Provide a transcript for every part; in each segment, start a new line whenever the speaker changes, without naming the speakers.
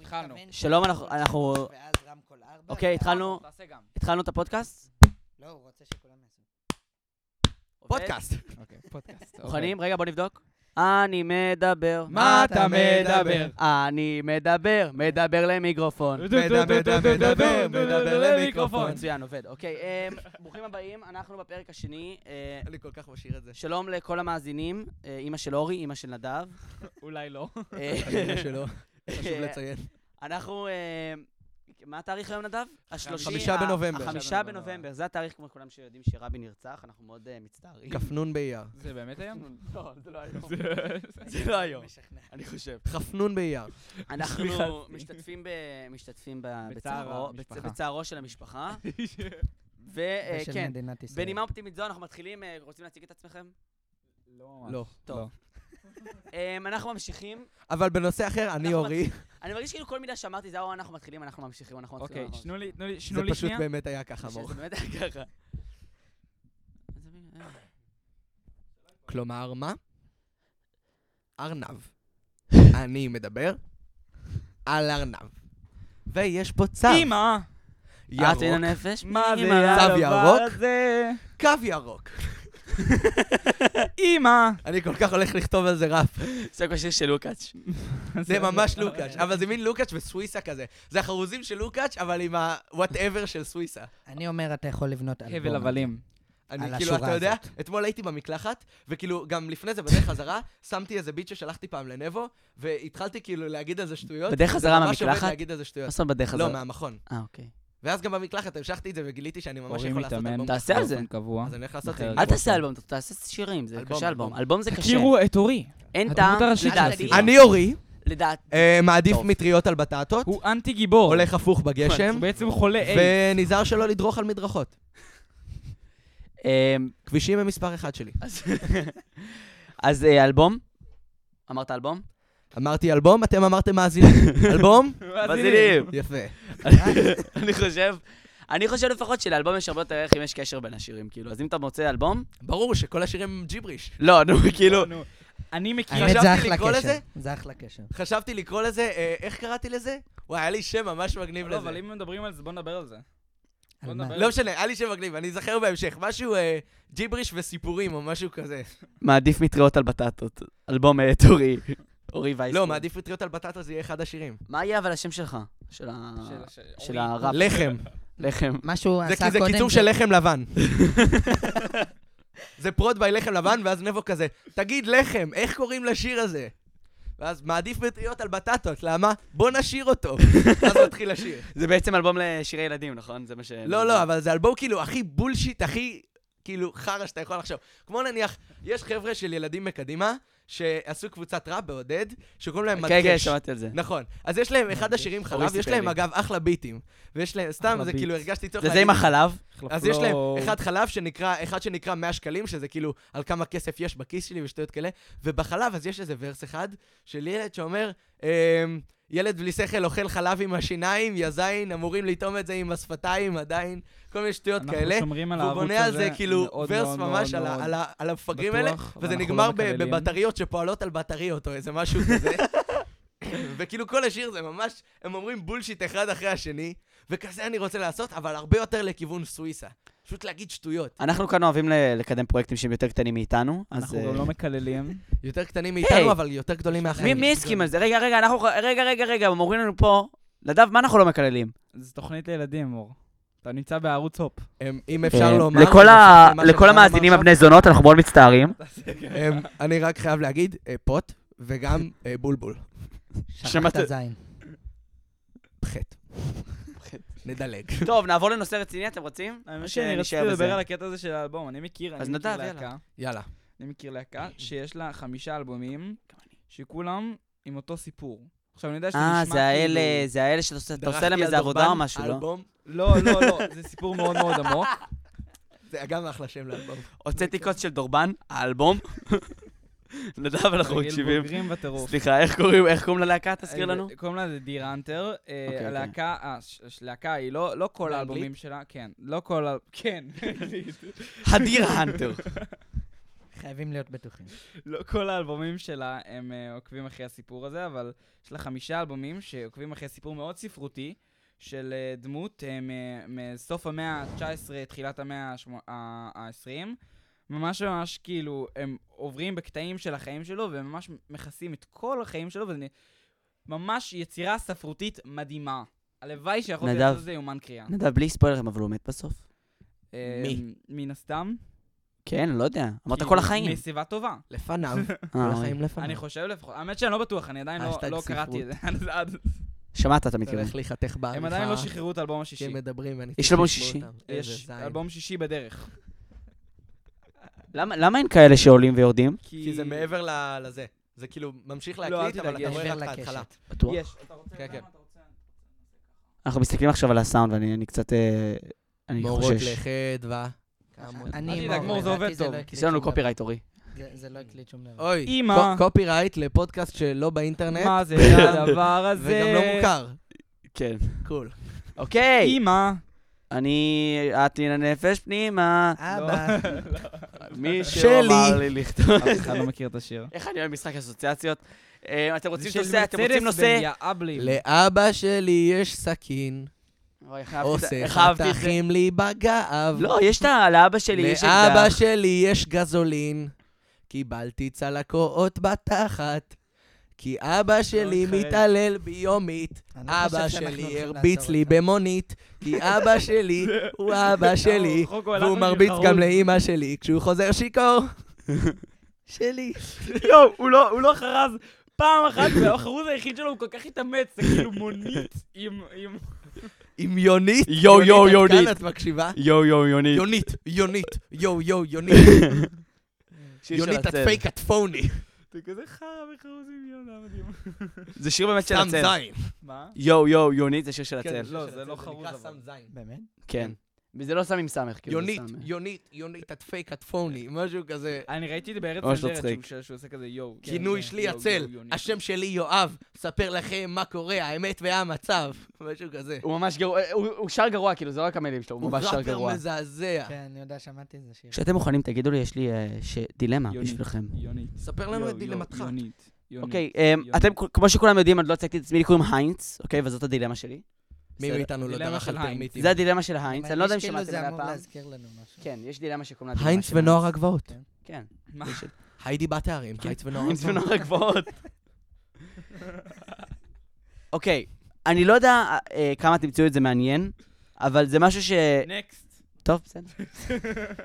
התחלנו.
שלום, אנחנו- אנחנו-
ואז רמקול ארבע,
אוקיי,
ואז-
התחלנו-
תעשה גם.
התחלנו את הפודקאסט?
לא, הוא רוצה שכולם יעשו.
עובד?
פודקאסט. אוקיי.
אוקיי, פודקאסט.
מוכנים? רגע, בוא נבדוק. אני מדבר.
מה אתה מדבר?
אני מדבר, מדבר למיקרופון.
נכון. מדבר למיקרופון.
מצוין, עובד. אוקיי, אה, ברוכים הבאים, אנחנו בפרק השני. אה,
אני כל כך משאיר את זה.
שלום לכל המאזינים, אה, אימא של אורי, אימא של נדב.
אולי לא.
אה,
חלילה שלא, חשוב לציין.
אנחנו... אה, מה התאריך היום, נדב? השלושים...
חמישה
ה-
בנובמבר.
חמישה
החמישה
בנובמבר.
בנובמבר, זה התאריך, כמו כולם שיודעים, שרבין נרצח, אנחנו מאוד אה, מצטערים.
כ"נ באייר.
זה באמת היום?
לא, זה לא היום. זה לא היום,
משכנע.
אני חושב.
כ"נ באייר.
אנחנו
סליחה.
משתתפים ב- משתתפים ב-
בצער
בצערו-
המשפחה.
בצ- בצערו של המשפחה. וכן,
ושל
כן,
מדינת ישראל.
בנימה אופטימית זו אנחנו מתחילים, אה, רוצים להציג את עצמכם?
לא.
לא.
טוב. אמ, אנחנו ממשיכים,
אבל בנושא אחר,
נכון.
אני
אנחנו
אורי.
אני מרגיש כאילו כל מילה שאמרתי זה או אנחנו מתחילים, אנחנו ממשיכים, אנחנו מתחילים.
אוקיי,
אנחנו
שנו לי,
ממשיכים.
תנו לי,
זה
שנו לי
פשוט
שנייה.
באמת היה ככה, מור.
שזה באמת היה ככה. איזה מין- אה.
כלומר, מה? ארנב. אני מדבר על ארנב. ויש פה צו
אמא! אה,
את עין
ירוק,
הנפש?
מה זה
אמא.
צב
הדבר
ירוק?
הזה?
קו ירוק.
אמא!
אני כל כך הולך לכתוב על זה ראפ.
זה כל שיר של לוקאץ'.
זה ממש לוקאץ', אבל זה מין לוקאץ' וסוויסה כזה. זה החרוזים של לוקאץ', אבל עם ה-whatever של סוויסה.
אני אומר, אתה יכול לבנות אלבום.
הבל הבלים.
על
אני כאילו,
השורה
אתה יודע,
הזאת.
אתמול הייתי במקלחת, וכאילו, גם לפני זה, בדרך חזרה, שמתי איזה ביט ששלחתי פעם לנבו, והתחלתי כאילו להגיד על זה שטויות.
בדרך חזרה
ממש עובד
מהמקלחת?
להגיד על זה
מה
שטויות.
זאת אומרת בדרך הזאת?
לא, מהמכון.
אה, אוקיי.
ואז גם במקלחת המשכתי את זה וגיליתי שאני ממש
הורים
יכול לעשות
מתאמן.
אלבום.
תעשה על זה. נכון.
באופן קבוע.
אז אני הולך לעשות את
בחרב.
זה.
אל תעשה אלבום, ת- תעשה שירים, זה
אלבום,
קשה אלבום.
אלבום.
אלבום זה קשה.
תכירו את אורי.
אין
הדמות
טעם,
הראשית של
לדעתי. אה,
הסדרה.
אני אורי,
לדעת.
אה, מעדיף
טוב.
מטריות על בטטות,
הוא אנטי גיבור.
הולך הפוך בגשם,
הוא בעצם חולה איידס.
ונזהר שלא לדרוך על מדרכות.
אמ,
כבישים הם מספר אחד שלי.
אז- אז אה, אלבום? אמרת אלבום?
אמרתי אלבום, אתם אמרתם מאזינים. אלבום?
מאזינים.
יפה.
אני חושב, אני חושב לפחות שלאלבום יש הרבה יותר ערך אם יש קשר בין השירים, כאילו, אז אם אתה מוצא אלבום...
ברור שכל השירים הם ג'יבריש.
לא, נו, כאילו...
נו, אני מכיר...
האמת, זה
חשבתי
אחלה
לקרוא
קשר.
לזה?
זה אחלה קשר.
חשבתי לקרוא לזה, אה, איך קראתי לזה? וואי, היה לי שם ממש מגניב
לא,
לזה.
אבל אם מדברים על זה, בוא נדבר על זה.
על
בוא
מה?
נדבר.
לא משנה, היה לי שם מגניב, אני אזכר בהמשך. משהו אה, ג'יבריש וסיפורים או משהו כזה. לא,
מעדיף מטריות על בטטות. אלבום מאת אורי. אורי וייסמן.
לא, מעדיף מטריות על בטטה, זה יהיה אחד השירים.
מה יהיה אבל השם שלך? של ה...
של-
של
אורי.
הראפ.
לחם.
לחם.
מה שהוא
זה
עשה
כי
קודם...
זה קיצור של לחם לבן. זה פרוד ביי לחם לבן, ואז נבו כזה, תגיד לחם, איך קוראים לשיר הזה? ואז מעדיף מטריות על בטטות, למה? בוא נשיר אותו. אז מתחיל השיר.
זה בעצם אלבום לשירי ילדים, נכון? זה מה ש...
לא, לא, אבל זה אלבום כאילו הכי בולשיט, הכי כאילו חרא שאתה יכול לחשוב. כמו נניח, יש חבר'ה של ילדים מקדימה, שעשו קבוצת ראפ בעודד, שקוראים להם
כן, כן,
מדגש.
שמעתי על זה.
נכון. אז יש להם, אחד השירים
אורי
חלב, יש
סיפר
להם
לי.
אגב אחלה ביטים. ויש להם, סתם,
אחלה
זה
ביט.
כאילו הרגשתי צורך
וזה עם החלב?
אז יש להם
לא.
אחד חלב שנקרא, אחד שנקרא 100 שקלים, שזה כאילו על כמה כסף יש בכיס שלי ושטויות כאלה, ובחלב אז יש איזה ורס אחד של ילד שאומר, אמ, ילד בלי שכל אוכל חלב עם השיניים, יא זין, אמורים לטעום את זה עם השפתיים עדיין, כל מיני שטויות
אנחנו
כאלה.
שומרים על
והוא
הערוץ הזה.
בונה על זה כאילו
מאוד,
ורס
מאוד,
ממש
מאוד,
על ה-
מאוד.
על ה- על המפגרים האלה,
בטוח,
וזה
ואנחנו
נגמר
לא
ב-
מקללים.
בבטריות שפועלות על בטריות או איזה משהו כזה. וכאילו כל השיר זה ממש, הם אומרים בולשיט אחד אחרי השני, וכזה אני רוצה לעשות, אבל הרבה יותר לכיוון סוויסה. פשוט להגיד שטויות.
אנחנו כאן אוהבים ל- לקדם פרויקטים שהם יותר קטנים מאיתנו, אז...
אנחנו
אה,
גם לא מקללים.
יותר קטנים
היי.
מאיתנו, אבל יותר גדולים
מי-
מאחרים.
מי הסכים על זה? רגע, רגע, אנחנו... רגע, רגע, רגע, הם אומרים לנו פה... נדב, מה אנחנו לא מקללים?
זו תוכנית לילדים, מור. אתה נמצא בערוץ הופ.
אמ, אם אפשר
אה,
לומר...
לכל ה-
מה
לכל
שאפשר
המאזינים
לומר
הבני זונות, אנחנו מאוד מצטערים.
עכשיו, אמ, אני רק חייב להגיד, אה, פוט וגם אה, בולבול.
שמעת-
שכחת זין.
חטא. נדלג.
טוב, נעבור לנושא רציני, אתם רוצים? או
האמת שאני רציתי
שנשאר
לדבר
בזה?
על הקטע הזה של האלבום. אני מכיר,
אז
אני מכיר
נדב, יאללה.
להקה.
יאללה.
אני מכיר להקה שיש לה חמישה אלבומים, שכולם עם אותו סיפור. עכשיו, אני יודע שזה נשמע
אה,
כאילו...
זה האלה, זה האלה שאתה עושה- אתה
דרכתי
עושה להם
על
איזה עבודה
דורבן,
או משהו, לא?
אלבום.
לא, לא, לא, זה סיפור מאוד מאוד עמוק.
זה גם אחלה שם לאלבום.
הוצאתי קוץ של דורבן, האלבום. נדב, אנחנו
כרגיל,
מקשיבים.
בוגרים בטירוף.
סליחה, איך קוראים, איך קוראים ללהקה? תזכיר
אה,
לנו.
קוראים לה זה דיר אנטר. אה,
אוקיי,
הלהקה, אה, ש- ש- להקה היא לא לא כל
באנגלית?
האלבומים שלה, כן, לא כל ה... כן.
הדיר האנטר.
חייבים להיות בטוחים.
לא כל האלבומים שלה הם אה, עוקבים אחרי הסיפור הזה, אבל יש לה חמישה אלבומים שעוקבים אחרי סיפור מאוד ספרותי של אה, דמות אה, מ- מסוף המאה ה-19, תחילת המאה ה-20. ממש ממש כאילו, הם עוברים בקטעים של החיים שלו, והם ממש מכסים את כל החיים שלו, וזה נ- ממש יצירה ספרותית מדהימה. הלוואי שיכולתי
נדב.
לעשות את זה יומן קריאה.
נדב, בלי ספוילרים, אבל הוא מת בסוף.
אה,
מי?
מן הסתם.
כן, לא יודע. אמרת
כאילו,
כל החיים.
מסיבה טובה.
לפניו. כל
אה, אוי.
החיים לפניו.
אני חושב לפחות, האמת שאני לא בטוח, אני עדיין לא-
האשטג
לא קראתי את זה. עד- עד-
שמעת, אתה מתכוון.
צריך כאילו להיחתך בעריכה.
הם עדיין לא שחררו את האלבום השישי.
שהם מדברים ואני
יש
צריך
אלבום
לשמוע
שישי.
אותם. כן, איזה
יש
זין.
אלבום שישי בדרך.
למה למה אין כאלה שעולים ויורדים?
כי זה מעבר ל- לזה. זה כאילו ממשיך
לא, אל
להקליט,
תדאג,
אבל אתה
יש.
רואה רק את
מעבר לקשת.
ההתחלה.
בטוח.
יש. אתה רוצה?
כן,
למה
כן.
אתה רוצה?
אנחנו מסתכלים עכשיו על הסאונד, ואני אני קצת... אה, אני
מורות
חושש.
לחדווה.
אל
אני
תדאג,
מור,
מור, זה עובד
לדעתי
טוב.
לא הקליט
עשינו לנו
שום
קופירייט, אורי.
דבר. זה- זה לא הקליט שום דבר.
אי,
אמא.
קופירייט לפודקאסט שלא באינטרנט,
מה זה הדבר הזה?
וגם לא מוכר.
כן.
קול.
אוקיי!
אימא.
אני... את עין הנפש פנימה.
אבא.
לא. מי
שלי.
שלא אמר לי לכתוב.
אף אחד לא מכיר את השיר.
איך אני אוהב משחק אסוציאציות? אה, אתם רוצים
זה של
נושא? אתם רוצים
מרצדס
נושא?
בן-יאבלים.
לאבא שלי יש סכין,
אוי, איך אהבתי את זה.
עושה
איך אהבתי את זה.
חתכים לי בגב.
לא, יש את ה... לאבא שלי יש
לאבא
אקדח.
שלי יש גזולין, קיבלתי צלקות בתחת. כי
לא
אבא שלי
מתחרט.
מתעלל ביומית,
אני לא
אבא
חושב שאנחנו
שלי
הולכים
הרביץ
לעצור
לי
אותך.
במונית, כי אבא שלי הוא אבא שלי,
חוק הוא הלך
והוא מרביץ
לשחרור.
גם לאימא שלי כשהוא חוזר שיכור.
שלי.
לא, הוא לא- הוא לא חרז. פעם אחת, והחרוז היחיד שלו הוא כל כך התאמץ, זה כאילו מונית עם... עם-
עם יונית.
יו, יו,
את כאן,
יונית.
את מקשיבה?
יו, יו, יונית.
יונית, יונית, יו, יו, יונית.
שיר של
יונית, את
הצל.
פייק, את פוני.
זה כזה חרא וחרוז עם יונה מדהים.
זה שיר באמת של
סתם
הצל.
זין.
מה?
יו, יו, יונית זה שיר של הצל.
לא, זה לא חרוז,
נקרא
אבל.
סם זין.
באמת?
כן. וזה לא סמ"ם סמ"ך, כאילו. זה
יונית,
סמ"ך.
יונית, יונית, את פייק, את פוני. משהו כזה.
אני ראיתי את זה בארץ
ממש לא
נהדרת,
צחיק.
שהוא- שהוא עושה כזה יואו. אה, כן,
כינוי
כן,
שלי
יואו,
הצל,
יואו, יוני.
השם שלי יואב, ספר לכם מה קורה, האמת והמצב. משהו כזה.
הוא ממש גרוע, אה, הוא הוא שר גרוע, כאילו, זה לא רק המילים שלו, הוא ממש שר גרוע. לא.
מזעזע.
כן, אני יודע, שמעתי איזה שיר.
כשאתם מוכנים, תגידו לי, יש לי אה, ש- דילמה
יונית.
בשבילכם.
יונית.
ספר לנו
יואו,
את
יואו,
דילמתך.
יונית. יונית.
אוקיי, אמ,
יונית.
אתם, כ- כמו שכולם יודעים, עוד לא הצגתי את עצמי, לי קוראים היינץ, אוקיי? וזאת הדילמה שלי.
מי
בסדר.
מאיתנו לא
דילמה
דרך
של
על
היינץ.
פרמיטים.
זה הדילמה של היינץ, אני לא יודע אם
אני מרגיש כאילו
שמעתם
זה
עליה
אמור
פעם.
להזכיר לנו משהו.
כן, יש דילמה שקוראים לה דילמה
היינץ
של
ונוער הגבעות.
כן.
מה?
יש-
היידי בת הערים,
כן.
היינץ ונוער
היינץ
הגבעות.
ונוער הגבעות. אוקיי, אני לא יודע אה, אה, כמה תמצאו את זה מעניין, אבל זה משהו ש...
נקסט.
טוב, בסדר.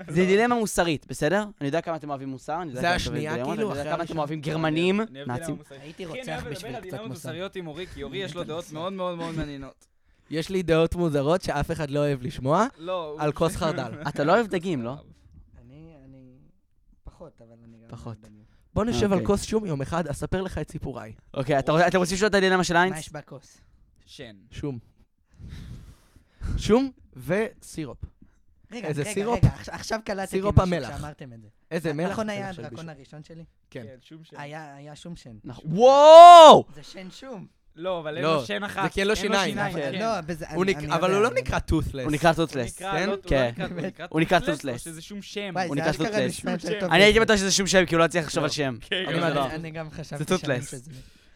זה דילמה מוסרית, בסדר? אני יודע כמה אתם אוהבים מוסר, אני יודע כמה
זה
אתם אוהבים
השנייה,
דילמות,
כאילו,
אני
אחרי
יודע כמה אתם
הראשונה.
אוהבים גרמנים,
אני אוהב
נאצים.
דילמה מוסרית.
הייתי
כן, אני
רוצח
אוהב לדבר
בשביל
על
קצת
דילמות
מוסר.
מוסריות עם אורי, כי אורי יש לו
אני
דעות
מוסר.
מאוד מאוד מאוד מעניינות.
יש לי דעות מוזרות שאף אחד לא אוהב לשמוע,
לא, הוא-
על כוס חרדל.
אתה לא אוהב דגים, לא?
אני, אני... פחות, אבל אני גם...
פחות.
מדמיין.
בוא נשב על
אוקיי.
כוס שום יום אחד, אספר לך את סיפוריי.
אוקיי, אתה רוצה- אתם רוצים לשאול את הדילמה של
מה
איינס?
יש בכוס?
שן.
שום. שום וסירופ.
רגע,
איזה
רגע,
סירופ?
רגע, עכשיו- עכשיו קלטתי
סירופ
משהו
המלח.
כשאמרתם את זה.
איזה מלח.
נכון
זה
היה
נחשב
הדרקון
בשום.
הראשון שלי?
כן.
שום שן.
היה היה שום שן.
נכון. וואו!
זה שן שום.
לא, אבל אין
לא,
לו שן אחת.
כי אין לו שיניים.
כן.
אבל- לא, בזה-
הוא
אני-
נק-
אני
אבל
יודע,
הוא לא
אני
נקרא
יודע.
toothless.
הוא נקרא
הוא
טוטלס,
נקרא-
כן?
לא, הוא לא
כן.
נקרא- הוא נקרא
הוא נקרא
או
toothless.
שזה שום שם.
וואי,
הוא
זה
נקרא
אשכרה
toothless.
נשמע יותר טוב
אני הייתי
מזה.
בטוח שזה שום שם, כי הוא לא הצליח לחשוב על שם.
כן,
אני
גם
אני-
לא.
מעדיף-
אני גם חשבתי
זה
שאני
toothless.
עושה את זה.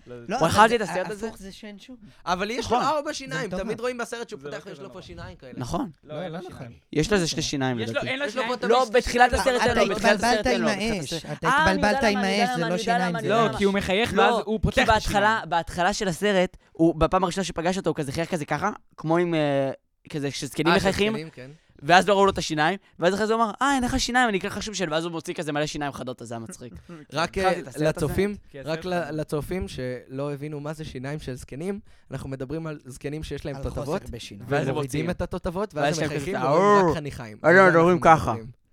לא, זה-
לא,
הוא
אבל
אכל
זה-
את הסרט הזה?
הפוך זה שן שום.
אבל יש לו
נכון.
ארבע שיניים,
מטורף.
תמיד רואים בסרט שהוא
זה לא
פותח
כזה
ויש לו פה
נורא.
שיניים כאלה.
נכון.
לא, אין לו שיניים.
יש לו איזה שתי שיניים,
יש לו,
לדעתי.
אין לו
יש לו
שיניים.
פה את
לא,
המשתי-
בתחילת
אה,
הסרט אין
אתה
לו, בתחילת
התבלבלת
הסרט אין
עם
לו. בתחילת
האש,
הסרט.
אתה
אה, אני
התבלבלת
יודע
עם
למה, אני יודע
האש,
למה,
זה
אני
לא
יודע
שיניים,
למה,
זה
אני יודע
לא,
למה.
כי הוא מחייך
לא,
ואז הוא פותח את
כי
השיניים.
בהתחלה, בהתחלה של הסרט, הוא בפעם הראשונה שפגש אותו, הוא כזה חייך כזה ככה, כמו עם... אה, כזה כשזקנים
אה, של
מחייכים,
זקנים, כן.
ואז לא ראו לו את השיניים, ואז אחרי זה הוא אמר, אה, אין לך שיניים, אני אקח לך שום שם, ואז הוא מוציא כזה מלא שיניים חדות, אז זה היה מצחיק.
רק
התחלתי
אה,
את הסרט הזה.
לצופים,
כי הסרט-
רק ל- לצופים שלא הבינו מה זה שיניים של זקנים, אנחנו מדברים על זקנים שיש להם
על
תותבות,
חוסר בשיניים.
ואז
ואז
הם
הם מוציאים
מוציאים.
את התותבות,
ואז
ואז הם
יש להם
מחייכים
כזה,
ואומרים
"אור".
רק חניכיים.
לא,
על זה
לא,
אנחנו
אומרים ככה.
מדברים.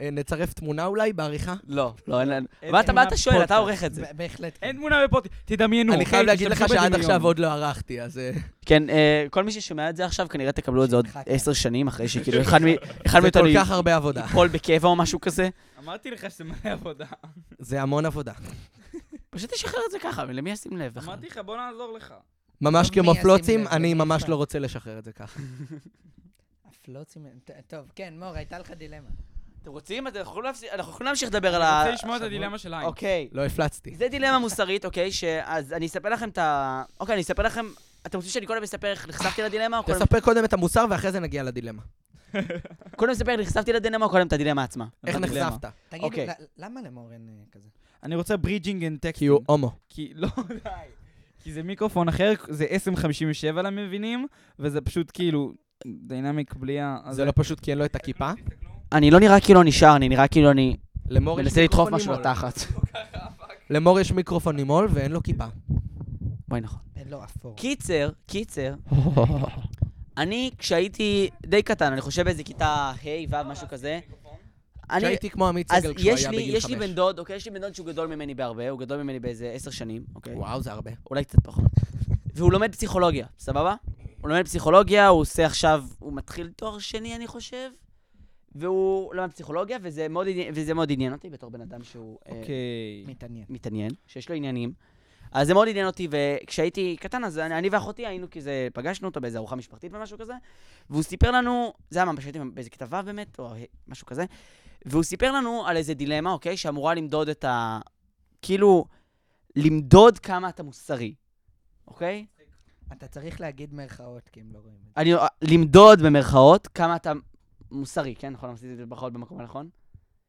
אה, נצרף תמונה אולי בעריכה?
לא, לא, אין לנו.
אין
מה אתה- מה
תמונה
אתה שואל? אתה
בפודקאסט.
עורך את זה.
ב- בהחלט. כן.
אין תמונה בפודקאסט. תדמיינו.
אני
אוקיי?
חייב להגיד לך
תשתמשו
שעד
בדמיון.
עכשיו עוד לא ערכתי, אז... אה,
כן, אה, כל מי ששומע את זה עכשיו, כנראה תקבלו את זה עוד
שימחק להם.
עשר שנים, אחרי שכאילו אחד מ- אחד
זה
מאיתנו
כל
י-
כך הרבה עבודה.
ייפול בקבע או משהו כזה.
אמרתי לך שזה מלא עבודה.
זה המון עבודה.
פשוט תשחרר את זה ככה, ולמי ישים לב
נכון.
בכלל?
אמרתי לך, בוא נעזור לך.
ממש
טוב, מי
כמו
ישים
פלוצים,
לב,
אני
מי
ממש
ישמע?
לא רוצה לשחרר את זה ככה.
לא הפלוצים... ט- טוב, כן, מור, הייתה לך דילמה.
אתם רוצים? אתם יכולים להפסיק- אנחנו יכולים להמשיך לדבר על ה...
אני רוצה לשמוע את הדילמה של היין.
אוקיי.
לא הפלצתי.
זה דילמה מוסרית, אוקיי? שאז אני אספר לכם את ה... אוקיי, אני אספר לכם... אתם רוצים שאני קודם אספר איך נחשפתי לדילמה? או קודם-
תספר קודם את המוסר ואחרי זה נגיע לדילמה.
קודם אספר איך נחשפתי לדילמה או קודם את הדילמה עצמה?
איך
הדילמה.
נחשפת?
תגידו,
אוקיי.
ל- למה למור אין אה, כזה?
אני רוצה ברידג'ינג אנד
כי
טקסטינג.
הוא הומו.
כי לא, די. כי זה מיקרופון אחר, זה SM57 למבינים, וזה פשוט כאילו דיינמיק בלי ה...
זה לא פשוט כי אין לו את הכיפה.
אני לא נראה כאילו נשאר, אני נראה כאילו אני
למור יש
מנסה לדחוף
מיקרופון
משהו
נימול.
לתחת.
למור יש מיקרופון נימול ואין לו כיפה.
בואי נכון.
אין לו אפור.
קיצר, קיצר, אני כשהייתי די קטן, אני חושב באיזה כיתה ה' ו', משהו כזה, אני...
כשהייתי כמו עמית
אז
סגל כשהוא
יש
היה
לי,
בגיל
יש לי
חמש.
בן דוד, אוקיי, יש לי בן דוד שהוא גדול ממני בהרבה, הוא גדול ממני באיזה עשר שנים, אוקיי?
וואו, זה הרבה.
אולי קצת פחות. והוא לומד פסיכולוגיה, סבבה? הוא לומד פסיכולוגיה, הוא עושה עכשיו, הוא מתחיל תואר שני, אני חושב, והוא לומד פסיכולוגיה, וזה מאוד, עניין- וזה מאוד עניין אותי בתור בן אדם שהוא אה,
אוקיי.
מתעניין.
מתעניין, שיש לו עניינים. אז זה מאוד עניין אותי, וכשהייתי קטן, אז אני, אני ואחותי היינו כזה, פגשנו אותו באיזה ארוחה משפחתית ומשהו כזה, והוא סיפר לנו, זה היה ממש הייתי באיזה כתב ו' באמת, או משהו כזה, והוא סיפר לנו על איזה דילמה, אוקיי, שאמורה למדוד את ה... כאילו, למדוד כמה אתה מוסרי, אוקיי?
אתה צריך להגיד מירכאות, כי הם לא רואים את זה.
אני, אה, למדוד במרכאות כמה אתה מוסרי, כן? נכון? עשיתי את זה במרכאות במקום הנכון?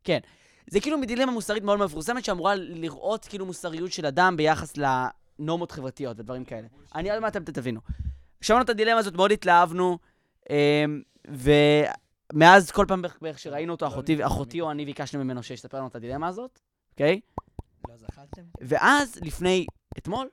כן. זה כאילו דילמה מוסרית מאוד מפורסמת שאמורה לראות כאילו מוסריות של אדם ביחס לנורמות חברתיות ודברים כאלה. אני עוד מעט אתם תבינו. שמענו את הדילמה הזאת, מאוד התלהבנו, אמ, ומאז כל פעם בערך- בערך שראינו אותו,
לא
אחותי-
נפגע
אחותי או אני ביקשנו ממנו שיספר לנו את הדילמה הזאת, אוקיי?
לא זכרתם?
ואז לפני, אתמול,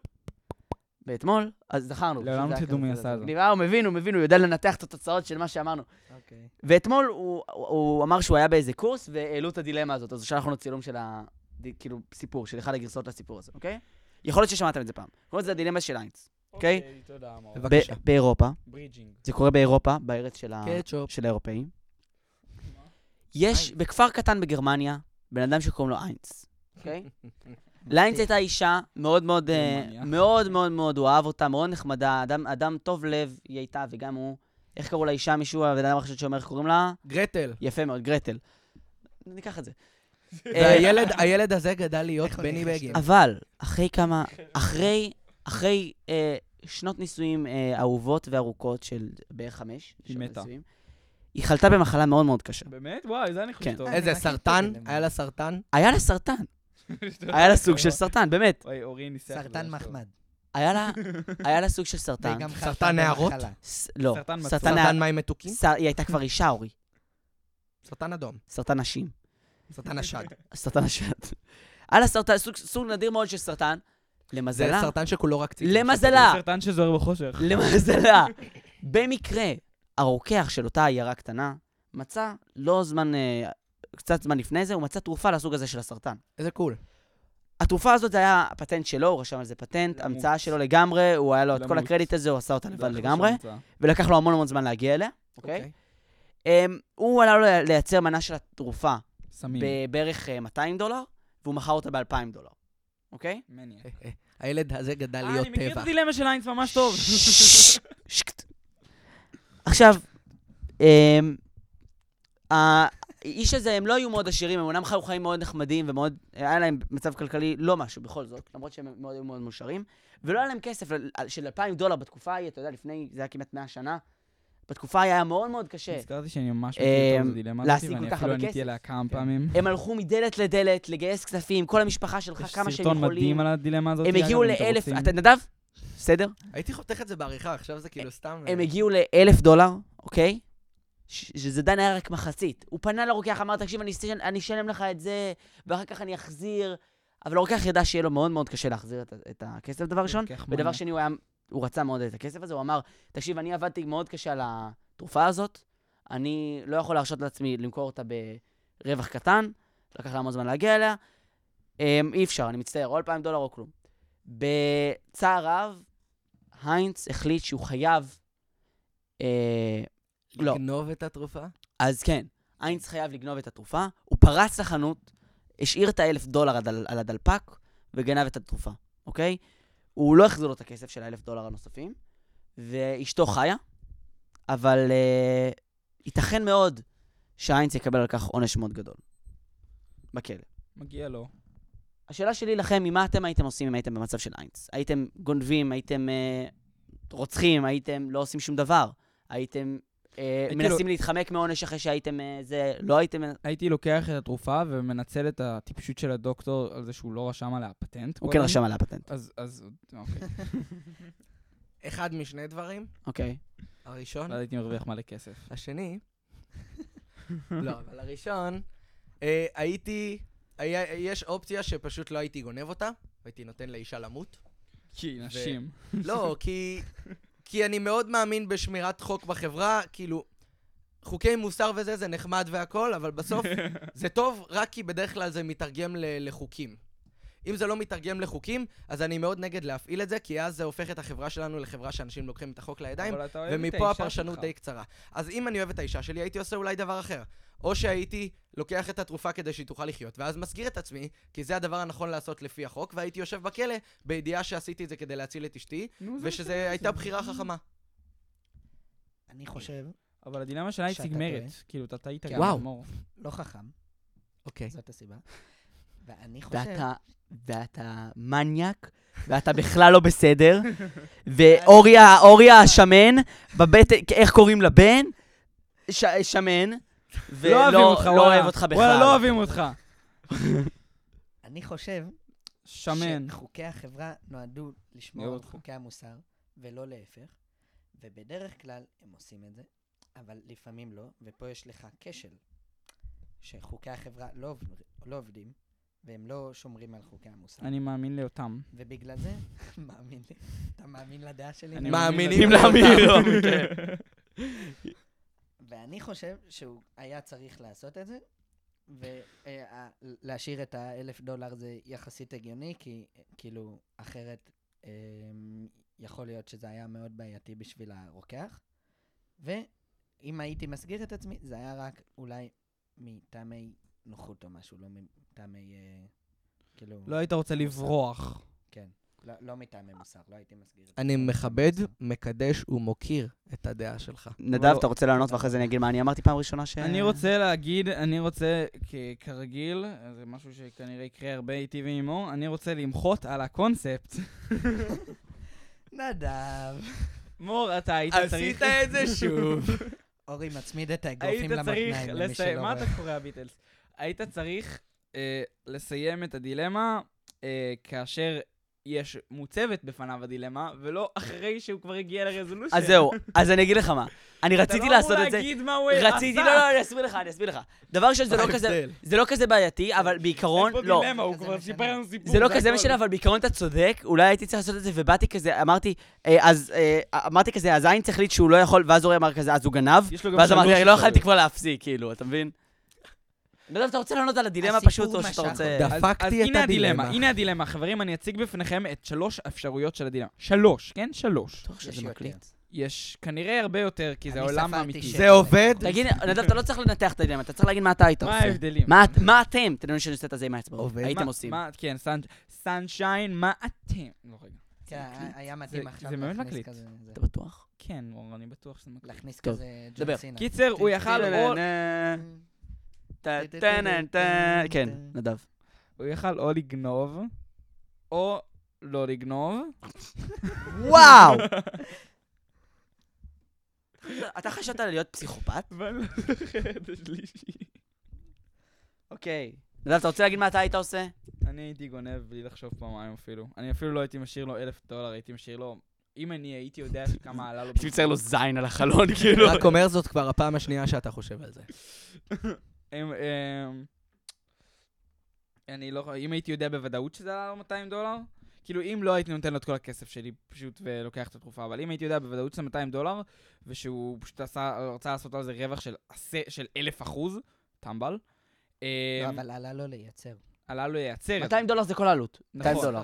באתמול, אז זכרנו.
לעולם
שזה היה
לא, תדעו מי
כזה-
עשה זאת.
אה, הוא מבין, הוא מבין, הוא יודע לנתח את התוצאות של מה שאמרנו.
אוקיי.
ואתמול הוא, הוא, הוא אמר שהוא היה באיזה קורס, והעלו את הדילמה הזאת, אז שלחנו לו צילום של ה... ד- כאילו, סיפור, של אחד הגרסאות לסיפור הזה, אוקיי? יכול להיות ששמעתם את זה פעם. קוראים לזה הדילמה של איינס. אוקיי.
תודה, אמור.
ב-
בבקשה.
באירופה,
ברידג'ינג.
זה קורה באירופה, בארץ של, ה...
כן,
קטשופ.
של האירופאים. יש בכפר קטן בגרמניה, בן אדם שקוראים לו איינס, אוקיי? ליינס הייתה אישה מאוד מאוד, אה,
גרמניה.
מאוד מאוד מאוד, הוא אהב אותה, מאוד נחמדה, אדם, אדם טוב לב היא הייתה, וגם הוא, איך קראו לאישה מישהו, הבן אדם הראשון שאומר איך קוראים לה?
גרטל.
יפה מאוד, גרטל. ניקח את זה. אה,
והילד הילד הזה גדל להיות
איך עוד
בני
איך יש
בגין.
לך?
אבל, אחרי כמה, אחרי, אחרי אה, שנות נישואים אה, אהובות וארוכות של בערך חמש,
היא
שנות
מתה.
נישואים, היא חלתה במחלה מאוד מאוד קשה.
באמת? וואי, זה אה, אני חושב
כן.
טוב.
איזה
אני מכיר את
סרטן?
הדילמה.
היה לה סרטן?
היה לה סרטן, היה לה סוג של סרטן, באמת.
אוי, אורי ניסח. את זה,
סרטן
זה טוב.
מחמד.
היה לה, היה לה סוג של סרטן.
וגם
סרטן
חלתה
נערות?
במחלה.
ס- לא,
סרטן מצוי.
סרטן, ה-
סרטן מים מתוקים?
ס- היא הייתה כבר אישה, אורי.
סרטן אדום.
סרטן נשים.
סרטן השד.
סרטן השד. היה לה סרטן, סוג, סוג נדיר מאוד של סרטן.
זה
למזלה,
סרטן שכולו רק ציצים.
למזלה,
זה סרטן שזוהר בחושך.
למזלה. במקרה, הרוקח של אותה עיירה קטנה מצא, לא זמן, אה, קצת זמן לפני זה, הוא מצא תרופה לסוג הזה של הסרטן.
איזה קול.
התרופה הזאת, זה היה הפטנט שלו, הוא רשם על זה פטנט,
למות.
המצאה שלו לגמרי, הוא היה לו את כל
למות.
הקרדיט הזה, הוא עשה אותה לבד
דרך
לגמרי,
ראשון צה.
ולקח לו המון המון זמן להגיע אליה, אוקיי? אמ, הוא עלה לו לייצר מנה של התרופה
סמים.
בבערך אה, 200 דולר, והוא מכר אותה ב-2,000 דולר, אוקיי?
מניאק.
אה, אה, הילד הזה גדל
אה,
להיות
אני מכיר את
טבע.
הדילמה של איינס ממש טוב.
שקט. עכשיו, אמ, האיש הזה, הם לא היו מאוד עשירים, הם אומנם חיו חיים מאוד נחמדים ומאוד, היה להם מצב כלכלי לא משהו בכל זאת, למרות שהם מאוד היו מאוד מאושרים, ולא היה להם כסף ל- על- של 2,000 דולר בתקופה ההיא, אתה יודע, לפני, זה היה כמעט 100 שנה, בתקופה ההיא היה מאוד מאוד קשה.
נזכרתי שאני ממש מכיר
אמ,
טוב את הדילמה
להשיג
הזאת, ואני
כל כך
אפילו
הרבה
עניתי עליה
כסף.
כמה
כן.
פעמים.
הם הלכו מדלת לדלת לגייס כספים, כל המשפחה שלך
יש
כמה שהם
סרטון
יכולים.
מדהים על הדילמה הזאת.
הם הגיעו
אגב, אם אתם
לאלף,
רוצים.
אתה נדב? בסדר?
הייתי חותך את זה בעריכה, עכשיו זה כאילו סתם...
הם הגיעו לאלף דולר, אוקיי? ש- שזה עדיין היה רק מחצית. הוא פנה לרוקח, אמר, תקשיב, אני אשלם- אני אשלם לך את זה, ואחר כך אני אחזיר. אבל הרוקח ידע שיהיה לו מאוד מאוד קשה להחזיר את, ה- את הכסף, דבר ראשון.
לוקח
ודבר
מניאק.
שני, הוא, היה, הוא רצה מאוד את הכסף הזה, הוא אמר, תקשיב, אני עבדתי מאוד קשה על התרופה הזאת, אני לא יכול להרשות לעצמי למכור אותה ברווח קטן, לקח לה המון זמן להגיע אליה, אמ, אי אפשר, אני מצטער, או 2,000 דולר או כלום. בצער רב, היינץ החליט שהוא חייב... אה, לא.
לגנוב את התרופה?
אז כן, היינץ חייב לגנוב את התרופה, הוא פרץ לחנות, השאיר את האלף דולר עד על, על הדלפק, וגנב את התרופה, אוקיי? הוא לא החזיר לו את הכסף של האלף דולר הנוספים, ואשתו חיה, אבל אה, ייתכן מאוד שהיינץ יקבל על כך עונש מאוד גדול. בכלא.
מגיע לו.
השאלה שלי לכם היא מה אתם הייתם עושים אם הייתם במצב של איינס. הייתם גונבים, הייתם אה, רוצחים, הייתם לא עושים שום דבר. הייתם אה,
כאילו-
מנסים להתחמק מעונש אחרי שהייתם אה, זה, לא הייתם...
הייתי לוקח את התרופה ומנצל את הטיפשות של הדוקטור על זה שהוא לא רשם עליה פטנט.
הוא כן
קודם.
רשם על הפטנט.
אז, אז, אוקיי.
אחד משני דברים,
אוקיי.
הראשון,
ואז הייתי מרוויח מלא כסף.
השני, לא, אבל הראשון, אה, הייתי, היה, יש אופציה שפשוט לא הייתי גונב אותה, הייתי נותן לאישה למות.
כי נשים.
לא, כי, כי אני מאוד מאמין בשמירת חוק בחברה, כאילו, חוקי מוסר וזה, זה נחמד והכל, אבל בסוף זה טוב רק כי בדרך כלל זה מתרגם ל- לחוקים. אם זה לא מתרגם לחוקים, אז אני מאוד נגד להפעיל את זה, כי אז זה הופך את החברה שלנו לחברה שאנשים לוקחים את החוק לידיים,
אבל אתה אוהב את
ומפה
האישה
הפרשנות
שלך.
די קצרה. אז אם אני אוהב את האישה שלי, הייתי עושה אולי דבר אחר. או שהייתי לוקח את התרופה כדי שהיא תוכל לחיות, ואז מסגיר את עצמי, כי זה הדבר הנכון לעשות לפי החוק, והייתי יושב בכלא בידיעה שעשיתי את זה כדי להציל את אשתי,
נו, זה
ושזו
בסדר,
הייתה
זה-
בחירה חכמה.
אני חושב,
אבל הדילמה שלה היא
שאתה
ציגמרת.
טועה.
כאילו, אתה טעית
כן.
גם,
וואו.
מור.
לא חכם,
אוקיי.
זאת הסיבה. ואני חושב...
ואתה, ואתה מניאק, ואתה בכלל לא בסדר, ואוריה, אוריה השמן, בבטן, איך קוראים לבן? ש, שמן, ולא
לא אוהבים אותך,
לא
וואלה.
אוהב אותך
וואלה, לא
בכלל.
אוהבים אותך.
אני חושב
שמן.
שחוקי החברה נועדו לשמור על
מאוד.
חוקי המוסר, ולא להפך, ובדרך כלל הם עושים את זה, אבל לפעמים לא, ופה יש לך כשל, שחוקי החברה לא, עובד, לא עובדים, והם לא שומרים על חוקי המוסר. אני...
אני מאמין ליותם.
ובגלל זה, מאמין לי, אתה מאמין לדעה שלי?
אני
מאמינים
מאמין
לאמיר.
ליותם.
כן.
ואני חושב שהוא היה צריך לעשות את זה, ולהשאיר את האלף דולר זה יחסית הגיוני, כי אה, כאילו, אחרת אה, יכול להיות שזה היה מאוד בעייתי בשביל הרוקח. ואם הייתי מסגיר את עצמי, זה היה רק אולי מטעמי נוחות או משהו, לא מטעמי, אה, כאילו...
לא היית רוצה לברוח.
כן, לא, לא מטעמי מוסר, לא הייתי מסגיר את
אני
עצמי.
מכבד, מקדש ומוקיר את הדעה שלך.
נדב, אתה רוצה לענות ואחרי זה אני אגיד מה אני אמרתי פעם ראשונה ש...
אני רוצה להגיד, אני רוצה, כ- כרגיל, זה משהו שכנראה יקרה הרבה איתי ועם מור, אני רוצה למחות על הקונספט.
נדב,
מור, אתה היית צריך...
עשית את זה שוב.
אורי מצמיד את
היית
האגרופים
צריך
למתניים, למי שלא
לסיים,
רואה.
מה אתה קורא הביטלס? היית צריך אה, לסיים את הדילמה אה, כאשר יש מוצבת בפניו הדילמה, ולא אחרי שהוא כבר הגיע לרזולושן.
אז זהו, אז אני אגיד לך מה. אני רציתי לעשות
אתה לא אמור
את זה.
להגיד מה הוא אה, עשה.
רציתי, לא, לא, אני אסביר לך, אני אסביר לך. דבר ראשון, זה לא כזה, זה לא כזה בעייתי, אבל בעיקרון,
אין פה
לא.
דילמה, הוא
זה
כבר
משנה.
סיפר לנו סיפור.
זה לא כזה
הכל.
משנה, אבל בעיקרון אתה צודק, אולי הייתי צריך לעשות את זה, ובאתי כזה, אמרתי, אה, אז, אה, אמרתי כזה, אז איינס החליט שהוא לא יכול, ואז אורי אמר כזה, אז הוא גנב,
יש לו גם
ואז אמרתי,
שלוש
"אני לא יכולתי
אפשרויות.
כבר להפסיק, כאילו, אתה מבין? אני לא יודע אם אתה רוצה לענות על הדילמה
הסיפור
פשוט, או שאתה
משך
רוצה...
אותך.
אז-
דפקתי
אז
את
הנה
הדילמה.
הדילמה, הנה הדילמה. חברים, אני אציג בפניכם את שלוש אפשרויות של הדילמה. שלוש, כן? שלוש.
בטוח שזה
יש יותר.
מקליט.
יש כנראה הרבה יותר, כי זה
אני
העולם
ספרתי
האמיתי.
שבע.
זה עובד?
תגיד, נדב, אתה לא צריך לנתח את הדילמה, אתה צריך להגיד מה אתה היית
מה
עושה.
ההבדלים?
מה את- מה אתם, תדמיינו שאני עושה את הזה עם האצבעות,
עובד.
הייתם
מה-
עושים.
מה- כן, סאנ- סאנשיין, מה אתם? לא, רגע.
כן,
מקליט.
היה מתאים
זה-
עכשיו
זה מאוד
להכניס
מקליט.
כזה... זה.
אתה בטוח?
כן, מור, אני בטוח שזה מקליט.
להכניס
טוב,
כזה
דבר.
ג'ון סינה. כן, אמ,
קיצר, הוא יכל או...
טה, טה, טה, טה. כן, נדב.
הוא יכל או לגנוב, או לא לגנוב.
וואו! אתה חשבת על להיות פסיכופת?
אבל לא זוכר את השלישי.
אוקיי. נדב, אתה רוצה להגיד מה אתה היית עושה?
אני הייתי גונב בלי לחשוב פעמיים אפילו. אני אפילו לא הייתי משאיר לו אלף דולר, הייתי משאיר לו... אם אני הייתי יודע כמה עלה לו...
הייתי מצייר לו זין על החלון, כאילו.
רק אומר זאת כבר הפעם השנייה שאתה חושב על זה.
הם, הם, אני לא יכול, אם הייתי יודע בוודאות שזה עלה לו 200 דולר, כאילו אם לא הייתי נותן לו את כל הכסף שלי פשוט ולוקח את התרופה, אבל אם הייתי יודע בוודאות שזה 200 דולר, ושהוא פשוט עשה, רצה לעשות על זה רווח של, עשה- של אלף אחוז, טמבל,
לא,
אמ,
אבל עלה לו לייצר.
עלה לו לייצר. את זה.
200 דולר זה כל העלות. 200
נכון.
דולר.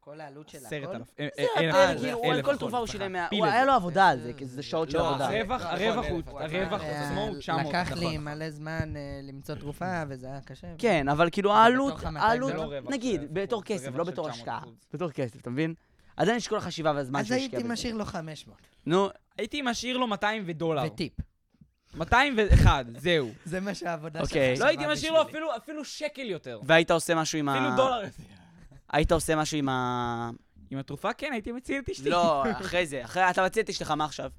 כל העלות של
עשרת
הכל.
אלף. אה,
זה
אה, אלף
הפרק,
אחוז,
כאילו, הוא על
אלף
כל
אחוז.
תרופה הוא
סליחה.
שילם 100.
פיל
הוא-
את
היה
זה.
לו עבודה על זה, כי זה שעות של
לא,
עבודה.
אחרי-
הרווח,
נכון,
הרווח
אלף
הוא,
אחוז.
הרווח הוא
וה-
עצמו הוא 900.
אה, לקח לי
נכון.
מלא זמן אה, למצוא תרופה, וזה היה קשה.
כן, אבל כאילו
אבל
העלות,
בתוך ה-200
זה
העלות,
לא
עלות,
רווח של אלף
נגיד,
אחוז,
בתור
זה
כסף,
רווח
לא
של
בתור
900
השקעה.
אחוז.
בתור כסף, אתה מבין? עדיין יש כל החשיבה והזמן
אז
שהוא השקיע
הייתי
בזה.
משאיר לו 500.
נו,
הייתי משאיר לו 200 ודולר.
וטיפ.
201, זהו.
זה מה שהעבודה שלך
אוקיי.
לא
שווה
הייתי משאיר לו
אה, בשבילי.
אפילו- אפילו שקל יותר.
והיית עושה משהו עם ה...
אפילו דולר יותר.
היית עושה משהו עם ה...
עם התרופה כן, הייתי מציל את אשתי.
לא, אחרי זה. אחרי, אתה מציע את אשתך, מה עכשיו?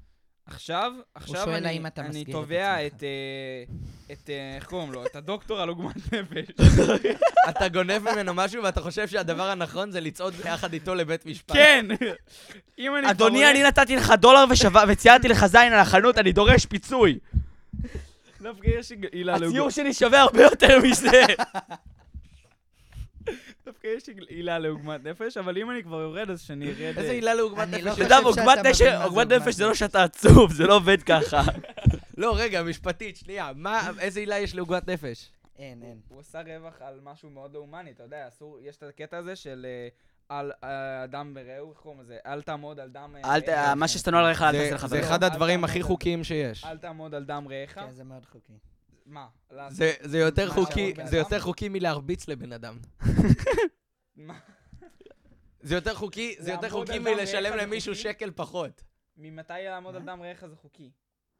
עכשיו, עכשיו
שואל
אני-
האם אתה
אני
מסגיר את
תובע
עצמך.
את... אה, את... אה, איך קוראים לו? את הדוקטור על עוגמת נפש.
אתה גונב ממנו משהו ואתה חושב שהדבר הנכון זה לצעוד יחד איתו לבית משפט.
כן! אם אני... כבר
אדוני,
הולך-
אני נתתי לך דולר ושווה- וציינתי לך זין על החנות, אני דורש פיצוי.
דווקא יש עילה
הציור
לעוגמת...
שלי שווה הרבה יותר מזה.
דווקא יש עילה לעוגמת נפש, אבל אם אני כבר יורד, אז שאני ארד...
איזה
אה,
עילה לעוגמת
אני לא
נפש.
אתה
חושב
יודע,
שאתה מבין מה זה
עוגמת נפש- עוגמת
עוגמת
נפש זה לא
נפש.
שאתה עצוב, זה לא עובד ככה.
לא, רגע, משפטית, שנייה. מה, איזה עילה יש לעוגמת נפש?
אין, אין.
הוא עשה רווח על משהו מאוד לא הומני, אתה יודע, אסור, יש את הקטע הזה של אה, על אה, אדם ברעהו, איך קוראים לזה? אל תעמוד על דם... אה,
אל ת-
רעך.
מה ששנוא עליך, אל
זה-
תעשה לך
זה
לא,
דבר.
אחד
אל
הדברים
תעמוד
הכי
על-
חוקים שיש.
אל תעמוד על דם רעך.
כן, זה מאוד חוקי.
מה?
זה זה יותר
מה,
חוקי,
להרוג
זה
בן
יותר
אדם?
חוקי מלהרביץ לבן אדם.
מה?
זה יותר חוקי, זה יותר
לעמוד על
חוקי
דם רעך
מלשלם
זה
למישהו
חוקי?
שקל פחות.
ממתי לעמוד על דם רעך זה חוקי?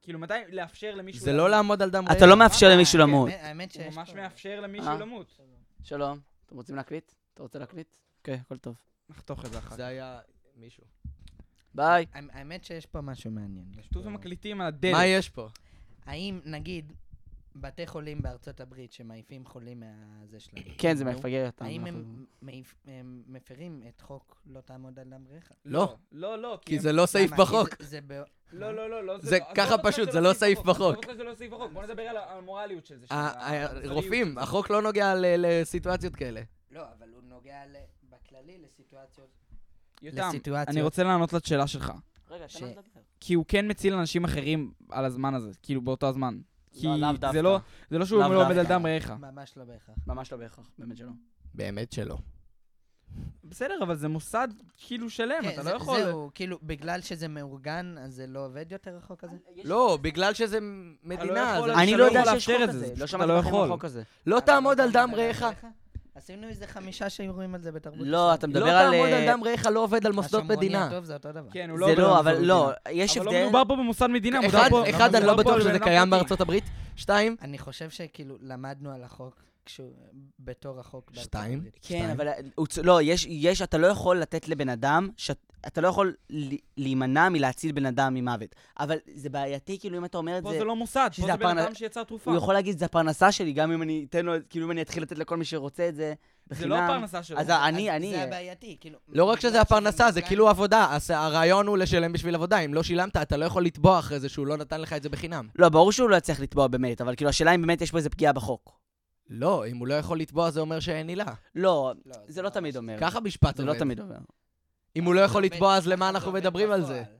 כאילו, מתי לאפשר למישהו...
זה לא
למות?
לעמוד על דם
אתה לא
רעך.
מאפשר למישהו
כן,
אה, כן, האמת-
למות.
האמת
הוא
שיש
ממש
פה-
מאפשר
אה?
למישהו למות.
שלום, אתם רוצים להקליט? אתה רוצה להקליט? כן, הכל טוב.
נחתוך את זה אחר כך.
זה היה מישהו.
ביי.
האמ- האמת שיש פה משהו מעניין. יש
כתוב
פה-
ומקליטים על
מה
הדלת.
יש פה?
האם, נגיד, בתי חולים בארצות הברית שמעיפים חולים מהזה שלהם,
כן, זה מפגר אותם.
האם
אנחנו-
הם מעיפ- הם מפרים את חוק לא תעמוד על דם רעך?
לא,
לא, לא,
כי
הם-
זה לא סעיף
למה? כי
בחוק.
זה- זה ב-
לא, לא, לא, לא.
זה
לא- עזוב
ככה
אותך
פשוט,
שזה
זה לא סעיף בחוק.
עזוב אותך שזה לא סעיף בחוק. בוא נדבר על ה- על המורליות של זה. של
ה-
ה-
ה-
המוסריות.
אה, רופאים, החוק לא נוגע ל- לסיטואציות כאלה.
לא, אבל הוא נוגע ל- בכללי לסיטואציות.
יותם,
לסיטואציות.
אני רוצה לענות לשאלה שלך.
רגע,
תן לו לדבר.
כי הוא כן מציל אנשים אחרים על הזמן הזה, כאילו באותו הזמן. כי
לאו
זה
דווקא.
לא, זה לא שהוא
לאו
לא עומד על
דווקא.
דם רעך.
ממש לא בהכרח.
ממש לא בהכרח, באמת שלא.
באמת שלא.
בסדר, אבל זה מוסד כאילו שלם,
כן,
אתה לא
זה-
יכול...
זהו, כאילו, בגלל שזה מאורגן, אז זה לא עובד יותר החוק הזה?
לא, בגלל שזה מ- מדינה.
יכול
אז
אתה
אני
לא
לא
יכול
יודע שיש
לאפשר
חוק
את זה,
כזה,
זה
לא
פשוט
שמעתי
אתה לא
בכם על
יכול.
חוק כזה.
לא תעמוד על דם רעך.
עשינו איזה חמישה שיעורים על זה בתרבות.
לא, אתה
לא
מדבר על...
תעמוד
אה,
על דם רעך לא עובד על מוסדות מדינה.
הטוב זה אותו דבר.
כן, הוא לא... עובד
זה
על
לא,
מוסד
אבל
מדינה.
לא, יש
אבל
הבדל.
לא מדובר פה במוסד מדינה, מדובר
אחד-
פה...
אחד, אני לא
מדובר פה
בטוח
על
שזה
בן אדם
קיים
פרטי.
בארצות הברית. שתיים,
אני חושב שכאילו למדנו על החוק כשהוא- בתור החוק. בארצות
שתיים.
הברית.
כן, אבל הוא צ- לא, יש, יש, אתה לא יכול לתת לבן אדם, שאת- אתה לא יכול ל- להימנע מלהציל בן אדם ממוות. אבל זה בעייתי, כאילו, אם אתה אומר את
פה
זה,
זה לא מוסד, פה
שזה
זה בן
הפרנ-
אדם שיצר תרופה.
הוא יכול להגיד, זה הפרנסה שלי, גם אם אני אתן לו, כאילו, אם אני אתחיל לתת לכל מי שרוצה את זה, בחינם.
זה לא הפרנסה שלו.
אז
כן, אז
אני, אני...
זה הבעייתי, כאילו...
לא רק
בגלל
שזה הפרנסה, זה
מאורגן-
כאילו עבודה. אז הרעיון הוא לשלם בשביל עבודה. אם לא שילמת, אתה לא יכול לתבוע אחרי זה שהוא לא נתן לך את זה בחינם.
לא, ברור שהוא לא יצליח לתבוע במילט, אבל כאילו, השאלה אם באמת יש פה איזה פגיעה בחוק.
לא, אם הוא לא יכול לתבוע זה אומר שאין עילה.
לא,
לא,
זה לא תמיד אומר.
אה, ככה משפט
זה לא
עובד.
תמיד אומר.
אם הוא לא יכול
עובד,
לתבוע, אז למה
ככה זה
אנחנו
עובד
מדברים
נכון.
על זה?
בפועל.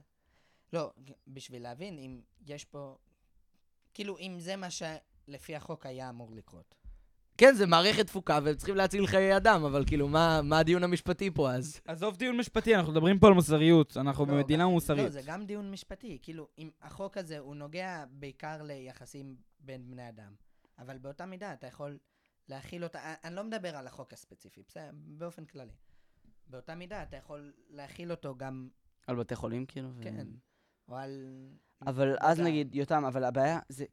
לא, בשביל להבין אם יש פה... כאילו, אם זה מה שלפי החוק היה אמור לקרות.
כן, זה מערכת תפוקה, והם צריכים להציל חיי אדם, אבל כאילו, מה מה הדיון המשפטי פה אז?
עזוב דיון משפטי, אנחנו מדברים פה על מוסריות. אנחנו
לא,
במדינה
גם-
מוסרית.
לא, זה גם דיון משפטי. כאילו, אם החוק הזה, הוא נוגע בעיקר ליחסים בין בני אדם. אבל באותה מידה אתה יכול להכיל אותה... אני- אני לא מדבר על החוק הספציפי, בסדר? באופן כללי. באותה מידה אתה יכול להכיל אותו גם,
על בתי חולים, כאילו. ו-
כן. או על...
אבל
לא
אז
כן.
יודע.
נגיד, יותם, אבל הבעיה זה...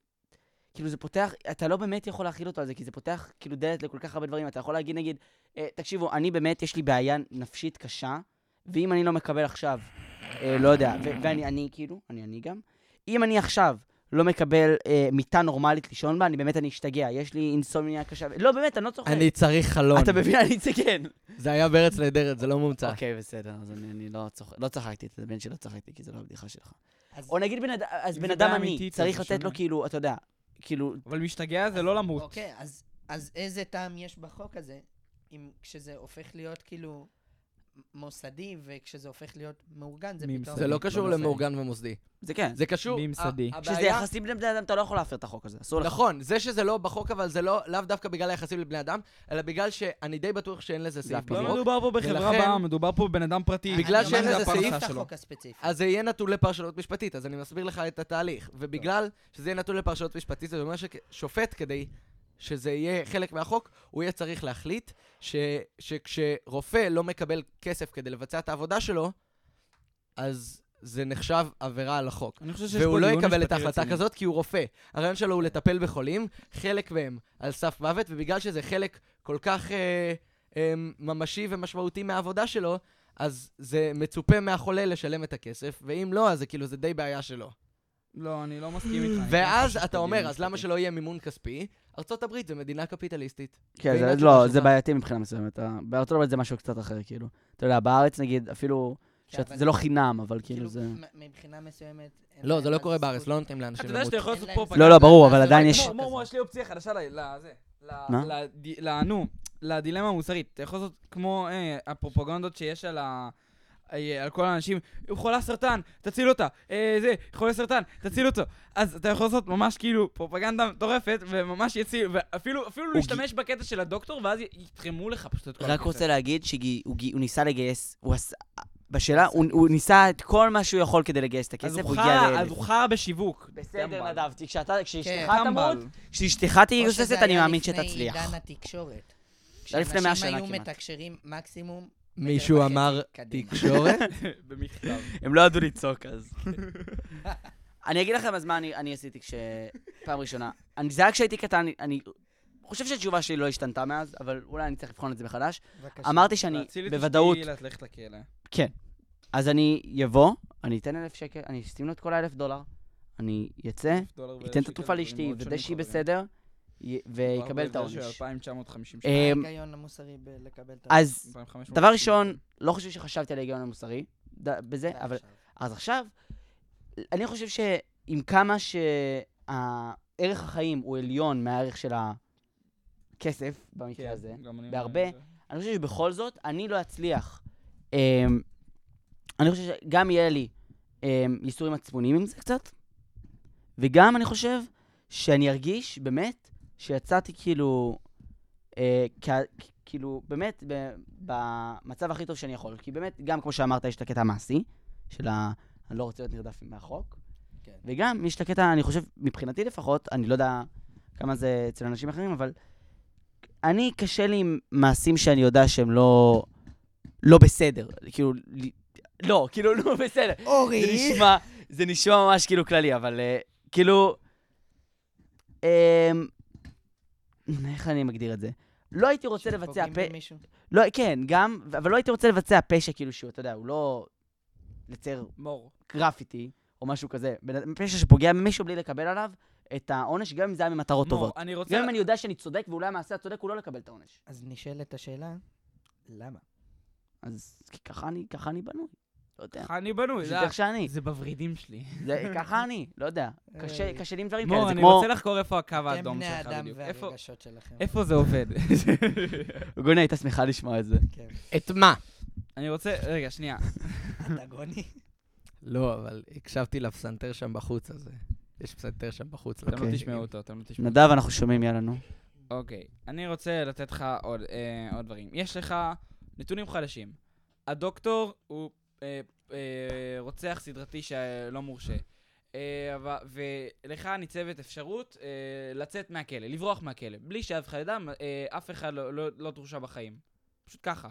כאילו זה פותח, אתה לא באמת יכול להכיל אותו על זה, כי זה פותח כאילו דלת לכל כך הרבה דברים. אתה יכול להגיד, נגיד, אה, תקשיבו, אני באמת, יש לי בעיה נפשית קשה, ואם אני לא מקבל עכשיו, אה, לא יודע, ו- ואני אני כאילו, אני אני גם, אם אני עכשיו לא מקבל אה, מיטה נורמלית לישון בה, אני באמת, אני אשתגע, יש לי אינסומניה קשה. לא, באמת, אני לא צוחק.
אני צריך חלון.
אתה מבין? אני אצגן.
זה היה בארץ נהדרת, זה לא מומצא.
אוקיי, בסדר, אז אני אני לא צוחק, לא צחקתי, את הבן שלי לא צחקתי, כי זו לא הבדיחה שלך.
אז-
או נגיד בן אדם, אז
אם
בן
זה
אדם
בעיה
עני,
אמיתית, אז
צריך
זה
לתת לו
שונה.
כאילו, אתה יודע, כאילו,
אבל משתגע זה לא למות.
אוקיי, אז, אז איזה טעם יש בחוק הזה, אם כשזה הופך להיות כאילו מוסדי, וכשזה הופך להיות מאורגן, זה
ממסדי.
פתאום...
זה לא קשור
לא נושא.
למאורגן ומוסדי.
זה כן.
זה קשור...
ממסדי.
ה-
שזה
הבעיה-
יחסים בין בני אדם, אתה לא יכול להפר את החוק הזה, אסור לך.
נכון, זה שזה לא בחוק, אבל זה לא, לאו דווקא בגלל היחסים לבני אדם, אלא בגלל שאני די בטוח שאין לזה סעיף
אף פעם
לא
בחוק.
מדובר פה בחברה
ולכן-
בעם, מדובר פה בבן אדם פרטי.
בגלל
אני
שאין
אומר, זה
לזה
הפרנסה
סעיף,
שלו.
החוק הספציפי.
אז זה יהיה נתון לפרשנות משפטית, אז אני מסביר לך את התהליך. ובגלל שזה יהיה נתון לפרשנות משפטית, זה אומר ששופט, כדי שזה יהיה חלק מהחוק, הוא יהיה צריך להחליט ש, שכשרופא לא מקבל כסף כדי לבצע את העבודה שלו, אז זה נחשב עבירה על החוק.
אני חושב שיש פה
והוא לא
דיון
יקבל את
משפטי
ההחלטה
רציני.
כזאת כי הוא רופא. הרעיון שלו הוא לטפל בחולים, חלק מהם על סף מוות, ובגלל שזה חלק כל כך אה, אה, ממשי ומשמעותי מהעבודה שלו, אז זה מצופה מהחולה לשלם את הכסף, ואם לא, אז זה כאילו, זה די בעיה שלו.
לא, אני לא מסכים איתך. אני כן
ואז
חושב
אתה
שזה דיון
אומר, אז למה
משפטי.
שלא יהיה מימון כספי? ארה"ב זה מדינה קפיטליסטית.
כן,
והנה
זה,
התשובה
לא,
שלך.
זה בעייתי מבחינה מסוימת. אה, בארצות הברית זה משהו קצת אחר, כאילו. אתה יודע, בארץ נגיד, אפילו,
כן,
שאת,
אבל-
זה לא חינם, אבל כאילו זה...
מ- מבחינה מסוימת... אין
לא,
להם
זה לא
אז
קורה בארץ,
זכות.
לא נותנים לאנשים
אתה יודע שאתה
למות.
יכול
אין
לעשות
להם
פרופגנדה.
לא, לא, ברור, אבל
אז
עדיין
רגע,
יש...
מור, מור, מור, יש לי אופציה חדשה ל- לזה. ל-
מה?
לד- ל- נו, לדילמה המוסרית. אתה יכול לעשות כמו אה, הפרופגנדות שיש על ה... אה, על כל האנשים, "הוא חולה סרטן, תציל אותה, אה, זה, חולה סרטן, תציל אותו. אז אתה יכול לעשות ממש כאילו פרופגנדה מטורפת, וממש יציל, ואפילו אפילו לא להשתמש בקטע של הדוקטור, ואז י- יתרמו לך פשוט את כל
רק
הכסף.
רוצה להגיד שהוא גי- הוא ניסה לגייס, הוא עשה... בשאלה, הוא- הוא ניסה את כל מה שהוא יכול כדי לגייס את
אז
הכסף,
הוא
הוא
חרא-
הגיע לאלף.
אז הוא חרא בשיווק.
בסדר,
טמבל.
נדב, כי כשאתה- כשאשתך
כן.
תמות,
טמבל.
כשאשתך תהיה
או שזה
גוססת,
היה
אני מאמין
לפני
שתצליח.
עידן התקשורת.
זה היה לא, לפני מאה שנה
כשאנשים היו
כמעט.
מתקשרים מקסימום...
מישהו
וחצי
אמר
קדימה.
תקשורת?
במכתב.
הם לא ידעו לצעוק אז. אני אגיד לכם אז מה אני, אני עשיתי כש... פעם ראשונה. אני, זה היה כשהייתי קטן, אני- אני חושב שהתשובה שלי לא השתנתה מאז, אבל אולי אני צריך לבחון את זה מחדש.
בבקשה.
אמרתי שאני
להציל את
בוודאות,
אשתי, ללכת לכלא.
אז אני אבוא, אני אתן אלף שקל, אני אשים לו את כל האלף דולר, אני אצא,
דולר ואלף
אתן אה? את
שקל,
התרופה
דברים
לאשתי,
מאוד
אוודא
שונים
שהיא
חברים.
בסדר, י- ויקבל
מדובר
את
בהבדל של
העונש.
2,950
אה,
שקל.
מה
אמ,
ההיגיון המוסרי בלקבל את ה...
אז
2,500
דבר
שקל.
ראשון, לא חושב שחשבתי על ההיגיון המוסרי ד- בזה, אבל
עכשיו.
אז עכשיו, אני חושב שעם כמה שהערך החיים הוא עליון מהערך של הכסף, במקרה
כן,
הזה,
גם אני
בהרבה.
אומר את זה.
אני חושב שבכל זאת, אני לא אצליח. אמ, אני חושב שגם יהיה לי אמ, ייסורים מצפוניים עם זה קצת, וגם אני חושב שאני ארגיש באמת שיצאתי כאילו, אה, כ- כ- כאילו, באמת, ב- במצב הכי טוב שאני יכול. כי באמת, גם כמו שאמרת, יש את הקטע המעשי, של ה... אני לא רוצה להיות נרדף מהחוק.
כן.
וגם יש את הקטע, אני חושב, מבחינתי לפחות, אני לא יודע כמה זה אצל אנשים אחרים, אבל אני, קשה לי עם מעשים שאני יודע שהם לא... לא בסדר. כאילו, ל- לא, כאילו, לא בסדר.
אורי!
זה
אוקיי.
נשמע, זה נשמע ממש כאילו כללי, אבל אה, כאילו... אמ, איך אני מגדיר את זה? לא הייתי רוצה לבצע
שפוגעים
פ...
במישהו?
לא, כן, גם, אבל לא הייתי רוצה לבצע פשע כאילו שהוא, אתה יודע, הוא לא... לצייר
מור.
גרפיטי, או משהו כזה, בן- פשע שפוגע במישהו בלי לקבל עליו את העונש, גם אם זה היה ממטרות
מור,
טובות.
אני רוצה...
גם אם אני יודע שאני צודק, ואולי המעשה הצודק הוא לא לקבל את העונש.
אז נשאלת השאלה, למה?
אז כי ככה אני, ככה אני בנוי. לא יודע.
אני בנוי,
זה
זה ה-
איך שאני.
זה בוורידים שלי.
זה ככה אני, לא יודע. קשה
אה.
קשה לי עם דברים כאלה,
מור,
זה
אני
כמו...
רוצה לחקור איפה הקו
אתם
האדום
בני
שלך
האדם
בדיוק. איפה-
והרגשות שלכם.
איפה זה עובד?
גוני הייתה שמחה לשמוע את זה.
כן,
את מה?
אני רוצה... רגע, שנייה.
אנטגוני.
לא, אבל הקשבתי לפסנתר שם בחוץ, אז אה, יש פסנתר שם בחוץ.
אתם לא
אוקיי.
תשמעו אותו, אתם לא תשמעו
נדב, אנחנו שומעים, יאללה, נו.
אוקיי, אני רוצה לתת לך עוד, אה, עוד דברים. יש לך נתונים חדשים. הדוקטור הוא אה, אה, רוצח סדרתי שלא מורשה. אה, אבל- ולך ניצבת אפשרות אה, לצאת מהכלא, לברוח מהכלא. בלי שאף אחד ידע, אה, אף אחד לא, לא, לא תורשע בחיים. פשוט ככה.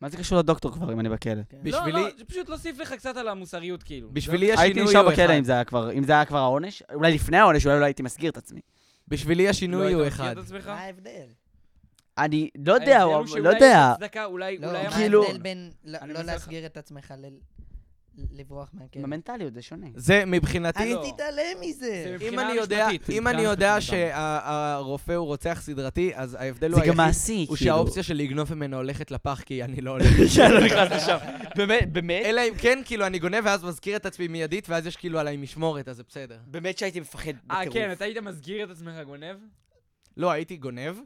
מה זה קשור לדוקטור כבר, אם אני בכלא?
לא,
בשבילי,
לא, זה פשוט להוסיף לך קצת על המוסריות, כאילו.
בשבילי
הייתי
השינוי
נשאר
הוא
בכלא
אחד.
אם זה היה כבר, אם זה היה כבר העונש, אולי לפני העונש, אולי לא הייתי מסגיר את עצמי.
בשבילי
לא
השינוי
היית
הוא
מכיר
אחד.
את עצמך?
מה ההבדל?
אני לא יודע,
ההבדל
הוא-
הוא שאולי
לא
יש
יודע.
הצדקה, אולי...
לא,
אולי
מה
כאילו-
ההבדל בין ל-
אני
לא
מנסה לך-
להסגיר את עצמך ל... לברוח מהכלא?
במנטליות זה שונה.
זה מבחינתי...
אני
כאילו-
לא.
תתעלם מזה!
זה
אם
מבחינה
אני יודע,
משפטית,
אם
מבחינה
אני יודע
משפטית, הבנתי.
שהרופא הוא רוצח סדרתי, אז ההבדל
זה
הוא
גם
לא היחיד,
מעשי,
הוא
כאילו.
שהאופציה של לגנוב ממנו הולכת לפח, כי אני לא הולך.
שאני לא נכנס לשם. באמת, באמת,
אלא אם כן, כאילו, אני גונב ואז מזכיר את עצמי מיידית, ואז יש כאילו עליי משמורת, אז זה בסדר.
באמת שהייתי מפחד
אה,
בטירוף.
כן, אתה היית מסגיר את עצמך גונב?
לא, הייתי גונב,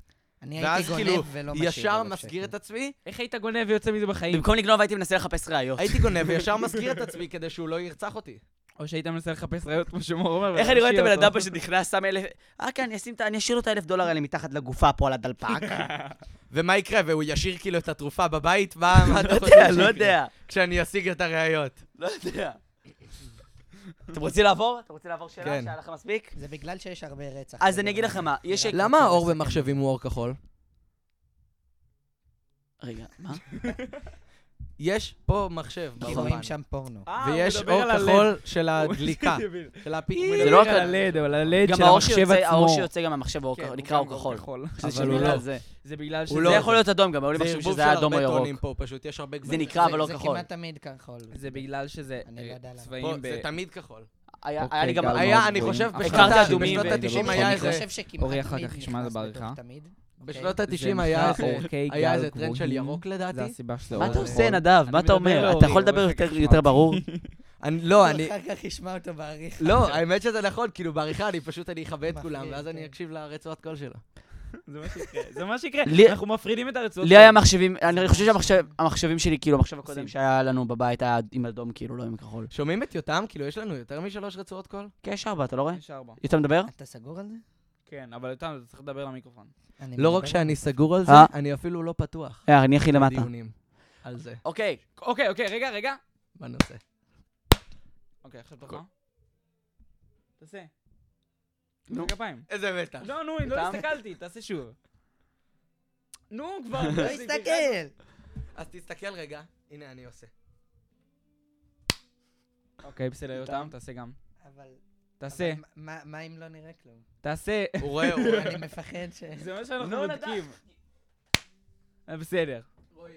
אני
ואז
הייתי
כאילו,
גונב
לא
ולא משאיר.
ישר
אלף
מסגיר
שקל.
את עצמי,
איך היית גונב ויוצא מזה בחיים?
במקום לגנוב הייתי מנסה לחפש ראיות.
הייתי גונב וישר מזכיר את עצמי כדי שהוא לא ירצח אותי.
או שהיית מנסה לחפש ראיות, כמו שמור אומר.
איך אני רואה את
ולהרשיע
הבן אדם
אותו.
פשוט נכנס, שם אלף... אה, כן, אני אשים את ה- אני אשאיר לו את האלף דולר האלה מתחת לגופה פה על הדלפק.
ומה יקרה, והוא ישאיר כאילו את התרופה בבית? מה מה אתה
לא
חושב
יודע, לא
שיקרה?
יודע.
כשאני אשיג את הראיות.
לא יודע. אתם רוצים לעבור? אתם רוצים לעבור שאלה?
כן.
שהיה לכם מספיק?
זה בגלל שיש הרבה רצח. לא
אז אני אגיד לכם מה, יש...
למה האור במחשבים הוא אור כחול?
רגע, מה?
יש פה מחשב
כי
נכון.
באולפן,
רואים שם פורנו.
אה, הוא
ויש
מדבר
אור
על הלד.
כחול של
הוא-
הדליקה, של הפי...
זה לא רק
על הלד, אבל הלד
גם
של
האור
המחשב
שיוצא, האור
עצמו.
שיוצא גם המחשב הוא אור
כן,
כחול,
הוא
נקרא
גם
אור כחול.
זה
אבל הוא
שבגלל-
לא.
זה
זה בגלל
הוא
שזה
זה
לא.
יכול להיות אדום גם, היו לי
זה
מחשבים
ערבוב
שזה
של
היה אדום או
הרבה
ירוק.
טונים פה, פשוט יש הרבה
זה
גוונים.
נקרא אבל לא
זה- זה
כחול.
כמעט תמיד כחול.
זה בגלל שזה
אני
אה,
לא יודע למה.
פה,
צבעים ב...
זה תמיד כחול.
היה היה
אוקיי,
לי גם...
גל,
היה,
מאוד
אני
גבוהים.
חושב,
הכרתי
בשנות ה-
אדומים
בשנות
ו-
ה-90
אוקיי,
ודברים
היה
אני
איזה...
חושב שכמעט
אורי לא אחר
תמיד
כך ישמע את זה
נכנס בתוך
בעריכה.
תמיד. אוקיי?
בשנות
זה
ה-90
נקרא
היה איזה...
אורכי
היה
גל
איזה טרנד של
גבוהים.
ירוק
זה
לדעתי.
הסיבה של
מה
האור
אתה
הכחול.
עושה, נדב?
אני
מה אתה
מדבר
אומר?
לאורי,
אתה יכול
הוא
לדבר
אחר כך
יותר-
ישמע
יותר
אותי.
ברור?
אני- לא, אני...
אחר כך ישמע אותו בעריכה.
לא, האמת שזה נכון, כאילו בעריכה אני פשוט אני אכבה את כולם,
מפחיד,
ואז אני
כן.
אקשיב לרצועת קול שלו.
זה מה שיקרה, זה מה שיקרה.
לי-
אנחנו מפרידים את הרצועות.
לי היה מחשבים, אני חושב שהמחשבים שלי, כאילו, המחשב
שים.
הקודם שהיה לנו בבית היה עם אדום, כאילו, לא עם כחול.
שומעים את יותם? כאילו, יש לנו יותר משלוש רצועות קול?
כן, יש ארבע, אתה לא רואה?
יש ארבע.
יותר מדבר?
אתה סגור על זה?
כן, אבל איתם, אתה צריך לדבר למיקרופון.
אני
לא רק
מדבר.
שאני סגור על זה,
אה.
אני אפילו לא פתוח.
אה, אני הכי למטה.
דיונים על זה,
אוקיי,
אוקיי, אוקיי, רגע, רגע.
בנושא.
אוקיי, עכשיו תורך.
כל-
תעשה.
נו.
נו. כפיים.
איזה מתח.
לא, נו, לא
אתה-
הסתכלתי, תעשה שוב. נו, כבר.
לא הסתכל!
אז תסתכל רגע, הנה אני עושה.
אוקיי, בסדר, יותם, תעשה גם.
אבל...
תעשה,
אבל מה- מה- מה אם לא נראה כלום?
תעשה.
הוא רואה, הוא רואה.
אני מפחד ש...
זה מה שאנחנו
נו, נדב.
בודקים. אה, בסדר.
רואים.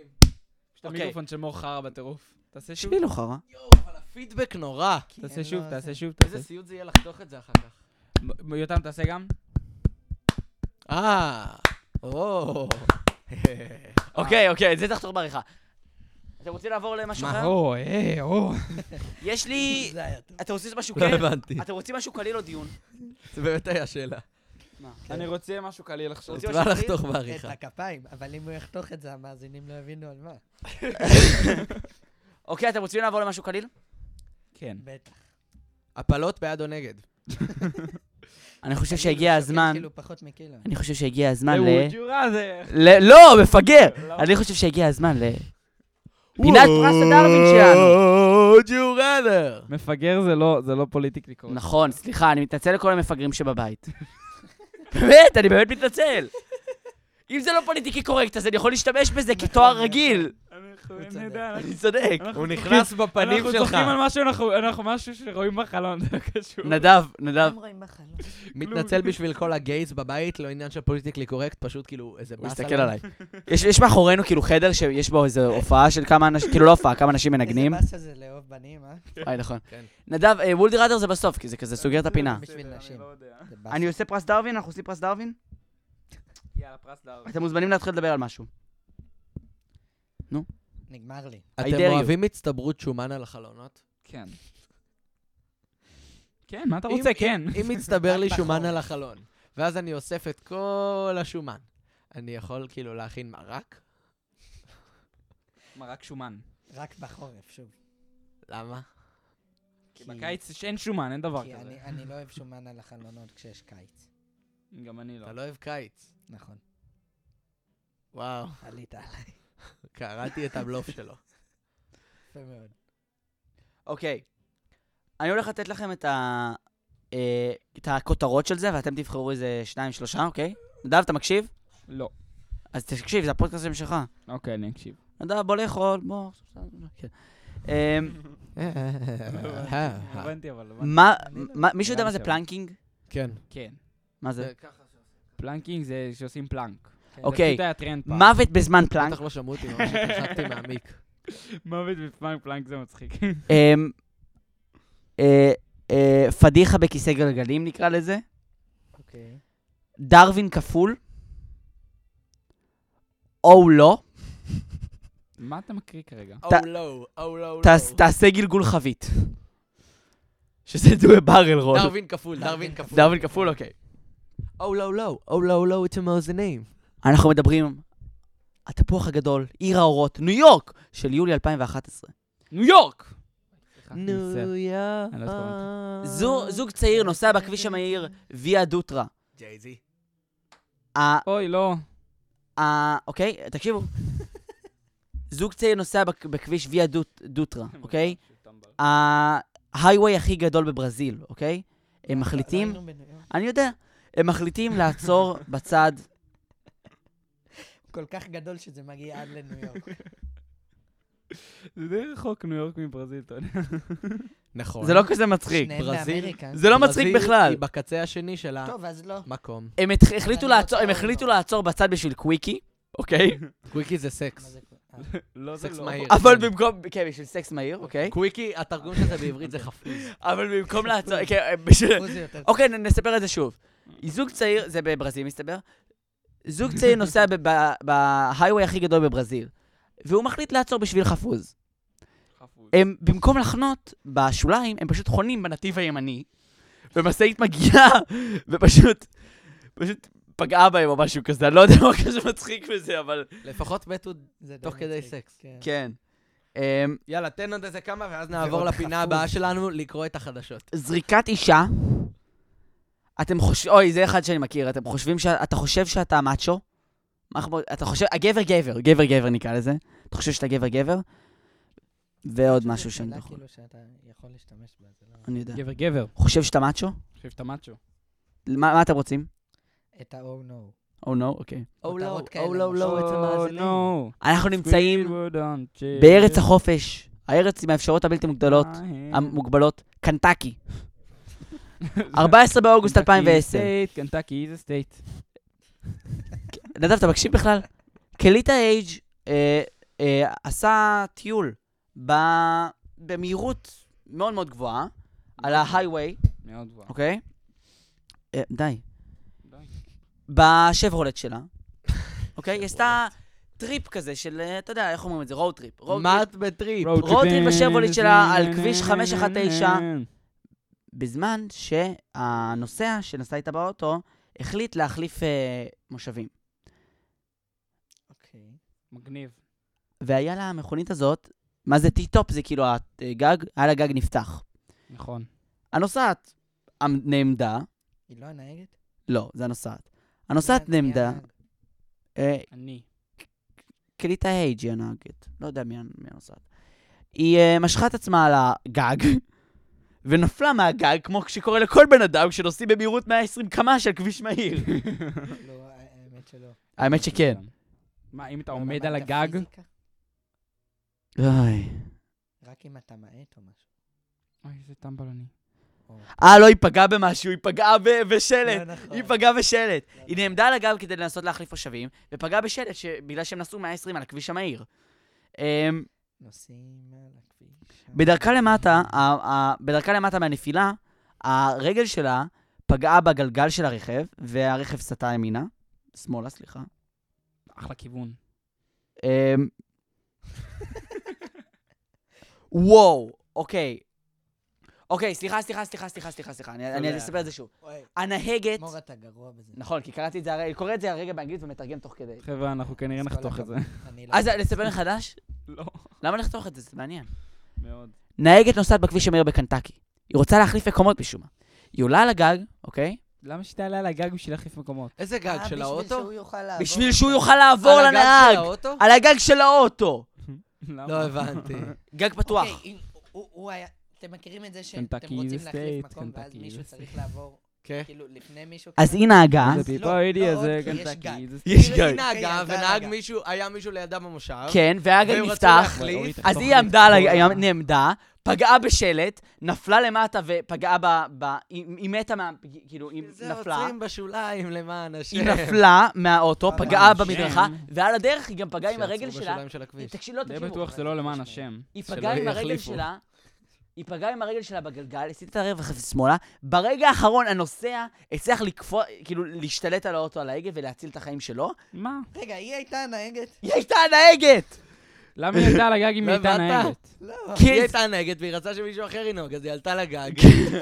יש את
אוקיי.
המיקרופון של מור חרא בטירוף. תעשה שוב,
שבי לא חרא.
יואו, אבל הפידבק נורא.
כי
תעשה
אני
שוב,
לא-
תעשה שוב,
איזה
תעשה.
סיוט זה יהיה לחתוך את זה אחר כך.
מ- יותם, תעשה גם.
אה, או.
אוקיי, אוקיי, את זה תחתוך בעריכה. אתם רוצים לעבור למשהו
מה?
אחר?
או, אה, או.
יש לי...
זה היה טוב.
אתם רוצים משהו
לא
כן?
הבנתי.
אתם רוצים משהו קליל או דיון?
זה באמת היה שאלה.
אני רוצה משהו קליל עכשיו.
רוצים
זה
משהו
בא
קליל?
לחתוך
את
בעריכה.
הכפיים, אבל אם הוא יחתוך את זה, המאזינים לא יבינו על מה.
אוקיי, אתם רוצים לעבור למשהו קליל?
כן.
בטח.
הפלות בעד או נגד?
אני אוקיי, חושב שהגיע
שוקל
הזמן...
כאילו פחות מקילו.
אני חושב שהגיע הזמן ל...
זה would you rather.
ל- לא, מפגר!
למה?
אני חושב שהגיע הזמן ל... פינת פרס הדרווין שלנו.
Would you rather?
מפגר זה לא- זה לא פוליטיקלי קורקט.
נכון, סליחה, אני מתנצל לכל המפגרים שבבית. באמת, אני באמת מתנצל. אם זה לא פוליטיקלי קורקט, אז אני יכול להשתמש בזה כתואר רגיל.
אנחנו,
הוא
אני
צודק.
יודע, אנחנו-
אני צודק.
אנחנו
הוא
צוחקים-
נכנס בפנים
אנחנו
שלך.
צוחקים על משהו, אנחנו- אנחנו משהו שרואים בחלון, זה לא קשור.
נדב, נדב.
הם רואים בחלום.
מתנצל בשביל כל הגייז בבית, לא עניין של פוליטיקלי קורקט, פשוט כאילו איזה
הוא
באסה.
הסתכל עליי. יש, יש מאחורינו כאילו חדר שיש בו איזו הופעה של כמה אנשים, כאילו לא הופעה, כמה אנשים מנגנים.
איזה באסה זה לאהוב בנים, אה?
אוי, נכון.
כן.
נדב, אה, וולדי ראדר זה בסוף, כי זה כזה סוגר את הפינה.
בשביל
בסדר, אני
נשים.
לא יודע.
זה באסה.
אני עושה פרס דרווין, אנחנו עושים פרס דרווין?
יאללה, פרס דרווין.
אתם מוזמנים להתחיל לדבר על משהו.
נגמר לי.
I dare
אתם
you.
אוהבים הצטברות שומן על החלונות?
כן. כן, מה אתה רוצה?
אם-
כן.
אם מצטבר לי
רק
נכון.
שומן
בחורף.
על החלון, ואז אני אוסף את כל השומן, אני יכול כאילו להכין מרק?
מרק שומן.
רק בחורף, שוב.
למה?
כי בקיץ יש- אין שומן, אין דבר
כי אני-
כזה.
אני לא אוהב שומן על החלונות כשיש קיץ.
גם אני לא.
אתה לא אוהב קיץ.
נכון.
וואו,
עלית עליי.
קראתי את הבלוף שלו.
יפה מאוד.
אוקיי. אני הולך לתת לכם את ה... אה, את הכותרות של זה, ואתם תבחרו איזה שניים, שלושה, אוקיי? נדב, אתה מקשיב?
לא.
אז תקשיב, זה הפודקאסטים שלך.
אוקיי, אני אקשיב.
נדב, בוא לאכול, בוא... כן. אמ,
הבנתי אבל, הבנתי.
מה, מה- מישהו יודע מה זה
הבנתי,
פלנקינג?
כן.
כן.
מה זה?
ככה
פלנקינג זה שעושים פלנק. זה
אוקיי.
פשוט היה טרנד פעם.
מוות בזמן פלנק.
בטח לא שמעו אותי, ממש התרחקתי מעמיק.
מוות בפלנק, פלנק זה מצחיק.
אמ, אה, אה, פדיחה בכיסא גלגלים נקרא לזה,
אוקיי.
דרווין כפול, או לא,
מה אתה מקריא כרגע?
Oh low, oh low,
תעש-
low.
תעשה גלגול חבית. שזה דו ברל רול.
דרווין כפול, דרווין כפול.
דרווין כפול, לא, אוקיי.
Oh low, low, oh low, low, it's a מאזינים.
אנחנו מדברים, התפוח הגדול, עיר האורות, ניו יורק, של יולי 2011.
ניו יורק!
ניו יורק.
אני לא
זו- זוג צעיר נוסע בכביש המהיר ויה דוטרה.
ג'ייזי.
ה-
אוי, לא.
אה, אוקיי, תקשיבו. זוג צעיר נוסע בכ- בכביש ויה דוט- דוטרה, אוקיי? ההיי-ווי הכי גדול בברזיל, אוקיי? הם מחליטים,
לא היינו בניו יורק.
אני יודע, הם מחליטים לעצור בצד,
כל כך גדול שזה מגיע עד לניו יורק.
זה די רחוק ניו יורק מברזיל, אתה יודע.
נכון.
זה לא כזה מצחיק.
שניהם
ברזיל.
באמריקה.
זה לא מצחיק
ברזיל
בכלל.
היא בקצה השני של
טוב, אז לא.
המקום.
הם התח- החליטו
אני לא
לעצור- הם
צועק,
החליטו
לא.
לעצור בצד בשביל קוויקי, אוקיי?
קוויקי זה
מה
סקס.
זה קורה? אה,
לא, זה
סקס
לא.
מהיר.
אבל במקום, כן, בשביל סקס מהיר, אוקיי?
קוויקי, התרגום של זה בעברית זה חפוז.
אבל במקום לעצור, כן, בשביל...
אחוז זה יותר טוב.
אוקיי, נ- נספר את זה שוב. זוג צעיר, זה בברזיל מסתבר, זוג צעיר נוסע ב- ב- בהיי-ווי הכי גדול בברזיל, והוא מחליט לעצור בשביל חפוז. הם, במקום לחנות בשוליים, הם פשוט חונים בנתיב הימני, ומשאית מגיעה, ופשוט, פשוט פגעה בהם או משהו כזה, אני לא יודע מה כזה מצחיק בזה, אבל...
לפחות מתו
זה די
תוך כדי
מצחיק,
סקס.
כן.
כן. אמ,
יאללה, תן עוד איזה כמה, ואז
ועוד
נעבור לפינה
חפוז.
הבאה שלנו, לקרוא את החדשות.
זריקת אישה, אתם חושבים, אוי, זה אחד שאני מכיר, אתם חושבים ש... אתה חושב שאתה מאצ'ו? מה אנחנו- אתה חושב, הגבר גבר, גבר גבר נקרא לזה. אתה חושב שאתה גבר גבר? ועוד
זו
משהו שאני
שאלה
לא יכול.
כאילו שאתה יכול להשתמש בה, זה לא-
אני יודע.
גבר גבר.
חושב שאתה מאצ'ו?
חושב שאתה מאצ'ו.
מה מה אתם רוצים?
את ה-Oh no.
או נו, אוקיי.
או לא,
כותרות כאלה,
או לא, לא, אצל מאזינים.
אנחנו נמצאים
אה,
בארץ החופש, הארץ עם האפשרויות הבלתי מוגדלות, המוגבלות, קנטקי.
אה.
14 באוגוסט 2010.
קנטקי איזה סטייט.
נדב, אתה מקשיב בכלל? קליטה אייג' אה, אה, עשה טיול ב... במהירות מאוד מאוד גבוהה, על ההיי-ווי,
מאוד גבוהה.
אוקיי? אה, די.
די.
בשברולט שלה, אוקיי? היא עשתה טריפ כזה של, אה, אתה יודע, איך אומרים את זה? רואו טריפ.
מה את בטריפ?
רוד
רוטריפ
טריפ.
בשברולט שלה על כביש
נה, נה, נה,
519.
נה, נה.
בזמן שהנוסע שנסע איתה באוטו החליט להחליף אה, מושבים.
אוקיי.
מגניב.
והיה לה המכונית הזאת, מה זה טי-טופ? זה כאילו הגג, היה לה גג נפתח.
נכון.
הנוסעת עמ- נעמדה,
היא לא הנהגת?
לא, זה הנוסעת. הנוסעת
מי- מי
נעמדה,
הנהג?
אה,
אני.
קליטה הייג' היא הנהגת, לא יודע מי הנ- מי הנוסעת. היא אה, משכה את עצמה על הגג, ונפלה מהגג, כמו שקורה לכל בן אדם כשנוסעים במהירות 120 קמ"ש על כביש מהיר.
לא, האמת שלא.
האמת שכן.
מה, אם אתה
לא
עומד
למדת
על הגג?
פיזיקה?
אוי.
רק אם אתה מאט או משהו.
אוי, איזה טמבל אני.
או-
אה, לא, היא פגעה במשהו, היא פגעה ב-
לא
בשלט.
נכון.
היא פגעה בשלט.
לא
היא נעמדה על הגב כדי לנסות להחליף מושבים, ופגעה בשלט ש- בגלל שהם נסעו 120 על הכביש המהיר. אמ,
נוסעים על הכביש.
בדרכה למטה, ה- ה- בדרכה למטה מהנפילה, הרגל שלה פגעה בגלגל של הרכב, והרכב סטה ימינה, שמאלה, סליחה.
אחלה כיוון.
אמ, וואו, אוקיי. אוקיי, סליחה, סליחה, סליחה, סליחה, סליחה, סליחה, אני אני
יודע.
אספר את זה שוב.
אוי,
הנהגת...
מור, אתה גרוע בזה.
נכון, כי קראתי את זה, הרי- קורא את זה הרגע באנגלית ומתרגם תוך כדי.
חבר'ה, אנחנו כנראה
אז כל
נחתוך את זה.
הכבוד. אני לא...
אז לספר מחדש?
לא.
למה לחתוך את זה? זה מעניין.
מאוד.
נהגת נוסעת בכביש המהיר בקנטקי. היא רוצה להחליף מקומות משום מה. היא עולה על הגג, אוקיי?
למה שתעלה על הגג בשביל להחליף מקומות?
איזה גג
אה,
של
בשביל
האוטו?
שהוא יוכל לעבור.
בשביל שהוא יוכל לעבור
על הגג של
לנהג!
האוטו?
על הגג של האוטו!
למה?
לא הבנתי.
גג פתוח.
אוקיי, אם- הוא- הוא היה... אתם מכירים את זה שאתם
קנטקי
רוצים
זה
להחליף
state,
מקום ואז
קנטקי
מישהו
זה
צריך לעבור,
כן.
כאילו, לפני מישהו?
אז
כזה?
היא נהגה.
זה
לא,
פיפה אידי
לא,
הזה,
כי יש
קנטקי.
גג.
זה-
יש
היא
גג.
נהגה,
אוקיי,
ונהג
רגע.
מישהו, היה מישהו לידה במושב.
כן, והגג
והם רצו
נפתח. אוקיי,
להחליף.
אוי,
אז
תחתוך
היא
לי את
עמדה על
כל
הגג,
ה-
נעמדה, פגעה בשלט, נפלה למטה ופגעה ב... ב- היא היא מתה מה... כאילו, היא
זה
נפלה.
עוצרים בשוליים למען השם.
היא נפלה מהאוטו,
אה,
פגעה
השם.
במדרכה, ועל הדרך היא גם פגעה עם הרגל
שיעצרו
שלה.
בשוליים של הכביש.
תקשיב, לא,
די
תקשיבו.
בטוח שזה לא למען השם.
היא
שלא
פגעה עם הרגל
יחליפו.
שלה, היא פגעה עם הרגל שלה בגלגל, הסיטה את הרווח שמאלה, ברגע האחרון הנוסע הצליח לקפוא, כאילו להשתלט על האוטו על ההגה ולהציל את החיים שלו,
מה?
רגע, היא הייתה הנהגת?
היא הייתה הנהגת!
למה היא עלתה על הגג אם
לא
היא הייתה
הבנת?
נהגת?
לא.
כי-
היא הייתה נהגת והיא רצתה שמישהו אחר ינהוג, אז היא עלתה לגג.
כן.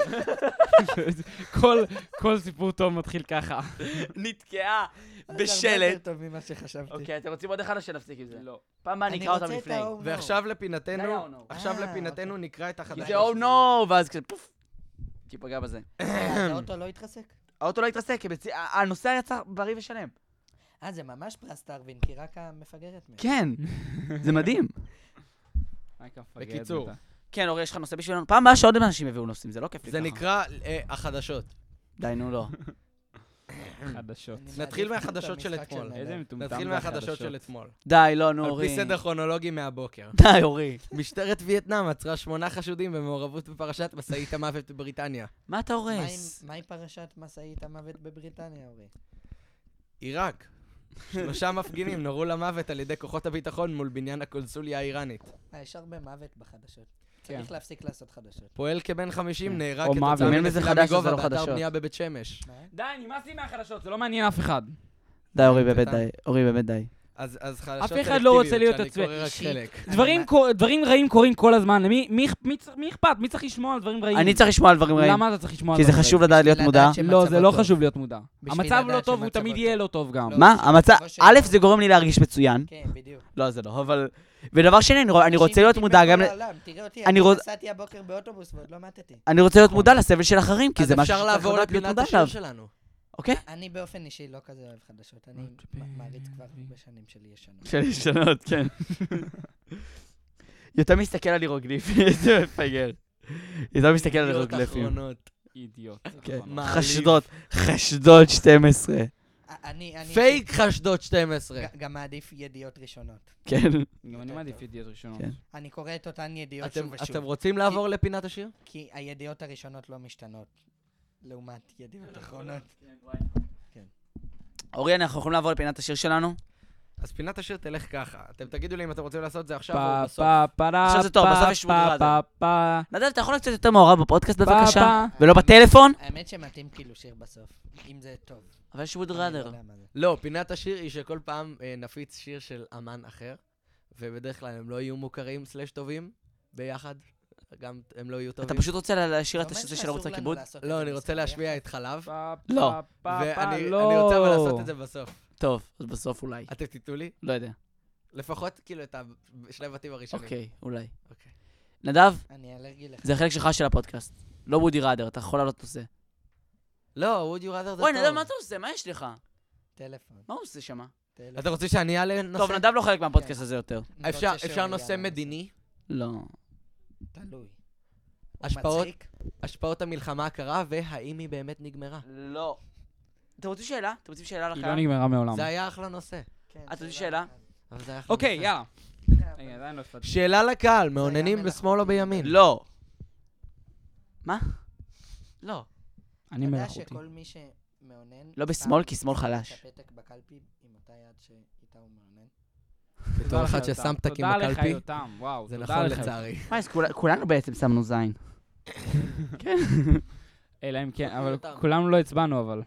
כל- כל סיפור טוב מתחיל ככה.
נתקעה
זה הרבה יותר
בשלט.
טוב ממה שחשבתי.
אוקיי, אתם רוצים עוד אחד או שנפסיק עם זה?
לא.
פעם הבאה נקרא אותם
אני רוצה
לפני.
את ה-Oh no.
ועכשיו
זה היה
לפינתנו,
או לא?
עכשיו
אה,
לפינתנו נקרא את
כי
החדש.
זה או נו, ואז כזה פוף. תיפגע בזה.
רגע, אז האוטו לא התרסק?
האוטו לא התרסק, כי בצי- ה- הנוסע יצא בריא ושלם.
אה, זה ממש פרס טרווין, כי רק המפגרת מתה.
כן, זה מדהים.
היי, כמה מפגר
בקיצור.
אתה.
כן, אורי, יש לך נושא בשבילנו? פעם הבאה שעוד אנשים יביאו נושאים, זה לא כיף לי
זה
ככה.
נקרא אה, החדשות.
די, נו, לא.
חדשות.
אני
נתחיל
מעדיף את
מהחדשות של
המשחק
אתמול.
איזה
נדב.
מטומטם
נתחיל
זה
מהחדשות של אתמול.
די, לא, נו,
על
אורי.
פי סדר כרונולוגי מהבוקר.
די, אורי.
משטרת וייטנאם עצרה שמונה חשודים במעורבות בפרשת משאית המוות בבריטניה.
מה אתה
מה עם-
הורס?
מה עם פרשת משאית המוות בבריטניה, אורי?
עיראק. שלושה מפגינים נורו למוות על ידי כוחות הביטחון מול בניין הקונסוליה האיראנית.
אה, יש הרבה מוות בחדשות.
כן.
צריך להפסיק לעשות חדשות.
פועל כבן 50 נהרג
או מוות.
כתוצאה
אם אין בזה
מנפילה
חדש, אז זה
מגובה
לא
באתר
חדשות.
בנייה בבית שמש.
מה?
די, נמאס לי מהחדשות, זה לא מעניין אף אחד.
אה,
די, אורי, באמת די. אורי, באמת די.
אז אז חדשות
אחד לא רוצה
סלקטיביות,
להיות
אני קורא רק
עצבני.
חלק.
דברים
מה-
קור- דברים רעים קורים כל הזמן, למי מי אכפ- מי צריך- מי אכפת? מי צריך לשמוע על דברים רעים?
אני צריך לשמוע על דברים רעים.
למה אתה צריך לשמוע על
כי זה
דברים
חשוב לדעת להיות
לדעת
מודע.
ש-
רעים? לא, זה
שמצבו
לא
טוב.
חשוב להיות מודע.
בשביל
המצב לא
לדעת
טוב, הוא
שמצבו
תמיד
טוב.
יהיה לא טוב גם.
לא.
מה?
זה
המצב...
לא שאלה.
א', זה גורם לי להרגיש מצוין.
כן, בדיוק.
לא, זה לא, אבל... ודבר שני, אני רוא- אני רוצה
אנשים
להיות
מתים
מודע גם... ל-
בכל העולם, תראה אותי,
אני
אני
רוצ-
נסעתי הבוקר באוטובוס ועוד לא מתתי.
אני רוצה להיות מודע לסבל של אחרים, כי
אז
זה משהו
אפשר
שצריך
לעבור
לדעת להיות
לפינת
מודע
השיר
אליו.
שלנו.
אוקיי?
אני באופן אישי לא כזה אוהב חדשות, אני
Not
מ- מעריץ כבר
very-
בשנים שלי ישנות.
של ישנות, כן. יותר מסתכל על הירוגליפים, איזה מפגר. יותר מסתכל על
ידיעות
הירוגליפים.
אחרונות.
אידיוט. נכון.
כן.
מעליב.
חשדות, חשדות 12.
א- אני, אני...
פייק חשדות 12.
ג- גם מעדיף ידיעות ראשונות.
כן.
גם אני מעדיף ידיעות ראשונות.
כן.
אני קורא את אותן ידיעות
אתם
שוב
אתם
ושוב,
רוצים לעבור לפינת השיר?
כי הידיעות הראשונות לא משתנות, לעומת ידיעות אחרונות.
אורי, אנחנו יכולים לעבור לפינת השיר שלנו?
אז פינת השיר תלך ככה. אתם תגידו לי אם אתם רוצים לעשות את זה עכשיו או
פה
בסוף.
פה פרה
עכשיו זה טוב, בסוף יש מודרדר.
פה
נדב, אתה יכול להיות קצת יותר מעורב בפודקאסט בבקשה?
בבקשה.
ולא בטלפון?
האמת שמתאים כאילו שיר בסוף, אם זה טוב. אני
אבל יש
לא
ווד ראדר.
יודע מה זה.
לא, פינת השיר היא שכל פעם אה, נפיץ שיר של אמן אחר, ובדרך כלל הם לא יהיו מוכרים סלש טובים ביחד. גם הם לא יהיו
כאילו, אתה
טובים.
פשוט רוצה לשיר
אתה
את
אומר
השיר של
שאסור
ערוץ
לנו
הכיבוד?
לעשות את
לא,
זה
אני רוצה
בישראל?
להשמיע את חלב,
לא.
ואני אני
לא.
רוצה אבל לעשות את זה בסוף.
טוב, אז בסוף אולי.
אתם תיתנו לי?
לא יודע.
לפחות כאילו את ה- שני הבתים הראשונים.
אוקיי, אולי.
אוקיי.
נדב,
אני אלרגי לך.
זה החלק שלך של הפודקאסט. לא וודי ראדר, אתה יכול לעלות את זה.
לא, would you rather זה טוב.
אוי, נדב, מה אתה עושה? מה יש לך?
טלפון,
מה הוא עושה שם?
טלפון.
אתה רוצה שאני אעלה נושא?
טוב, נדב לא חלק מהפודקאסט הזה יותר.
אני
אפשר-
רוצה שהוא
אפשר
יעלה
נושא
על
מדיני?
לא.
המסך. תלוי. הוא
השפעות-
מצחיק?
השפעות המלחמה הקרה, והאם היא באמת נגמרה.
לא. אתם רוצים שאלה? אתם רוצים שאלה
היא
לחיים?
לא נגמרה מעולם.
זה היה אחלה נושא.
כן,
את רוצה
שאלה.
אבל זה היה אחלה
אוקיי,
נושא.
יאללה.
כן, אבל-
רגע, עדיין לא הפעלתי.
שאלה לקהל,
היה
מאוננים בשמאל או
מלאכותי.
בימין?
לא. מה?
לא.
אני
אתה יודע
מלאכותי.
שכל מי שמאונן...
לא
פעם
בשמאל, כי שמאל
שם את
חלש.
הפתק בקלפי עם אותה יד שאיתה הוא מאונן.
בתור אחד ששם פתקים
תודה לך,
בקלפי,
יותם, וואו.
זה
תודה
נכון
לך,
לצערי.
מה, אז כולה- כולנו בעצם שמנו זין.
אלא אם כן,
תודה,
אבל
יותם.
כולנו לא הצבענו, אבל.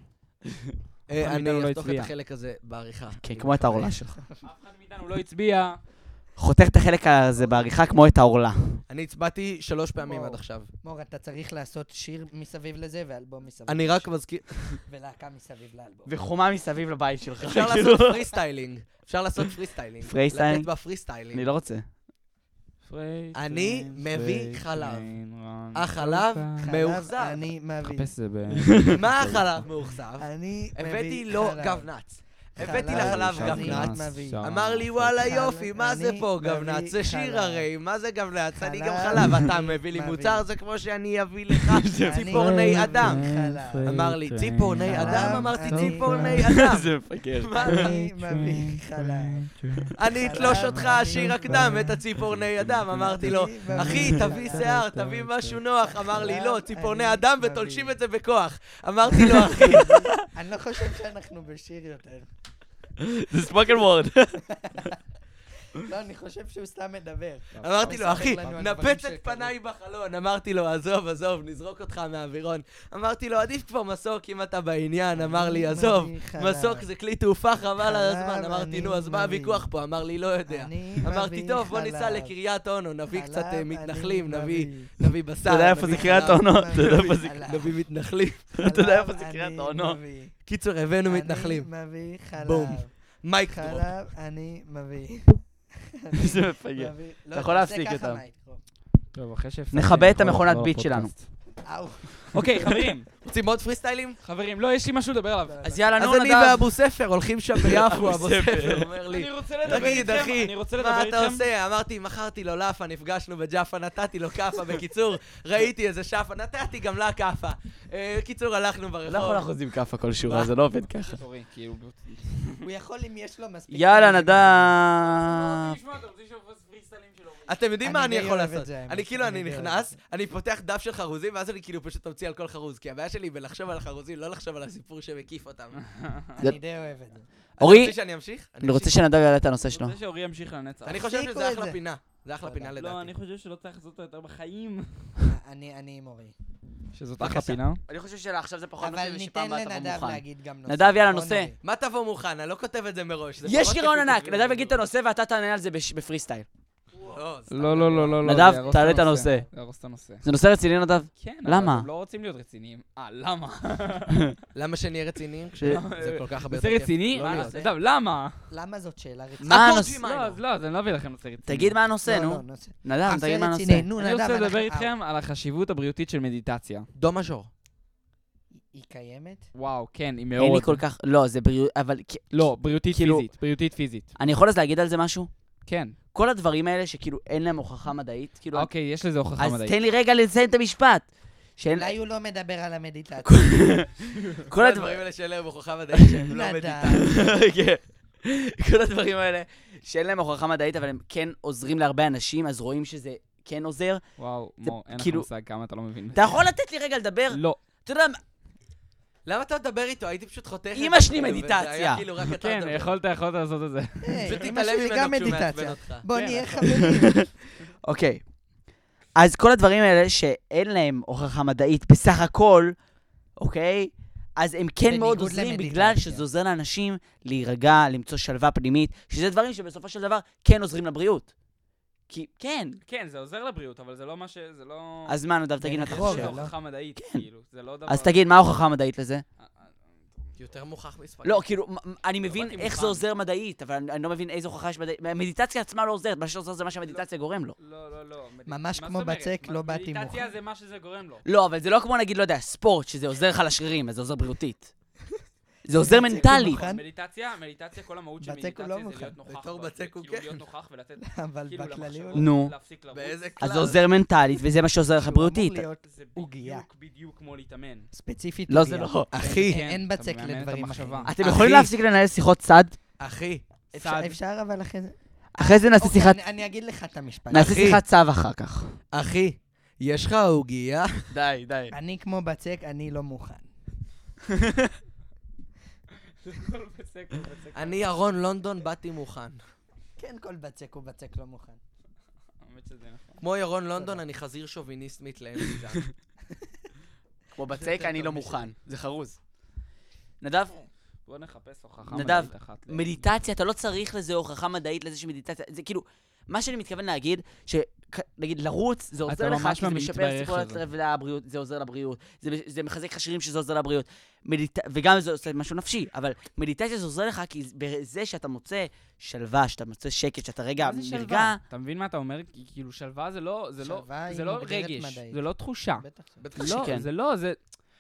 אה,
אחד מאיתנו לא
אני אחתוך את
הצביע.
החלק הזה בעריכה.
כן,
אני
כמו את
מקווה.
העורלה שלך.
אף אחד מאיתנו לא הצביע.
חותך את החלק הזה בעריכה כמו את העורלה.
אני הצבעתי שלוש פעמים
וואו.
עד עכשיו.
מור, אתה צריך לעשות שיר מסביב לזה ואלבום מסביב.
אני רק מזכיר...
ולהקה מסביב לאלבום.
וחומה מסביב לבית שלך. כאילו.
אפשר לעשות פרי סטיילינג. אפשר לעשות פרי סטיילינג.
פרי סטיילינג?
לתת בפרי סטיילינג.
אני לא רוצה.
אני מביא חלב.
לא-
החלב מאוחזר.
חלב, אני מבין.
חפש את זה ב...
מה החלב מאוכזב?
אני מבין.
הבאתי לו
חלב.
גבנץ. הבאתי
חלב,
לחלב
חלב,
גבנץ.
מביא.
שם.
אמר לי, וואלה יופי, מה זה
אני
פה
מביא
גבנץ? זה
חלב.
שיר הרי, מה זה גבנץ? אני גם
חלב,
חלב, אתה
אני
מביא לי
מביא.
מוצר, זה כמו שאני אביא לך
אני
ציפורני
מביא
אדם.
חלב.
אמר לי, ציפורני
חלב,
אדם? אמרתי,
אני-
ציפורני אדם.
מפגר.
מה?
אני מביא חלב.
אני אתלוש
חלב,
אותך,
אני
השיר הקדם, את הציפורני אדם. אמרתי לו,
אני מביא
אחי,
חלב.
תביא שיער, תביא משהו נוח. אמר לי, לא,
חלב,
ציפורני
אני
אדם
מביא.
ותולשים את זה בכוח. אמרתי לו, אחי,
אני לא חושב שאנחנו בשיר יותר.
זה ספוקל וורד.
לא, אני חושב שהוא סתם מדבר.
אמרתי לו, אחי,
מספר לנו על דברים
נפץ את
שקרו."
פניי בחלון. אמרתי לו, עזוב, עזוב, נזרוק אותך מהאווירון. אמרתי לו, עדיף כבר מסוק אם אתה בעניין. אמר לי,
אני
עזוב,
מביא חלב.
מסוק זה כלי תעופה, חבל על הזמן.
חלב,
אמרתי,
אני
נו, אז מה
מביא.
הוויכוח פה? אמר לי, לא יודע.
אני
אמרתי,
מביא
טוב, בוא
חלב.
ניסע לקריית אונו, נביא
חלב
קצת אה,
אני
מתנחלים, נביא
מביא.
נביא בשר.
אתה יודע איפה
נביא
זה קריית
חלב,
אונו? אתה יודע איפה זה...
חלב,
נביא מתנחלים.
אתה יודע איפה
חלב
זה
אני
קריית אונו?
מביא.
קיצור, הבאנו מתנחלים.
אני מביא חלב.
בום. מייק דרופ.
חלב אני מביא.
זה מפגר.
מביא- לא,
אתה יכול
תעשה
להפסיק
ככה,
אותם.
מייק, בוא.
טוב, אחרי שהפסקתי...
נכבה את
אני יכול
המכונת
לחזור
ביט שלנו.
לפודקאסט.
אה,
אוקיי, חברים,
רוצים עוד פרי סטיילים?
חברים, לא, יש לי משהו לדבר עליו.
אז יאללה,
נו,
אז אני
נדב.
ואבו ספר הולכים שם ביפו, אבו ספר אומר לי.
אני רוצה לדבר
תגיד,
איתכם,
אחי,
אני רוצה לדבר
מה אתה
איתכם.
עושה? אמרתי, מכרתי לו לאפה, נפגשנו בג'אפה, נתתי לו כאפה. בקיצור, ראיתי איזה שאפה, נתתי גם לה כאפה. אה, קיצור, הלכנו ברחוב.
לא יכול לאחוז עם כאפה כל שורה,
מה?
זה לא עובד ככה.
אורי, כאילו,
הוא יכול אם יש לו מספיק...
יאללה,
כלים.
נדב.
אתם יודעים מה
אני
אני
די
יכול
אוהב את
לעשות?
זה, האמת.
אני כאילו,
אני
אני
די אוהב
נכנס,
את זה.
אני פותח דף של חרוזים, ואז אני כאילו פשוט ממציא על כל חרוז, כי הבעיה שלי בלחשוב על חרוזים, לא לחשוב על הסיפור שמקיף
אה.
אותם.
אני די אוהב את זה.
אורי,
אתה רוצה שאני אמשיך?
אני רוצה שנדב יעלה את הנושא
אני
שלו.
רוצה שאורי ימשיך לנצח.
אני חושב
תפסיקו
שזה
את
אחלה
זה.
פינה. זה אחלה פינה לדעתי.
לא, אני חושב שלא צריך לעשות אותו יותר בחיים.
אני אני עם אורי.
שזאת
אחלה
אחלה פינה.
אני חושב שעכשיו זה פחות
אבל ניתן לנדב להגיד גם נושא.
נדב, יאללה,
נכון,
נושא.
אורי?
מה תבוא מוכן? אני לא כותב את זה מראש. זה
יש
פחות
גירעון
כתוב
ענק,
לי.
נדב יגיד את הנושא ואתה תענה על זה בש- בפרי סטייל.
לא, סתם.
לא, לא, לא, לא.
לא, נדב, זה יהרוס את תעלה את הנושא. הנושא.
להרוס את הנושא.
זה נושא רציני, נדב?
כן,
למה?
אבל הם לא רוצים להיות רציניים. אה, למה?
למה שנהיה רציניים? כש-
לא.
זה כל כך הרבה
נושא
יותר כיף.
רציני?
לא
מה
להיות.
נעשה? נדב, למה?
למה זאת שאלה רצינית?
מה
הקורג'י
לא,
הנושא?
מיינור.
אז לא, אז אני לא אביא לכם נושא רציני.
תגיד מה הנושא,
לא,
נו.
לא, נושא.
נדב,
נושא
תגיד אה, מה הנושא.
רציני, נו,
אני
נדב,
רוצה לדבר
אנחנו- אה,
איתכם על החשיבות הבריאותית של מדיטציה.
דו מז'ור.
היא קיימת?
וואו, כן, היא מאוד.
אין לי כל כך... לא, זה בריאות... אבל... כ-
לא, בריאותית
כאילו-
פיזית. בריאותית פיזית.
אני יכול אז להגיד על זה משהו?
כן.
כל הדברים האלה שכאילו אין להם הוכחה מדעית, כאילו...
אוקיי, יש לזה הוכחה
אז
מדעית.
תן לי רגע לסיים את המשפט. שאין...
אולי הוא לא מדבר על המדיטציה.
כל הדברים...
האלה של ערב הוכחה מדעית שהם לא
נדב.
מדיטציה.
כן. כל הדברים האלה שאין להם הוכחה מדעית, אבל הם כן עוזרים להרבה אנשים, אז רואים שזה כן עוזר.
וואו,
זה
מור, אין לך
כאילו-
מושג כמה אתה לא מבין.
אתה יכול לתת לי רגע לדבר?
לא.
אתה יודע,
למה אתה מדבר איתו? הייתי פשוט חותך. את
אמא
זה,
שלי
כאילו,
מדיטציה.
וזה היה כאילו רק אתה
כן,
מדבר.
יכולת, יכולת לעשות את זה.
היי,
פשוט
אמא
תתעלם
כן, שלי אה, גם
ממנו כשהוא מעצבן
מדיטציה.
אותך.
בוא
כן,
נהיה
נכון.
אבל-
חברים.
אוקיי. אז כל הדברים האלה שאין להם הוכחה מדעית בסך הכל, אוקיי? אז הם כן
בניגוד
מאוד עוזרים
למדיטציה.
בגלל שזה עוזר לאנשים להירגע, למצוא שלווה פנימית, שזה דברים שבסופו של דבר כן עוזרים לבריאות. כי, כן.
כן, זה עוזר לבריאות, אבל זה לא מה ש... זה לא...
אז מה, נדב, תגיד מה אתה
זה
זה
חושב.
לא.
הוכחה מדעית, כאילו. זה לא דבר...
אז תגיד, מה ההוכחה המדעית לזה?
יותר מוכח מספר.
לא, כאילו, מ- מ- אני מבין
באתי
איך
מוכן.
זה עוזר מדעית, אבל אני אני לא מבין איזה הוכחה יש מדעית. המדיטציה עצמה לא עוזרת, מה שעוזר זה מה שהמדיטציה גורם לו.
לא, לא, לא. מד-
ממש
מה
כמו
זאת אומרת?
בצק,
מה-
לא באתי
מדיטציה
מוכן.
זה מה שזה גורם לו.
לא, אבל זה לא כמו נגיד, לא יודע, ספורט, שזה עוזר לך לשרירים, אז זה עוזר בריאותית. זה עוזר מנטלית.
מוכן?
כאילו מדיטציה, מדיטציה, כל המהות של
בצק
מדיטציה
הוא לא
זה
מוכן.
להיות נוכח.
בתור
בזה,
בצק הוא
כאילו
כן.
להיות נוכח ולתת,
אבל
כאילו,
בכללי הוא
למחשבות,
לא...
נו.
להפסיק לרוץ.
באיזה כלל.
אז זה עוזר מנטלית, וזה מה שעוזר לך
שהוא אמור
בריאותית.
להיות
זה
עוגיה.
בדיוק בדיוק כמו להתאמן.
ספציפית.
לא, זה
עוגיה.
לא.
אחי,
אין- אין
כן,
בצק
אתה מאמן את
לדברים
המחשבה.
אחרים.
אתם
אוקיי. אחי.
יכולים להפסיק לנהל שיחות צד?
אחי,
אפשר-
סעד.
אפשר אבל אחרי זה.
אחרי זה נעשה
אוקיי,
שיחת...
אני- אני אגיד לך את המשפט.
נעשה
אחי.
שיחת צו אחר כך.
אחי, יש לך עוגייה?
די, די.
אני כמו בצק, אני לא מוכן.
כל בצק הוא בצק.
אני ירון לונדון, באתי מוכן.
כן, כל בצק הוא בצק לא מוכן.
האמת שזה נכון.
כמו ירון לונדון, אני חזיר שוביניסט מתלהם איתם.
כמו בצק, אני לא מוכן. זה חרוז. נדב,
בוא נחפש הוכחה
נדב,
מדעית אחת. ל-
מדיטציה, אתה לא צריך לזה הוכחה מדעית לזה שמדיטציה, זה כאילו, מה שאני מתכוון להגיד, שנגיד לרוץ, זה עוזר
אתה
לך,
ממש
כי זה
לא
משפר
מתברך
סיפורת
לזה.
לב לבריאות, זה עוזר לבריאות, זה, זה מחזק לך שרירים שזה עוזר לבריאות, מדיט... וגם זה עושה משהו נפשי, אבל מדיטציה זה עוזר לך, כי בזה שאתה מוצא שלווה, שאתה מוצא שקט, שאתה רגע
מה זה
נרגע,
שלווה? אתה מבין מה אתה אומר? כי כאילו שלווה זה לא, זה לא,
שלווה
זה
היא
לא
מוגדרת
רגש,
מדעית.
זה לא תחושה.
בטח. שלא.
בטח
שכן.
לא, זה לא, זה...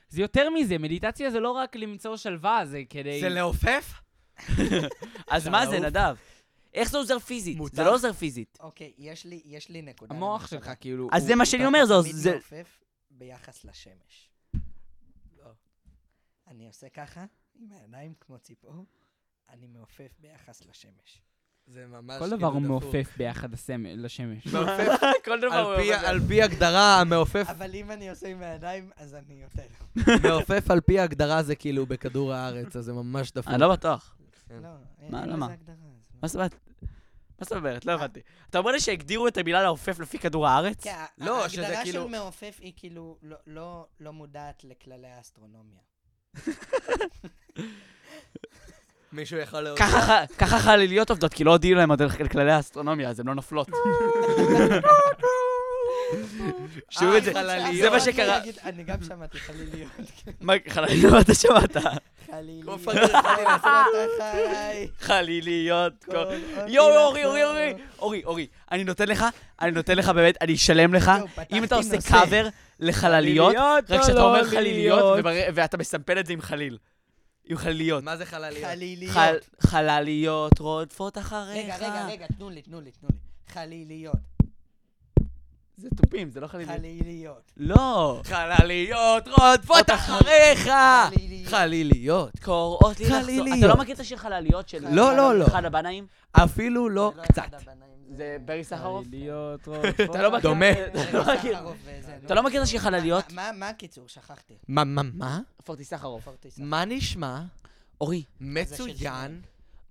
זה יותר מזה, מדיטציה זה לא רק למצוא שלווה, זה כדי...
זה לא- לעופף?
אז מה זה,
לעוף.
נדב? איך זה עוזר פיזית? זה
מותר.
לא עוזר פיזית.
אוקיי, יש לי- יש לי נקודה.
המוח
למחשבה.
אה,
שלך, כאילו...
אז
הוא-
זה מה
אתה-
שאני אומר, זה עוז-
תמיד
זה...
מעופף ביחס לשמש.
לא.
אני עושה ככה, עם הידיים כמו ציפור, אני מעופף ביחס לשמש.
זה ממש
כל
כאילו
דבר הוא
דפוק. לא,
מעופף ביחד הסמל- לשמש.
מעופף,
כל דבר
על
הוא
פי-
עוזר.
על פי הגדרה, המעופף
אבל אם אני עושה עם הידיים, אז אני יותר.
מעופף על פי ההגדרה זה כאילו בכדור הארץ, אז זה ממש דפוק.
אני לא בטוח.
כן.
לא, אין
מה,
לזה
למה?
הגדרה, אז לא. מה.
מה זאת אומרת? מה זאת אומרת? לא הבנתי. אתה אומר לי שהגדירו את המילה לעופף לפי כדור הארץ?
כן,
לא,
ה-
שזה
ההגדרה של
כאילו-
מעופף היא כאילו לא- לא- לא מודעת לכללי האסטרונומיה.
מישהו יכול להוציא.
ככה ח- ככה חליליות עובדות, כי לא הודיעו להם עוד על כללי האסטרונומיה, אז הן לא נופלות.
אה,
שיעור את זה.
חלליות.
זה מה שקרה.
להגיד, אני גם שמעתי חליליות.
מה, חלליות, אתה שמעת?
חליליות.
כופר חלילה.
חליליות. אחריי.
חליליות.
כל עוד
יואו,
תינוק
אורי, אורי, אורי,
לא-
אורי, אורי, אני נותן לך, אני נותן לך באמת, אני אשלם לך.
יואו, פתחתי
אם אתה עושה
נושא.
קאבר לחלליות, רק כשאתה
לא
אומר חליליות,
ובר-
ובר- ואתה מסמפל את זה עם חליל. עם חליליות.
מה זה חלליות?
חליליות.
חל- חלליות רודפות אחריך.
רגע, רגע, רגע, תנו לי, תנו לי, תנו לי. חליליות.
זה תופים, זה לא חליליות.
חליליות.
לא.
חלליות רודפות אחריך!
אה,
חליליות.
חליליות.
קוראות לי לחזור. אתה
חליליות.
לא מכיר את השיר חלליות של...
לא, לא, לא.
אחד הבנאים?
אפילו לא
זה לא
קצת.
אחד הבנאים,
זה ברי סחרוף?
חליליות,
אתה לא מכיר?
דומה.
אתה לא מכיר.
סחרוף וזה,
אתה לא מכיר את השיר חלליות?
מה- מה- מה הקיצור? שכחתי.
מה, מה, מה?
פורטי סחרוף.
פורטיס.
מה נשמע?
אורי,
מצוין.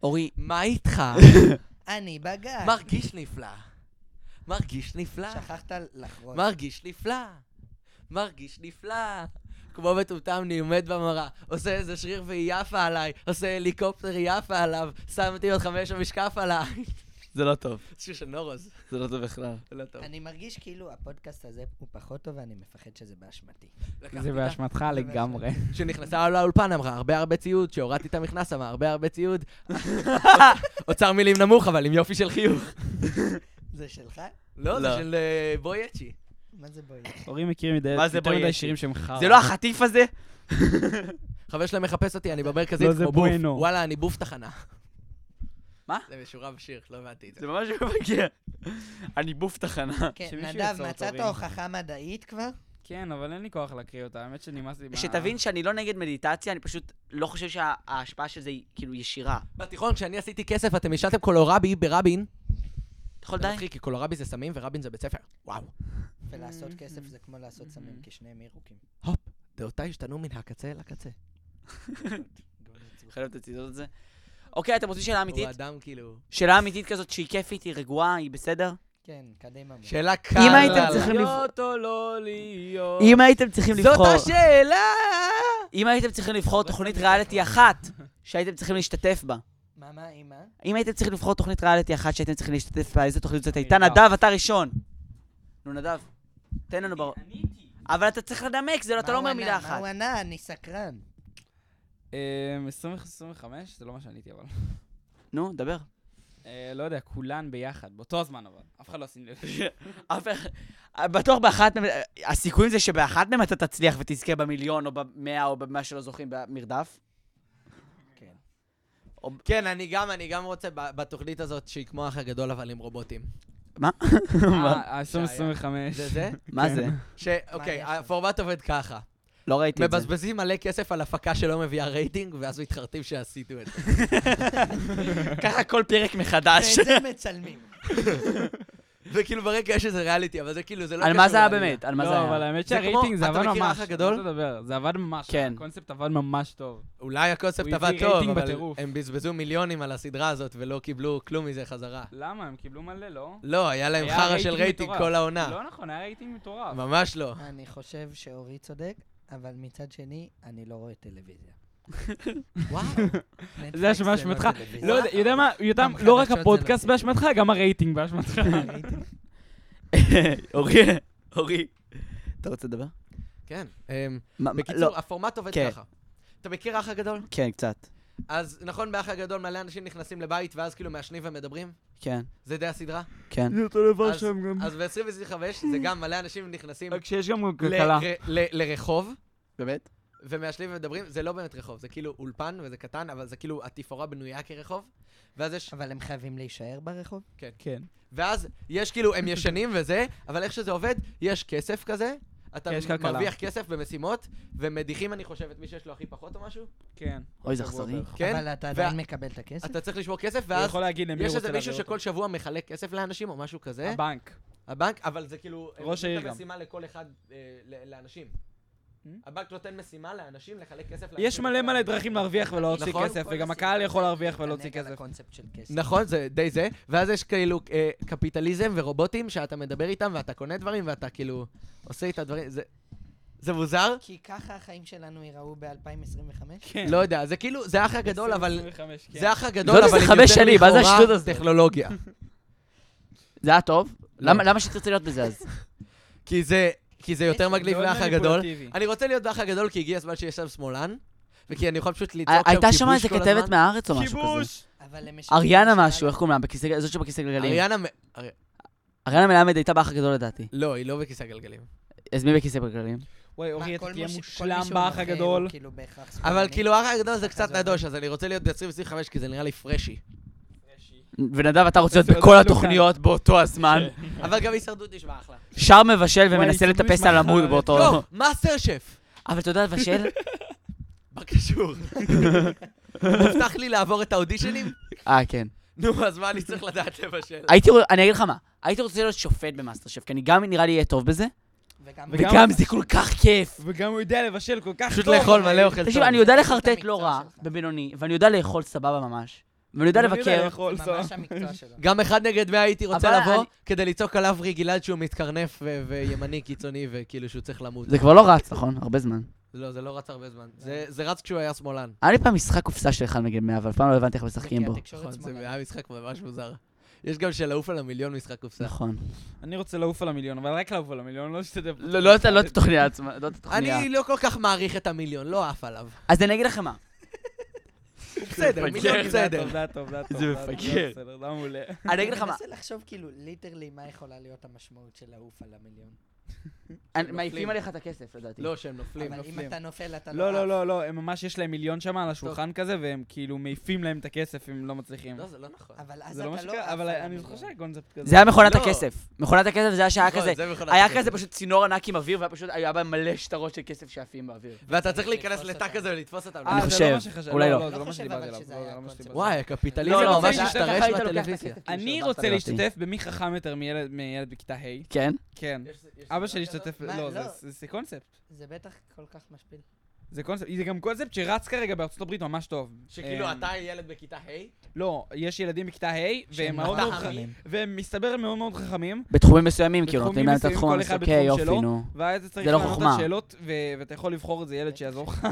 אורי,
מה איתך?
אני בגן.
מרגיש נפלא. מרגיש נפלא.
שכחת לחרוד.
מרגיש נפלא. מרגיש נפלא. כמו מטומטם, אני עומד במראה, עושה איזה שריר והיא יפה עליי, עושה הליקופטר היא יפה עליו, שמתי עוד חמש המשקף עליי.
זה לא טוב.
שיר של נורוז.
זה לא טוב בכלל.
לא טוב.
אני מרגיש כאילו הפודקאסט הזה הוא פחות טוב ואני מפחד שזה באשמתי.
לקחתי
זה
את
באשמתך לגמרי.
שנכנסה לאולפן אמרה הרבה הרבה ציוד, שהורדתי את המכנס אמרה הרבה הרבה ציוד. אוצר מילים נמוך אבל עם יופי של חיוך.
זה שלך?
לא, זה
לא.
של אה, בויאצ'י.
מה זה בואי?
הורים מכירים מדי-
מה זה
יותר מדי
בויאצ'י?
שירים שהם חרא.
זה לא החטיף הזה?
חבר שלהם מחפש אותי, אני במרכזית
לא, זה
כמו בוף.
בואנו.
וואלה, אני בוף תחנה.
מה?
זה משורה בשיר, לא הבנתי את זה.
זה ממש לא מגיע. אני בוף תחנה.
כן,
שמישהו
נדב,
יצור
מצאת
תורים.
הוכחה מדעית כבר?
כן, אבל אין לי כוח להקריא אותה, האמת שנמאס לי מה...
שתבין שאני לא נגד מדיטציה, אני פשוט לא חושב שההשפעה של זה היא כאילו ישירה.
בתיכון, כשאני עשיתי כסף, אתם השאלתם קולורבי ברבין.
אתה יכול
זה
די?
מצחיק, כי קולורבי זה סמים ורבין זה בית ספר. וואו.
ולעשות
Mm-hmm.
כסף זה כמו לעשות סמים, כי שניהם ירוקים.
הופ, דעותיי השתנו מן הקצה לקצה.
חייב לציטוט את זה. אוקיי, אתם רוצים שאלה אמיתית?
הוא אדם כאילו...
שאלה אמיתית כזאת שהיא כיפית, היא רגועה, היא בסדר?
כן, קדימה. בוא.
שאלה קלה.
אם הייתם צריכים
להיות או לא להיות.
אם הייתם צריכים לבחור...
זאת השאלה!
אם הייתם צריכים לבחור תוכנית ריאליטי אחת שהייתם צריכים להשתתף בה,
מה, מה, אימא?
אם הייתם צריכים לבחור תוכנית ריאליטי אחת שהייתם צריכים להשתתף בה, איזה תוכנית זאת הייתה?
נדב.
נדב, אתה ראשון. נו, נדב, תן לנו בר... אבל אתה צריך לנמק, זה לא, אתה
מה
לא
הוא
אומר
ענה?
מילה
מה
אחת.
הוא ענה? אני סקרן.
אמ, 25, זה לא מה שעניתי אבל.
נו, דבר.
אה, לא יודע, כולן ביחד, באותו הזמן אבל. אף אחד לא שים לב.
אף אחד... בטוח באחת מהם, הסיכויים זה שבאחת מהם אתה תצליח ותזכה במיליון או במאה או במה שלא זוכים במרדף.
כן.
כן, אני גם, אני גם רוצה ב- בתוכנית הזאת שהיא כמו האח הגדול אבל עם רובוטים.
אה, ה-2025.
זה זה?
מה זה?
ש... אוקיי,
יש שם?
הפורמט עובד ככה.
לא ראיתי את זה.
מבזבזים מלא כסף על הפקה שלא מביאה רייטינג, ואז מתחרטים שעשיתו את זה.
ככה כל פרק מחדש.
ואת זה מצלמים.
וכאילו ברקע יש איזה ריאליטי, אבל זה כאילו, זה לא...
על מה
קשור
זה היה
לעלילה.
באמת? על מה זה
לא,
היה?
אבל האמת
זה
שהרייטינג
כמו-
זה
אתה
עבד ממש.
מכיר האח הגדול?
לא תדבר, זה עבד ממש.
כן.
הקונספט עבד ממש טוב.
אולי הקונספט
הוא
עבד
הביא
טוב,
רייטינג
אבל
בטירוף.
הם בזבזו מיליונים על הסדרה הזאת ולא קיבלו כלום מזה חזרה.
למה? הם קיבלו מלא, לא?
לא, היה להם
היה
חרא של
רייטינג
רייטינג
מטורף.
כל העונה.
לא נכון, היה רייטינג מטורף.
ממש לא.
אני חושב שאורי צודק, אבל מצד שני, אני לא רואה טלוויזיה.
וואו.
זה
נטפליקס
באשמתך.
טלוויזיה.
לא יודע, יודע מה, יותם,
גם
לא רק
חדשות זה
הפודקאסט
לא.
באשמתך, גם הרייטינג באשמתך.
ראיתי.
אורי, אורי. אתה רוצה לדבר?
כן. אמ,
מה- מה-
בקיצור,
לא.
הפורמט עובד
כן.
ככה. אתה מכיר האח הגדול?
כן, קצת.
אז נכון, באח הגדול מלא אנשים נכנסים לבית ואז כאילו מעשנים ומדברים?
כן,
זה די הסדרה?
כן.
זה אותו דבר
אז- אז ב-2025 זה גם מלא אנשים נכנסים
רק שיש גם
ל-
אוקיי, כלכלה.
ר- ל- לרחוב.
באמת?
ומעשנים ומדברים, זה לא באמת רחוב, זה כאילו אולפן וזה קטן, אבל זה כאילו התפאורה בנויה כרחוב. ואז יש,
אבל הם חייבים להישאר ברחוב?
כן.
ואז יש כאילו, הם ישנים וזה, אבל איך שזה עובד, יש כסף כזה, אתה
כן, יש כלכלה.
מרוויח כסף במשימות, ומדיחים, אני חושב, את מי שיש לו הכי פחות או משהו,
כן.
אוי, זה אכזרי.
כן?
אבל אתה עדיין מקבל את הכסף?
אתה צריך לשמור כסף,
הוא
ואז
יכול להגיד למי הוא
יש
רוצה
איזה
להעביר
מישהו
אותו.
שכל אה? שבוע מחלק כסף לאנשים או משהו כזה,
הבנק.
הבנק, אבל זה כאילו, הם
ראש
נותנים
העיר
את
גם.
המשימה לכל אחד, אה, ל- לאנשים.
Hmm?
הבנק נותן משימה לאנשים לחלק כסף לאנשים.
יש מלא מלא דרכים להרוויח ולהוציא
נכון.
לא כסף, וגם הקהל יכול להרוויח ולהוציא
תענג על
כסף.
הקונספט של כסף.
נכון, זה די זה. ואז יש כאילו אה, קפיטליזם ורובוטים שאתה מדבר איתם ואתה קונה דברים ואתה כאילו עושה איתם דברים. זה, זה מוזר?
כי ככה החיים שלנו ייראו ב-2025?
כן.
לא יודע, זה כאילו, זה אח הגדול, אבל...
25, כן.
זה אח הגדול,
לא זה
אבל עם
חמש
יותר
שנים, מה זה
לכאורה
השטות הזאת?
טכנולוגיה.
זה היה טוב?
לא.
למה למה שתרצה להיות בזה אז?
כי זה, כי זה יותר מגניב
מאוד
מהאח הגדול.
מניפולטיבי.
אני רוצה להיות באח הגדול כי הגיע הזמן שיהיה שם שמאלן, וכי אני יכול פשוט לצעוק שם כיבוש כל הזמן.
אה, הייתה שם איזה כתבת מהארץ או
לא
משהו כזה.
כיבוש!
אבל הם משנים
אריאנה
ממשלה
משהו, איך קוראים לה? בכיסא גלגלים? זאת שבכיסא גלגלים.
אריאנה... מ- אר-
אריאנה מלמד הייתה באח הגדול לדעתי.
לא, היא לא בכיסא גלגלים.
אז מי בכיסא גלגלים?
וואי,
מה,
אורי, אתה
כל
תהיה
מי ש- כל
מושלם
מי שהוא
באח
נכה הוא
הגדול.
כאילו בהכרח
אבל
שמאלני.
כאילו האח הגדול זה קצת
החזון.
נדוש, אז אני רוצה להיות ב-2025 כי זה נראה לי פרשי.
ונדב, אתה
רוצה
רוצה להיות
להיות
בכל
בדיוק
התוכניות באותו הזמן.
אבל גם הישרדות נשמע אחלה.
שר מבשל ומנסה
הישרדות
לטפס
נשמע
על עמוד
חרא.
באותו...
לא, מאסטר שף.
אבל אתה יודע לבשל?
מה קשור? מובטח לי לעבור את האודישנים?
אה, כן.
נו, אז מה אני צריך לדעת לבשל?
הייתי, רוצ- אני אגיד לך מה, הייתי רוצה להיות שופט במאסטר שף, כי אני גם נראה לי אהיה טוב בזה,
וגם...
וגם-
וגם זה כל כך כיף.
וגם הוא יודע לבשל כל כך טוב.
פשוט
לא
לאכול
אבל-
מלא אוכל טוב.
תקשיב, אני יודע לחרטט
המקצוע
לא רע,
שלך.
בבינוני, ואני יודע לאכול סבבה ממש, ואני יודע
הוא יודע
לבקר.
לאכול,
זה
סבבה.
ממש המקצוע שלו.
גם אחד נגד מאה הייתי רוצה
אבל
לבוא
אני-
כדי לצעוק על אברי גלעד שהוא מתקרנף ו- וימני קיצוני וכאילו שהוא צריך למות.
זה כבר לא רץ, נכון? הרבה זמן.
לא, זה לא רץ הרבה זמן. זה- זה רץ כשהוא היה שמאלן.
היה לי פעם משחק קופסה של אחד נגד 100, אבל אף פעם לא הבנתי איך משחקים בו.
נכון, זה היה משחק ממש מוזר. יש גם שלעוף על המיליון משחק קופסה.
נכון.
אני רוצה לעוף על המיליון, אבל רק לעוף על המיליון, לא שתדע.
לא, לא את לא את התוכניה עצמה, לא את התוכניה.
אני לא כל כך מעריך את המיליון, לא עף עליו.
אז אני אגיד לכם מה,
הוא בסדר,
כן,
מיליון
לא
זה
בסדר.
טוב, זה טוב, זה טוב.
זה
טוב,
מפגר.
בסדר, זה מעולה.
אני אגיד לך
אני
מה,
מנסה לחשוב כאילו, ליטרלי, מה יכולה להיות המשמעות של לעוף על המיליון.
אני- מעיפים עליך את הכסף לדעתי.
לא, שהם נופלים,
אבל אם
נופלים.
אתה נופל, אתה לא...
לא,
עף.
לא, לא, לא, הם ממש, יש להם מיליון שם על השולחן כזה, והם כאילו מעיפים להם את הכסף אם לא מצליחים.
לא, זה לא נכון.
אבל אז
זה
אתה
לא
לא
מה
עף
שקרה, אבל
על
אני
המיליון.
זוכר שהיה קונספט כזה.
זה היה מכונת
לא.
הכסף. מכונת הכסף לא, זה היה שהיה
נכון,
כזה,
זה מכונת
היה
הכסף.
כזה פשוט צינור ענק עם אוויר, והיה פשוט, היה בה מלא שטרות של כסף שעפים באוויר.
ואתה צריך להיכנס
לתפוס
לתא
אותם.
כזה ולתפוס אותם.
אה,
אני
זה לא
חושב,
מה שחשב-
אולי לא.
לא, זה
לא
לא מה
חושב,
שדיברתי
אבל
עליו.
שזה
לא,
היה
זה לא מה
הקונספט.
שדיברתי
וואי,
עליו.
הקפיטליזם
לא, לא,
ממש
זה-
השתרש בטלוויזיה.
כאילו, לא
אני רוצה להשתתף במי חכם יותר מילד- מילד בכיתה ה'.
כן?
כן. אבא שלי השתתף,
מה,
לא,
לא.
זה- זה- זה קונספט.
זה בטח כל כך משפיל.
זה קונספט, זה גם קונספט שרץ כרגע בארצות הברית ממש טוב.
שכאילו
אמ,
אתה ילד בכיתה ה',
לא, יש ילדים בכיתה ה' והם
שהם לא
מאוד מאוד
חכמים.
חכמים, והם מסתבר הם מאוד מאוד חכמים,
בתחומים מסוימים, כאילו,
בתחומים
נותנים להם את
מסוימים,
התחום,
כל אחד
אוקיי,
בתחום
יופי,
שלו.
נו.
ואז אתה צריך
זה לא
לענות
חוכמה.
על שאלות, ו- ואתה יכול לבחור איזה ילד שיעזור לך.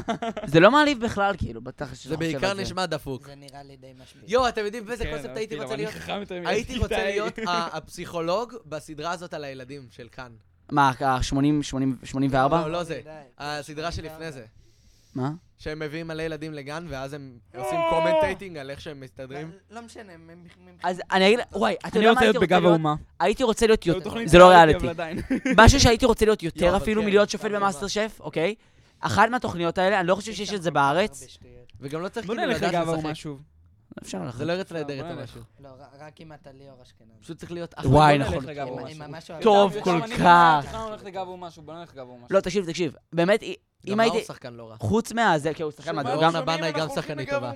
זה לא מעליב בכלל, כאילו, בתכל'ס
לא,
שאתה
זה
חושב
בעיקר
על זה.
נשמע דפוק.
זה נראה לי די משפיל.
יואו, אתם יודעים באיזה
כן,
קונספט
אבל
הייתי
כאילו,
רוצה
אבל אני
להיות?
חכם יותר מילד
הייתי
בכיתה
רוצה
ה'.
להיות ה- הפסיכולוג בסדרה הזאת על הילדים של כאן.
מה, ה-80-84?
לא, לא זה.
די.
הסדרה שלפני זה.
לא.
מה?
שהם מביאים מלא ילדים לגן, ואז הם עושים קומנטייטינג על איך שהם מסתדרים.
אה,
אבל לא משנה, מ- מ- מ-
אז אני אגיד, וואי, אתה
אני
יודע מה
רוצה להיות
הייתי רוצה
בגב
להיות?
האומה.
הייתי רוצה להיות
זו
יותר,
תוכנית
זה לא
ריאליטי,
ריאליטי.
אבל עדיין.
משהו שהייתי רוצה להיות
יואו,
לא,
יותר
אבל
אפילו
כן,
מלהיות שופט
אבל
במאסטר שף, אוקיי? אחת מהתוכניות האלה, אני לא חושב
אי
שיש
אפשר
את זה
כל כך הרבה
בארץ.
שטויות.
וגם לא צריך
בוא
כאילו
נלך
לדעת
לגב האומה
לשחק.
שוב.
אפשר לך.
זה לא ארץ
אה,
נהדרת
בוא
או
נלך.
משהו.
לא, ר- רק אם אתה ליאור אשכנזי.
פשוט צריך להיות אחת.
וואי,
בוא נלך
נכון.
לגב
כן,
האומה.
עם- עם משהו
טוב
אגב,
כל
גם אני
כך.
גם אמרתי לך, "בוא נלך לגב האומה שוב, בוא נלך לגב האומה שוב".
לא, תקשיב, תקשיב. באמת,
גם
אם
מאור
הייתי...
שחקן לא רע.
חוץ מהזה, כי הוא שחקן
שוב,
מדהים.
מאור
גם-
שחקן. הבנאי גם שחקנית טובה.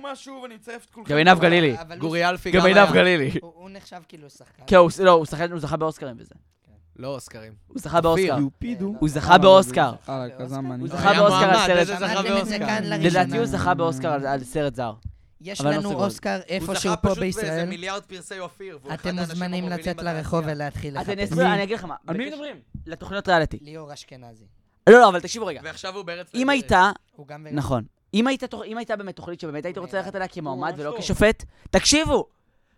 גם עינב גלילי.
אבל הוא-
גורי אלפי
גם
גם
עינב
היה.
גלילי.
הוא- הוא נחשב כאילו שחקן.
כן, הוא ש- לא, הוא שחקן- הוא זכה באוסקרים וזה.
לא אוסקרים.
הוא זכה באוסקר.
יופידו.
הוא זכה באוסקר.
אה, קזאמן.
הוא
לא,
זכה
היה
באוסקר על
מועמד,
סרט.
איזה זכה
למדתם את זה
באוסקר.
כאן לראשונה.
לדעתי הוא זכה באוסקר על- על סרט זר.
יש
אבל אני לא
לנו
סגור על זה.
אוסקר
הוא
איפשהו
זכה
פה
פשוט באיזה
בישראל.
מיליארד פרסי אופיר. והוא אחד
אתם
האנשים
מוזמנים
המובילים
לצאת
בתעשייה.
לראות ולהתחיל
אז אני
לחפש.
אסביר, אני אגיד לך מה.
על מי
בקשר-
מדברים?
לתוכניות ריאליטי.
ליאור אשכנזי.
לא, לא, אבל תקשיבו רגע.
ועכשיו הוא בארץ
אם
נהדרת.
הייתה,
הוא גם... וגם.
נכון. אם הייתה תוכ- אם הייתה באמת תוכנית שבאמת הייתי רוצה ללכת אליה כמועמד
ממש
לא,
ולא
טוב.
כשופט, תקשיבו!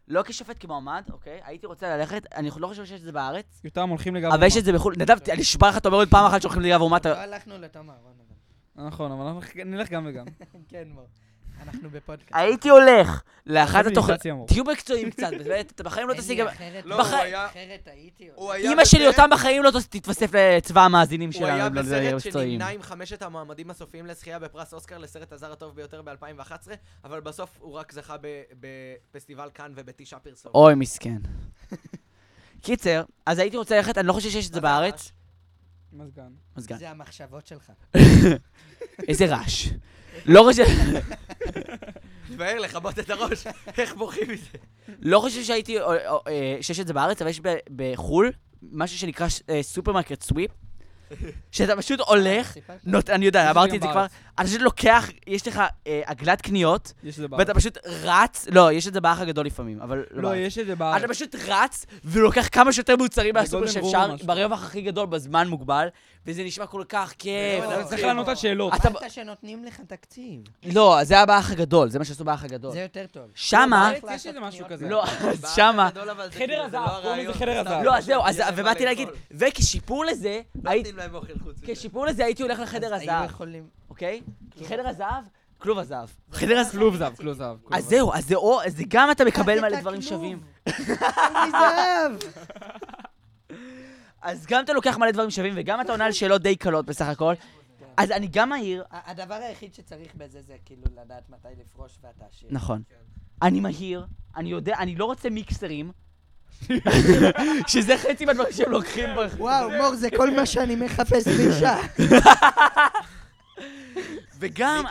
לא כשופט, כמועמד, אוקיי? הייתי רוצה ללכת, אני לא חושב שיש את זה בארץ,
יותם הולכים לגב האומה.
אבל יש את זה בחו"ל.
כן.
נדב, ת- אני נשבע לך, אתה אומר עוד פעם אחת שהולכים לגב
לא
ומטה.
הלכנו לתום אהרון. אבל.
נכון, אבל אנחנו נלך גם וגם.
כן, מור. אנחנו בפודקאסט.
הייתי הולך לאחת
עושים
התוכניות...
מיליטציה, מור.
תהיו מקצועיים קצת, באמת, אתה בחיים לא
אין לי
תשיג...
אחרת-
לא,
בח-
הוא היה-
אחרת הייתי...
הוא היה
אימא שלי
בסרט-
אותם בחיים לא תוס- תתווסף לצבא המאזינים
הוא היה
שלנו, לא לדברים
בסרט
מקצועיים.
שנמנה עם חמשת המועמדים הסופיים לזכייה בפרס אוסקר לסרט הזר הטוב ביותר ב-2011, אבל בסוף הוא רק זכה ב- בפסטיבל כאן ובתשעה פרסומות.
אוי, מסכן. קיצר, אז הייתי רוצה ללכת, אני לא חושב שיש את זה
מה זה הרעש?
בארץ.
מזגן.
מזגן.
זה המחשבות שלך.
איזה רעש. לא חושב...
תבהר לכבות את הראש, איך בורחים מזה?
לא חושב שהייתי, או, או, אה, שיש את זה בארץ, אבל יש ב- בחו"ל משהו שנקרא ש- אה, סופרמרקט סוויפ, שאתה פשוט הולך,
סיפרת?
נות, אני יודע,
יש את זה
אמרתי
גם
את זה כבר,
בארץ.
אתה פשוט לוקח, יש לך אה, עגלת קניות,
יש את זה בארץ.
ואתה פשוט רץ, לא, יש את זה באח הגדול לפעמים, אבל לא
לא,
בארץ.
יש את זה בארץ.
אתה פשוט רץ ולוקח כמה שיותר מוצרים מהסופר
בגולדן רום
שאפשר,
או משהו.
ברווח הכי גדול, בזמן מוגבל, וזה נשמע כל כך כיף.
לא,
אתה
זה
צריך
לא.
לענות על שאלות.
אתה-
אמרת שנותנים לך תקציב.
לא, זה היה באח הגדול, זה מה שעשו באח הגדול.
זה יותר טוב.
שמה,
בארץ יש איזה משהו כזה.
לא, אז שמה,
כאילו,
חדר הזהב, קוראים לזה חדר הזהב.
לא, אז זהו, אז- ובאתי להגיד, וכשיפור לזה, הייתי-
נותנים להם אוכל חוץ מזה.
כשיפור לזה הייתי הולך
אז
לחדר
היו
הזהב,
יכולים-
אוקיי? כי חדר הזהב, כלוב הזהב. חדר הזהב.
כלוב זב, כלוב זב.
אה,
כלוב
אז
זב.
זהו, אז זה או- אז זה גם אתה מקבל
קח את
מלא דברים
הכלוב.
שווים.
כלוב מזהב.
אז גם אתה לוקח מלא דברים שווים, וגם אתה עונה על שאלות די קלות בסך הכל. אז אני גם מהיר,
ה- הדבר היחיד שצריך בזה זה כאילו לדעת מתי לפרוש ואתה עשיר.
נכון. אני מהיר, אני יודע, אני לא רוצה מיקסרים. שזה חצי מהדברים שהם לוקחים ברחוב.
וואו, מור, זה כל מה שאני מחפש באישה.
וגם,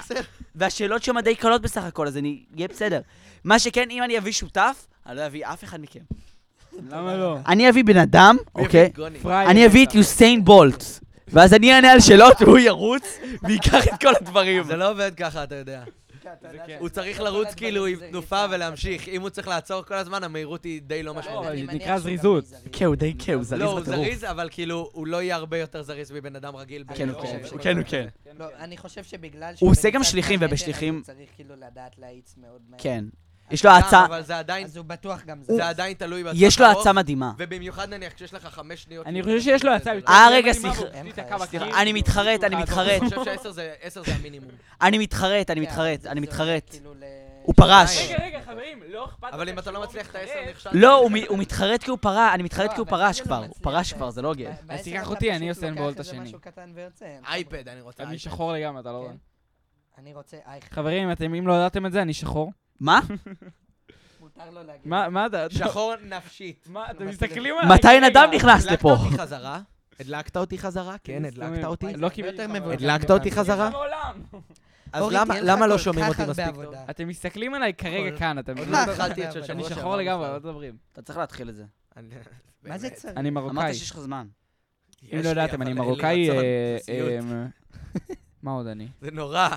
והשאלות שם די קלות בסך הכל, אז אני אהיה בסדר. מה שכן, אם אני אביא שותף, אני לא אביא אף אחד מכם.
למה לא?
אני אביא בן אדם,
מי
אוקיי?
הביא גוני?
פראייר.
אני אביא את יוסיין בולט. ואז אני אענה על שאלות, והוא ירוץ, וייקח את כל הדברים.
זה לא עובד ככה, אתה יודע.
כן.
הוא צריך
כל
לרוץ
הדברים
כאילו עם
זה
תנופה
ריצה.
ולהמשיך. אם הוא צריך לעצור כל הזמן, המהירות היא די לא
אבל
משמעותית.
זה
אני מניח
נקרא
שהוא גם
זריזות.
מזריז.
כן, הוא די, כן, הוא
לא,
זריז
הוא
בטירוף.
זריז, אבל כאילו, הוא לא יהיה הרבה יותר זריז מבן אדם רגיל.
כן,
ב-
הוא
לא,
כן,
ב-
הוא כן, הוא כן.
לא, אני חושב שבגלל
הוא
שהוא
עושה גם
במצב
שליחים,
מהעדר, אז
ובשליחים-
הוא צריך כאילו לדעת להאיץ מאוד מהר.
כן. יש לו
אה,
האצה,
אבל זה עדיין,
אז הוא בטוח גם זה.
זה עדיין תלוי בהצלחה.
יש לו
לא-
האצה מדהימה.
ובמיוחד נניח כשיש לך חמש שניות.
אני
לפני
חושב שיש לו
שזה-
יצא...
זה לא-
אה, רגע,
אני
סליחה.
מעבור, בלי תקע
סליחה,
בקיר.
אני מתחרט, אני מתחרט.
אני חושב שעשר זה- עשר זה המינימום.
אני מתחרט, אני
כן,
מתחרט,
זה-
אני
זה
מתחרט.
כאילו ל-
הוא פרש.
רגע, רגע, חברים, לא אכפת
אבל אם
לכם
אתה לא
שהוא
מצליח את העשר,
מתחרט?
נכשל.
לא, הוא מ- הוא מתחרט כי הוא פרש, אני מתחרט
לא,
כי הוא
אבל
פרש
אפילו
כבר.
לא
הוא
מצליח, אה.
פרש
זה-
כבר, זה לא הוגן.
ב- בעשר
תיקח
אתה
אותי, אני
פשוט
יוסיין
לוקח
בולט
איזה
השני.
משהו קטן ויוצא. אין לך
אייפד, אני רוצה
אני
אייפד.
שחור לגמרי, אתה לא
בעיה.
רואה.
כן. אני רוצה אייכלר.
חברים, אתם, אם לא ידעתם את זה, אני שחור.
מה?
מותר לו להגיד.
מה, מה אתה...
שחור נפשית.
מה, אתם מסתכלים
אה,
עליי?
מתי
רגע.
נדב נכנס
הדלקת
לפה?
אותי חזרה? הדלקת אותי חזרה? כן, הדלקת אותי.
לא קיבלתי
הרבה יותר
חוויה.
מבוגר.
הדלקת אותי חזרה? אז
אורי,
למה-
תהיה לך
למה לא
כל
שומעים
כך
אותי
הרבה
מספיק טוב?
עבודה.
אתם מסתכלים עליי כרגע
כל-
כאן, אתם...
עוד
לא
לא
מדברים.
אכלתי את של
אני
שבוע
אני
שעבר
שחור לגמרי,
בכלל.
לא מדברים.
אתה צריך להתחיל את זה.
אני-
מה זה
באמת.
צריך?
אני מרוקאי.
אמרת שיש לך זמן.
אם
יש
לא
לי,
ידעתם,
אבל
אני
אין לי
מרוקאי...
רצון,
אה,
זה סיוט.
אה, מה עוד אני?
זה נורא.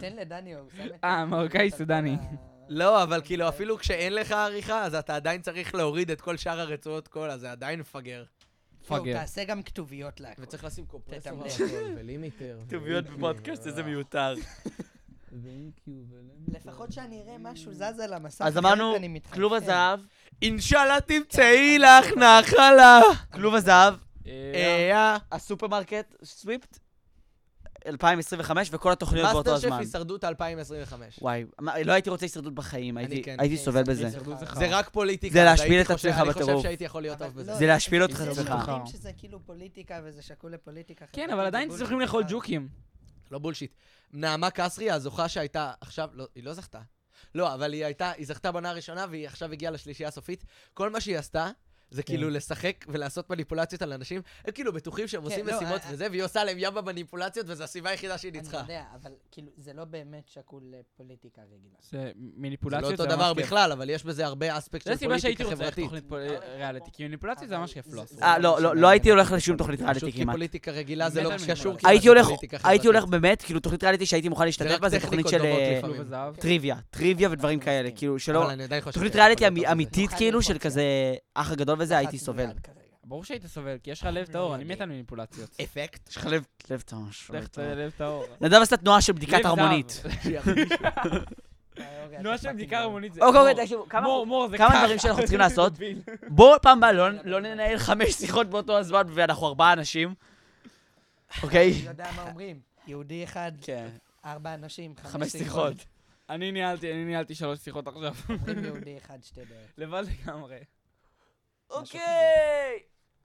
תן לדני הוא שם את
אה,
ה-
מרוקאי
את כל
סודני.
ה-
לא, אבל כאילו, אפילו כשאין לך עריכה, אז אתה עדיין צריך להוריד את כל שאר הרצועות קול, אז זה עדיין מפגר.
טוב,
פאגר.
תעשה גם כתוביות להכל.
וצריך לשים
תתמלל.
קופרסור על ולימיטר.
מיותר.
לפחות שאני אראה משהו זז על המסך.
אז
אחרת
אמרנו,
אני מתחרפן.
כלוב הזהב,
אינשאללה תמצאי לך נחלה.
כלוב הזהב,
אה,
אה,
הסופרמרקט, סוויפט, 2025, וכל התוכניות באותו
מאסטר שף
הזמן.
הישרדות 2025.
וואי, מה- לא הייתי רוצה הישרדות בחיים, הייתי-
כן.
הייתי
כן,
סובל
הישרדות
בזה.
זה
הישרדות זה חרא.
זה רק פוליטיקה.
זה
אז
להשפיל
הייתי
את
חושב-
עצמך
אני
בטירוף.
חושב שהייתי יכול להיות
אבל
טוב
לא,
בזה.
זה להשפיל אותך
זה
אתם
אצלך.
סליחה.
יודעים שזה כאילו פוליטיקה וזה שקול לפוליטיקה.
כן,
חברתית,
אבל עדיין
זה
צריכים
בולשיט.
לאכול ג'וקים.
לא בולשיט. נעמה קסרי, הזוכה שהייתה עכשיו, לא, היא לא זכתה. לא, אבל היא הייתה, היא זכתה בעונה הראשונה והיא עכשיו הגיעה לשלישייה הסופית. כל מה שהיא עשתה...
כן.
זה כאילו לשחק ולעשות מניפולציות על אנשים, הם כאילו בטוחים
כן,
שהם עושים
לא,
משימות
אה, אה.
וזה, והיא עושה עליהם ים במניפולציות, וזו הסיבה היחידה שהיא
אני
ניצחה.
יודע, אבל כאילו, זה לא באמת שקול לפוליטיקה רגילה.
זה
זה לא
מניפולציות,
אותו
זה ממש
דבר
כיף.
בכלל, אבל יש בזה הרבה אספקט
זה
של
הסיבה שהייתי
פוליטיקה
רוצה ללכת
חברתית.
תוכנית פול- ריאליטי, כי מניפולציות זה ממש כיף,
זה-
לא
זה-
אסור.
אה, לא, לא, לא הייתי הולך לשום תוכנית
פשוט
ריאליטי
כי
כמעט.
פוליטיקה רגילה זה לא
באמת אני
קשור
מניפולציה.
כמעט
הייתי הולך,
לפוליטיקה
הייתי
חברתית.
הולך באמת, כאילו תוכנית ריאליטי שהייתי מוכן
זה
להשתתף
רק
בה, זה תוכנית
טכניקות
של
דומות
אה,
לפעמים. אוקיי,
כלוב הזהב.
טריוויה, טריוויה ודברים
מסכים.
כאלה, כאילו שלא...
אבל אני עדיין חושב
תוכנית
שיכול
ריאליטי
להיות
אמי-
טוב בזה.
אמיתית
מוכן
כאילו,
ללחוץ
של
יד.
כזה אח הגדול וזה, הייתי
לחצנו
סובל.
יד כרגע.
ברור שהיית סובל, כי יש לך לב טהור, אני מת על מניפולציות.
אפקט.
יש לך לב, לב טהור. שואל
לך
אה, טהור.
לב טהור.
נדב עשתה תנועה של בדיקת
לב זהב.
הרמונית.
אה, אורי,
תנועה
אתה
של בדיקה
פאקינג
הרמונית זה...
אוקיי,
מור,
אוקיי, תקשיבו, כמה-
מור, מור, זה
כמה
ככה.
דברים שאנחנו צריכים
אתה
לעשות?
מבין?
בואו פעם הבאה לא- לא ננהל חמש שיחות באותו הזמן ואנחנו ארבעה אנשים. אוקיי?
אני יודע מה אומרים. יהודי אחד,
כן.
ארבע אנשים,
חמש שיחות.
אני ניהלתי, אני ניהלתי שלוש שיחות עכשיו.
אומרים יהודי אחד, שתי דעות.
לבד לגמרי.
אוקיי.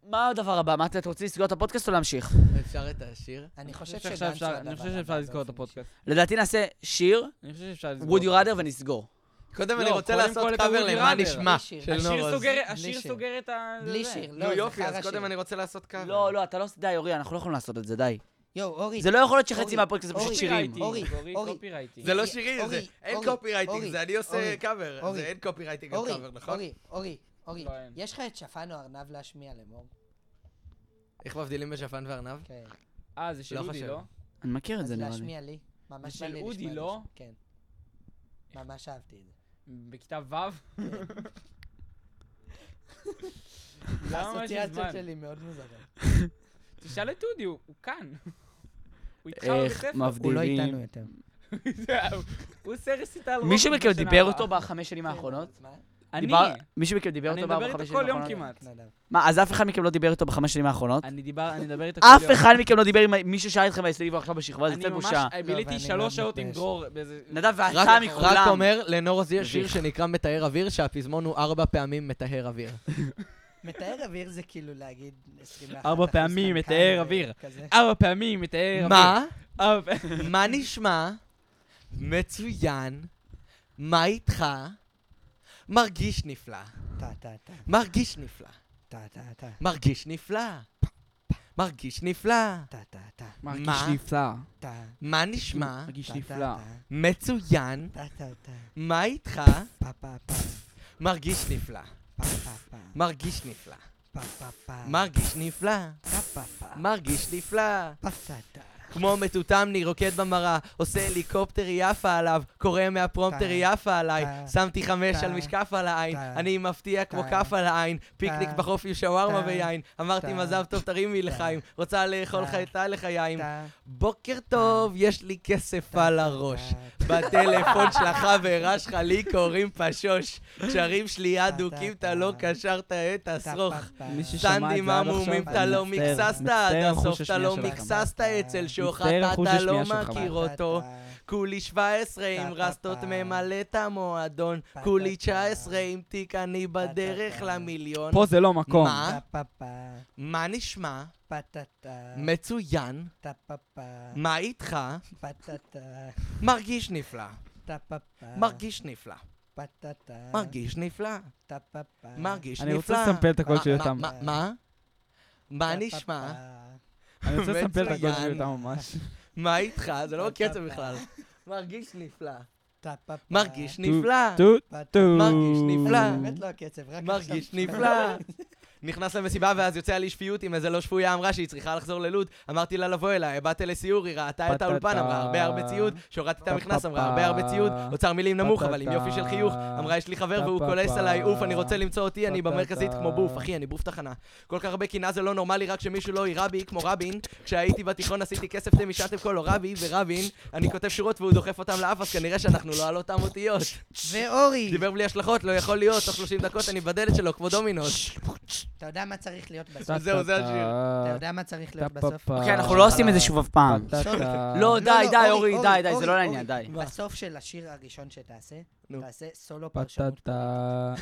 מה הדבר הבא? מה אתה אתה רוצה לסגור את הפודקאסט או להמשיך?
אפשר את השיר?
אני חושב
שעכשיו
שגנץ
אפשר-
הוא
אני
הדבר
חושב שאפשר
הבא
לזכור את
באופן אישי.
הפודקאסט.
לדעתי נעשה שיר,
אני חושב שאפשר לזכור.
would you rather ונסגור.
קודם
לא,
אני רוצה
קודם
לעשות
כל את
קאבר
הוודי
למה
ראדר.
נשמע
בלי שיר.
של
השיר
נורוז.
סוגר-
בלי
השיר
שיר.
סוגר את ה...
בלי
זה.
שיר, לא,
נו
זה
יופי,
חרא
אז
שיר.
קודם אני רוצה לעשות קאבר.
לא, לא, אתה לא עושה, די, אורי, אנחנו לא יכולים לעשות את זה, די.
יואו, אורי.
זה לא יכול להיות שחצי
אורי,
מהפודקאסט זה
אורי,
פשוט שירים.
קופירייטינג,
אורי,
אורי,
אורי.
קופירייטינג.
זה לא
אורי,
שירי, זה
אורי,
אין
אורי,
קופירייטינג,
אורי,
זה אני עושה
אורי,
קאבר.
אורי,
זה אין קופירייטינג על
אורי,
קאבר, נכון?
אורי, אורי, אורי,
לא, אין.
יש לך את שפן או ארנב להשמיע לאמור?
איך מבדילים בין שפן וארנב?
כן.
אה, זה של
לא
אודי,
חושב.
לא?
אני מכיר את
אז
כן, זה, נראה לי.
להשמיע לי. ממש
של
מעניין לשמוע
אודי,
את זה
לא?
שם, כן. ממש אהבתי את זה.
בכיתה ו'? למה יש לי
האסוציאציות
זמן?
שלי מאוד מוזרות.
תשאל את אודי, הוא הוא כאן. הוא איתך בבית
איך
ספר.
הוא לא איתנו
מבדילים.
יותר.
זהו, הוא עושה רסיטל רוק.
מישהו מכם
בשנה
דיבר
הבאה.
אותו בחמש שנים האחרונות?
אז מה?
כן. אני,
דיבר- מישהו מכם דיבר
אני
אותו ב- נכון. בחמש
מדבר
שנים
איתו
האחרונות?
כל יום כמעט.
נדב.
מה, אז אף אחד מכם לא דיבר איתו בחמש שנים האחרונות?
אני דיבר, אני מדבר איתו כל יום.
אף אחד מכם לא דיבר עם ה- מישהו שהיה איתכם ביסודי והוא עכשיו בשכבה, זה
אני
קצת
ממש
בושה.
ביליתי
ואני
שלוש
מאוד
שעות עם
מתבייש.
דרור באיזה...
נדב,
רק-
ואתה מכולם.
רק אומר, לנורוז יש שיר
מביך.
שנקרא מטהר אוויר, שהפזמון הוא ארבע פעמים מטהר אוויר.
מתאר אוויר זה כאילו להגיד 21
ארבע
אחוז
פעמים
חנקן
מתאר אוויר. אה!
וכזה.
ארבע פעמים מתאר...
מה?
ארבע פעמים.
מה נשמע? מצוין. מה איתך? מרגיש נפלא.
טה, טה, טה,
מרגיש נפלא.
טה, טה, טה,
מרגיש נפלא. מרגיש נפלא.
טה, טה, טה,
מרגיש
מה?
נפלא.
טה,
מה נשמע?
מרגיש
טה,
נפלא.
טה,
מצוין.
טה, טה, טה,
מה איתך?
פה, פה, פה,
מרגיש נפלא.
פה, פה, פה,
מרגיש נפלא.
פה, פה, פה,
מרגיש נפלא.
פה, פה, פה,
מרגיש נפלא.
פה, פה, טה.
כמו מטוטמני, רוקד במראה, עושה הליקופטר יפה עליו, קורא מהפרומטר
טה,
יפה עליי,
טה,
שמתי חמש
טה,
על משקף על העין,
טה,
אני מפתיע כמו
טה,
כף על העין, פיקניק
טה,
בחוף עם שווארמה
טה,
ויין, אמרתי
טה,
מזל טוב תרימי לחיים, רוצה לאכול
טה,
חייתה לחיים,
טה,
בוקר טוב, יש לי כסף
טה,
על
טה,
הראש.
טה,
בטלפון של החברה שלך, לי קוראים פשוש. קשרים שלי
טה,
אדוקים,
טה,
אתה לא
טה.
קשרת את
טה,
השרוך.
פה, פה.
מי ששמע את זה
סטנדים
עד עכשיו,
עמומים, אתה
אני
לא
מצטער.
מקססת
מצטער,
עד הסוף,
החוש
אתה
השמיעה
לא
שלך.
מקססת אצל שוחט,
מצטער, החוש
אתה לא
השמיעה שלך.
מכיר
פה, פה,
אותו.
פה.
כולי 17 עם
טה,
רסטות
טה.
ממלא את המועדון,
טה,
כולי
טה, טה.
19 עם תיק אני בדרך
טה.
למיליון.
פה זה לא מקום.
מה?
פה, פה, פה.
מה נשמע?
פה, טה, טה.
מצוין.
טה, פה, פה.
Mm.
מה איתך?
פה, טה, טה.
מרגיש נפלא.
טה, פה, פה.
מרגיש נפלא.
פה, טה, טה.
מרגיש נפלא.
טה, פה, פה.
מרגיש נפלא.
אני רוצה לסמפל את הקול של
מה-
יותם.
מה- מה? מה
פה, פה,
נשמע?
פה.
אני רוצה לסמפל את הקול של
מצוין.
יותם ממש.
מה איתך? זה לא בקצב בכלל. מרגיש נפלא.
טה, פה, פה.
מרגיש
פה,
נפלא.
טו
פה,
טו.
מרגיש נפלא.
זה באמת לא הקצב, רק
מרגיש
עכשיו-
נפלא. נכנס למסיבה ואז יוצא על אי שפיות עם איזה לא שפויה אמרה שהיא צריכה לחזור ללוד. אמרתי לה לבוא אליי, באת לסיור, היא ראתה את
פטטה.
האולפן, אמרה הרבה הרבה ציוד. שהורדתי את המכנס, אמרה הרבה הרבה ציוד.
פטטה.
אוצר מילים נמוך,
פטטה.
אבל עם יופי של חיוך. אמרה יש לי חבר והוא
פטטה.
כועס עליי, אוף, אני רוצה למצוא אותי, אני
פטטה.
במרכזית כמו בוף, אחי, אני בוף תחנה. כל כך הרבה קנאה זה לא נורמלי, רק שמישהו לא יירה בי כמו רבין. כשהייתי בתיכון עשיתי כסף אתם השעתם קולו רבי ורבין. אני כותב שורות והוא דוחף אותם לאף, אז כנראה שאנחנו לא על אותם אותיות.
ואורי,
דיבר בלי השלכות, לא יכול להיות, תוך 30 דקות אני בדלת שלו, כמו דומינוס.
אתה יודע מה צריך להיות בסוף?
טה,
זהו,
טה,
זה השיר.
טה.
אתה יודע מה צריך להיות
טה, פה,
בסוף?
פה.
אוקיי, אנחנו
אה,
לא עושים את זה שוב אף פעם.
אה, טה, טה, טה.
לא,
לא,
די,
לא,
די, אורי, די, די, זה לא
אורי,
לעניין,
אורי.
די.
בסוף של השיר הראשון שתעשה,
נו.
תעשה סולו פרשנות.
פטטה.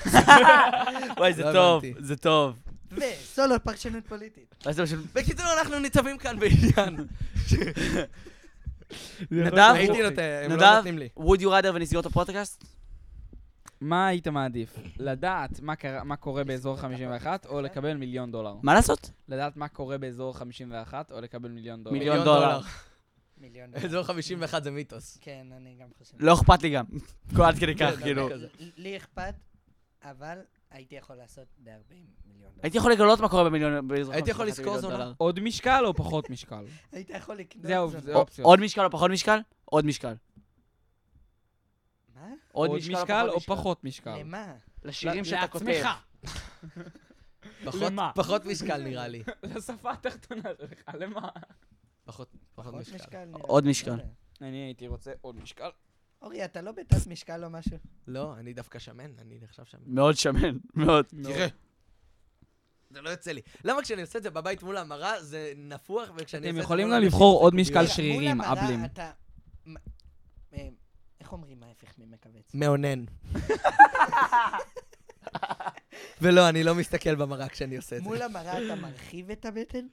וואי, זה
לא
טוב,
הבנתי.
זה טוב.
וסולו פרשנות פוליטית.
אז זה פשוט-
בקיצור, אנחנו ניצבים כאן בעניין.
נדב,
הייתי נותן, הם לא
נדב,
נותנים לי.
would you rather ונסגור את הפודקאסט?
מה היית מעדיף? לדעת מה קרה- מה קורה באזור 51 או לקבל מיליון דולר?
מה לעשות?
לדעת מה קורה באזור 51 או לקבל מיליון דולר?
מיליון דולר.
מיליון דולר.
אזור 51 לא, זה מיתוס.
כן, אני גם חושב.
לא אכפת לי גם. כל עד כדי כך,
כן,
כאילו.
אוקיי. כזה.
לי אכפת, אבל הייתי יכול לעשות ב-40 מיליון דולר.
הייתי יכול לגלות מה קורה במיליון... באזור
הייתי יכול
51
לזכור
מיליון
זונה.
דולר.
עוד משקל או פחות משקל?
היית יכול לקנות
זהו,
זאת.
זה
או-
אופציות.
עוד משקל או פחות משקל? עוד משקל.
מה?
עוד משקל או פחות משקל?
למה?
לשירים שאתה כותב.
פחות-
למה?
פחות משקל נראה לי.
לשפה התחתונה שלך, למה?
פחות פחות
פחות
משקל.
משקל. נראה
עוד
לי, לא
משקל.
יודע.
אני הייתי רוצה עוד משקל.
אורי, אתה לא בתת משקל או משהו?
לא, אני דווקא שמן, אני נחשב שמן.
מאוד שמן, מאוד.
תראה. זה לא יוצא לי. למה כשאני עושה את זה בבית מול המראה, זה נפוח, וכשאני עושה את זה...
אתם יכולים
מול
גם
המראה-
לבחור עוד
קל
משקל
רגע,
שרירים,
מול המראה
אבלים.
אתה- מ- אה, איך אומרים ההפך ממכווץ?
מאונן. ולא, אני לא מסתכל במראה כשאני עושה את זה.
מול המראה אתה מרחיב את הבטן?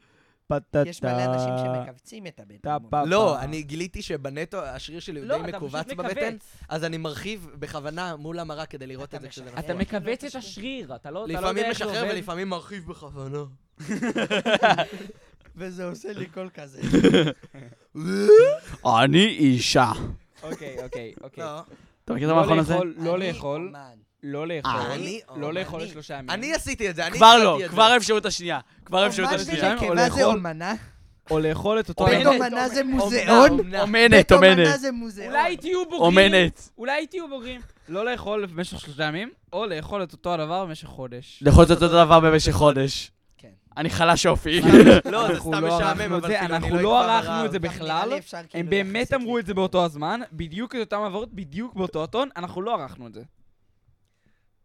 פטטה.
יש מלא אנשים שמכווצים את הבטן. מול-
טה-פה.
לא, אני גיליתי שבנטו השריר שלי הוא
לא,
די
אתה
מכווץ
פשוט
בבטן,
מכווץ.
אז אני מרחיב בכוונה מול המראה כדי לראות
אתה
את זה כשזה
משחרר.
נפוח.
אתה מכווץ את השריר, אתה לא אתה לא
לפעמים
יודע איך זה
משחרר
עובד.
ולפעמים מרחיב בכוונה.
וזה עושה לי קול כזה.
אני אישה.
אוקיי, אוקיי, אוקיי.
לא.
אתה מכיר את
לא
המערכון הזה?
לאכול, לא
אני
לאכול,
אומן.
לא לאכול,
אני
לא
אומן.
לאכול
אני-
לשלושה ימים.
אני עשיתי את זה, אני
כבר
התחלתי
לא,
את זה.
כבר האפשרות השנייה. כבר האפשרות
אומן
השנייה.
או
בנקבה זה
לאכול.
אומנה?
או לאכול את אותו...
או
הילד.
פתאום
פתאום מנה זה
מוזיאון?
מוזיאון?
אומנת,
פתאום מנה
אומנת.
זה מוזיאון.
אולי תהיו בוגרים.
אומנת.
אולי תהיו בוגרים. לא לאכול במשך שלושה ימים, או לאכול את אותו הדבר במשך חודש.
לאכול את אותו דבר במשך חודש.
כן.
אני חלש אופי.
לא, זה
אנחנו
סתם
לא
משעמם,
ערכנו את
אבל
זה,
כאילו,
אנחנו
אני
לא
אקבע
ערכנו
רעב.
את זה
גם נראה לי
בכלל.
אפשר כאילו
הם באמת
יחסית
אמרו את זה באותו הזמן, בדיוק את אותם עברות, בדיוק באותו הטון, אנחנו לא ערכנו את זה.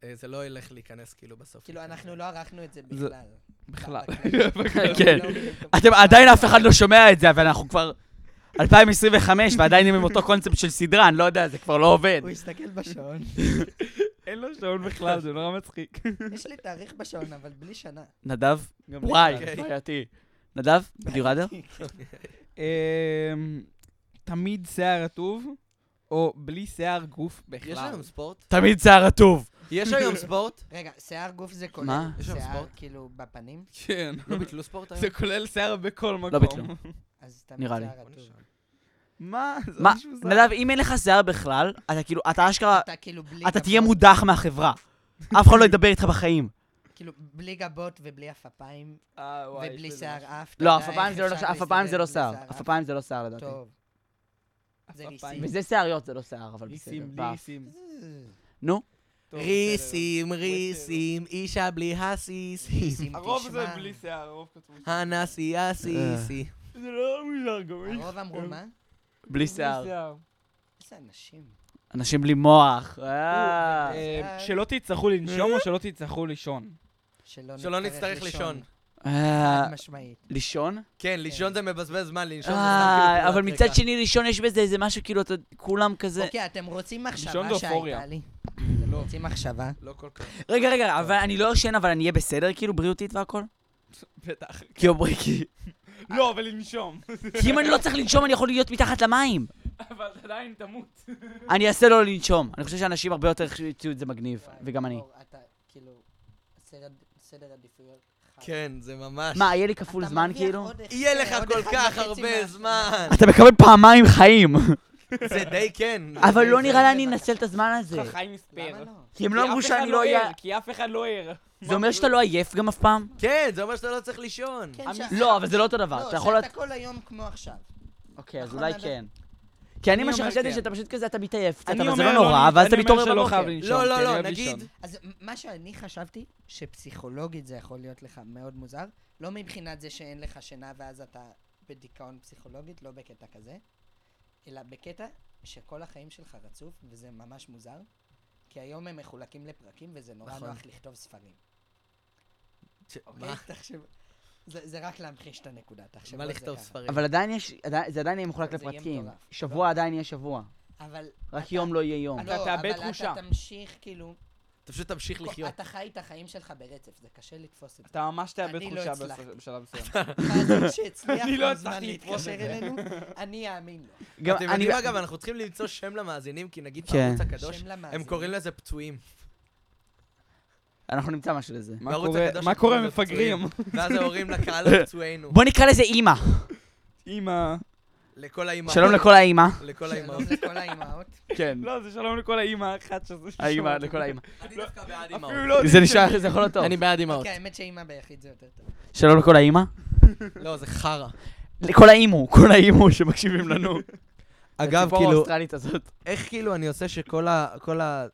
אה, זה לא ילך להיכנס כאילו בסוף.
כאילו, אנחנו לא ערכנו את זה
זה-
בכלל. לא
בכלל.
כן. אתם עדיין אף אחד לא שומע את זה, אבל אנחנו כבר 2025 ועדיין הם עם אותו קונספט של סדרה, אני לא יודע, זה כבר לא עובד.
הוא הסתכל בשעון.
אין לו שעון בכלל, זה נורא מצחיק.
יש לי תאריך בשעון, אבל בלי שנה.
נדב?
גם לי
וואי,
ככה.
בעייתי. נדב? בדיורדר?
אמ, תמיד שיער רטוב, או בלי שיער גוף בכלל.
יש היום ספורט?
תמיד שיער רטוב.
יש היום ספורט?
רגע, שיער גוף זה כולל?
מה?
יש שם
שיער
ספורט?
כאילו בפנים?
כן.
לא ביטלו ספורט היום?
זה כולל שיער בכל מקום.
ביטלו.
אז אתה
נראה לי.
בוא נשאל.
מה? זה
מה?
משהו זר.
נדב, אם אין לך שיער בכלל, אתה כאילו, אתה אשכרה,
אתה כאילו בלי
אתה תהיה
גבות,
מודח מהחברה. אף אחד לא ידבר איתך בחיים.
כאילו בלי גבות ובלי עפפיים
אה, וואי, יש
ובלי
בזה משהו.
שיער אף. אתה
לא,
יודע
עפפיים
אה, איך
זה לא
אפשר
עפפיים זה לא
להסתדר
שיער.
בלי אף?
עפפיים זה לא שיער לדעתי.
טוב. זה
עפפיים.
ניסים.
וזה שיעריות זה לא שיער, אבל בסדר.
ריסים,
באף.
ריסים.
נו,
טוב,
ריסים, ריסים, אישה בלי הסיסי.
בסדר.
ניסים,
הרוב זה
תשמע.
בלי שיער, הרוב כתבו.
אה?
הנשיא הסיסי.
זה לא מוזר גם.
הרוב אמרו מה?
בלי אה, שיער.
איזה אנשים.
אנשים בלי מוח. אה.
אה, שלא תצטרכו לנשום או שלא תצטרכו לישון.
שלא נצטרך לישון.
אה,
חד משמעית.
לישון?
כן, לישון זה מבזבז זמן, לנשום זה סתם כאילו
אה,
פעולת
אבל מצד
רקע.
שני, לישון יש בזה איזה משהו כאילו, אתה- כולם כזה...
אוקיי, אתם רוצים מחשבה
לישון זה אופוריה.
שהייתה לי? אתם רוצים מחשבה?
לא כל כך.
רגע, רגע, אבל אני לא ישן, אבל אני אהיה בסדר כאילו, בריאותית והכל?
בטח.
כי אומרים, כי-
לא, אבל לנשום.
כי אם אני לא צריך לנשום, אני יכול להיות מתחת למים.
אבל עדיין תמות.
אני אעשה לא לנשום. אני חושב שאנשים הרבה יותר ימצאו את זה מגניב, וגם אני.
אור, אתה כאילו, סדר- סדר עדיפויות. חד.
כן, זה ממש.
מה, יהיה לי כפול
אתה
זמן
מרוויח
כאילו?
עוד אחד-
יהיה לך
עוד
כל
אחד
כך
וחצי
הרבה
מה-
זמן.
אתה מקבל פעמיים חיים.
זה די כן.
אבל
זה
לא
די
נראה לי אני
זה-
אנצל את הזמן הזה.
חיים
למה
הספייר.
לא?
כי הם לא אמרו שאני לא אהיה...
כי אף אחד לא ער.
זה אומר שאתה לא עייף גם אף פעם?
זה. כן, זה אומר שאתה לא צריך לישון.
כן, ש-
לא, אבל זה לא אותו דבר.
לא,
אתה יכול...
שאתה כל היום כמו עכשיו.
אוקיי, אז
נכון,
אולי
אבל-
כן. כי אני
אני
מה
אומר
שחשבתי
כן.
שאתה פשוט כזה, אתה מתעייף קצת,
אני
אבל זה
אומר
לא נורא,
לנ-
ואז אתה אוקיי. מתעורר
אני אומר שלא כן. חייב
בבוקר.
לנשום.
לא,
כי
לא,
אני
לא,
אוהב
נגיד,
לישון.
אז מ- מה שאני חשבתי, שפסיכולוגית זה יכול להיות לך מאוד מוזר, לא מבחינת זה שאין לך שינה ואז אתה בדיכאון פסיכולוגית, לא בקטע כזה, אלא בקטע שכל החיים שלך רצוף, וזה ממש מוזר, כי היום הם מחולקים לפרקים וזה נורא
נכון.
נוח לכתוב ספרים.
ש-
אוקיי?
מה?
תחשב... זה זה רק להמחיש את הנקודה, תחשבו
מה
על זה
לכתוב
ככה.
ספרים?
אבל עדיין יש, עדיין- זה עדיין יהיה מחולק
זה יהיה
לפרקים.
מטורף.
שבוע עדיין יהיה שבוע.
אבל...
רק
אתה-
יום לא יהיה יום.
לא,
אתה תאבד
אבל
תחושה.
אתה תמשיך, כאילו...
אתה פשוט תמשיך לחיות.
לא, אתה חי את החיים שלך ברצף, זה קשה לתפוס את זה.
אתה ממש תאבד
אני לא
חושה
הצלחתי.
בס- בשלב מסוים.
מאזין שהצליח
אני לא
מזמן
הצלחתי לתפוס
להתקשר
את זה.
אלינו, אני אאמין לו.
גם
אתם
אני...
יודעים, אגב, אנחנו צריכים למצוא שם למאזינים, כי נגיד
כן.
בערוץ הקדוש,
שם למאזין.
הם קוראים לזה פצועים.
אנחנו נמצא משהו לזה.
מה
בערוץ
קורה-
הקדוש
מה
הם
קורה
קוראים לזה
מפגרים?
ואז ההורים לקהל פצועינו.
בוא נקרא לזה אימא.
אמא.
לכל האימהות.
שלום לכל האימא.
לכל
שלום
האימהות.
לכל האימהות.
כן.
לא, זה שלום לכל האמא האחת שזה...
האימא, לכל האימא.
אני דווקא בעד אימהות.
אפילו לא יודעים
זה נשאר, זה יכול להיות טוב.
בעד אימהות.
אוקיי, האמת שאימא ביחיד זה יותר טוב.
שלום לכל האימא.
לא, זה חרא.
לכל האימו, כל האימו שמקשיבים לנו.
אגב,
הציפור
כאילו,
האוסטרלית הזאת.
איך כאילו אני עושה שכל ה... כל ה...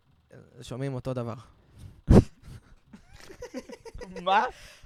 שומעים אותו דבר.
מה?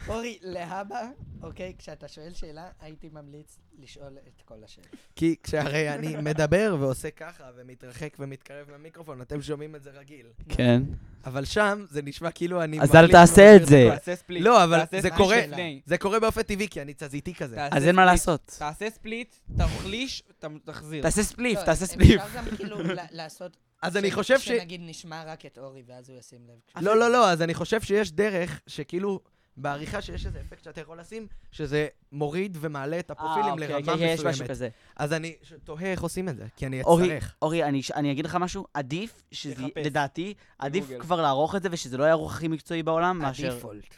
אורי, להבא, אוקיי, כשאתה שואל שאלה, הייתי ממליץ לשאול את כל השאלות.
כי כשהרי אני מדבר ועושה ככה, ומתרחק ומתקרב למיקרופון, אתם שומעים את זה רגיל.
כן.
אבל שם זה נשמע כאילו אני...
אז אל
מחליט
תעשה
משהו
את זה.
לבד.
תעשה ספליט.
לא, אבל
תעשה
זה
ספליט
קורה.
לפני.
זה קורה באופן טבעי, כי אני תזזיתי כזה.
תעשה
אז אין מה
ספליט.
לעשות.
תעשה ספליט, תחליש, ת- תחזיר.
תעשה ספליף,
לא,
תעשה
אפשר
ספליף.
גם כאילו ל- לעשות...
אז אני
ש-
חושב ש...
שנגיד נשמע רק את אורי, ואז הוא ישים לב. כשהוא-
לא, לא, לא, אז אני חושב שיש דרך שכאילו... בעריכה שיש איזה אפקט שאתה יכול לשים, שזה מוריד ומעלה את הפרופילים לרמה
אה, אוקיי, יש משהו
מסוימת.
כזה.
אז אני ש- תוהה איך עושים את זה, כי אני
אורי,
אצטרך.
אורי, אני אש- אני אגיד לך משהו, עדיף שזה,
תחפש.
לדעתי, עדיף
בגוגל.
כבר לערוך את זה ושזה לא יהיה הערוך הכי מקצועי בעולם, מאשר,
הדיפולט.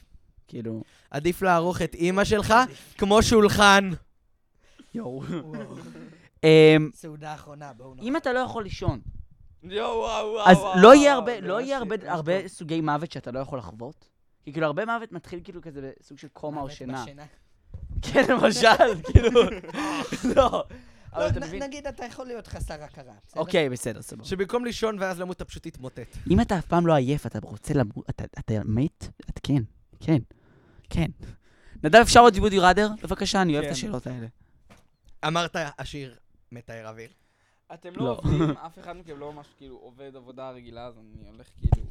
כאילו,
עדיף לערוך את אימא שלך כמו שולחן.
יואו.
וואו.
נכון.
אמ,
סעודה אחרונה, בואו נאמר.
אם אתה לא יכול לישון,
יואו, וואו, וואו.
אז
וואו,
לא
וואו,
יהיה הרבה,
זה
לא
ממש-
יהיה הרבה-
ממש
הרבה
טוב.
סוגי מוות שאתה לא יכול לחוות. כי כאילו, הרבה מוות מתחיל כאילו כזה בסוג של קומה או שינה. כן, למשל, כאילו, לא. אבל
לא,
אתה
נ-
מבין?
נגיד אתה יכול להיות חסר הכרה. בסדר?
אוקיי, בסדר, סבבה.
שבמקום לישון ואז למות אתה פשוט תתמוטט.
אם אתה אף פעם לא עייף, אתה רוצה למות, אתה, אתה מת? אתה כן, כן, כן. נדב, אפשר עוד דיבודי ראדר? בבקשה, אני אוהב את
כן.
השאלות האלה.
אמרת השיר מתאר אוויר.
אתם
לא.
לא עובדים, אף אחד מכם לא ממש כאילו עובד עבודה רגילה, אז אני הולך כאילו...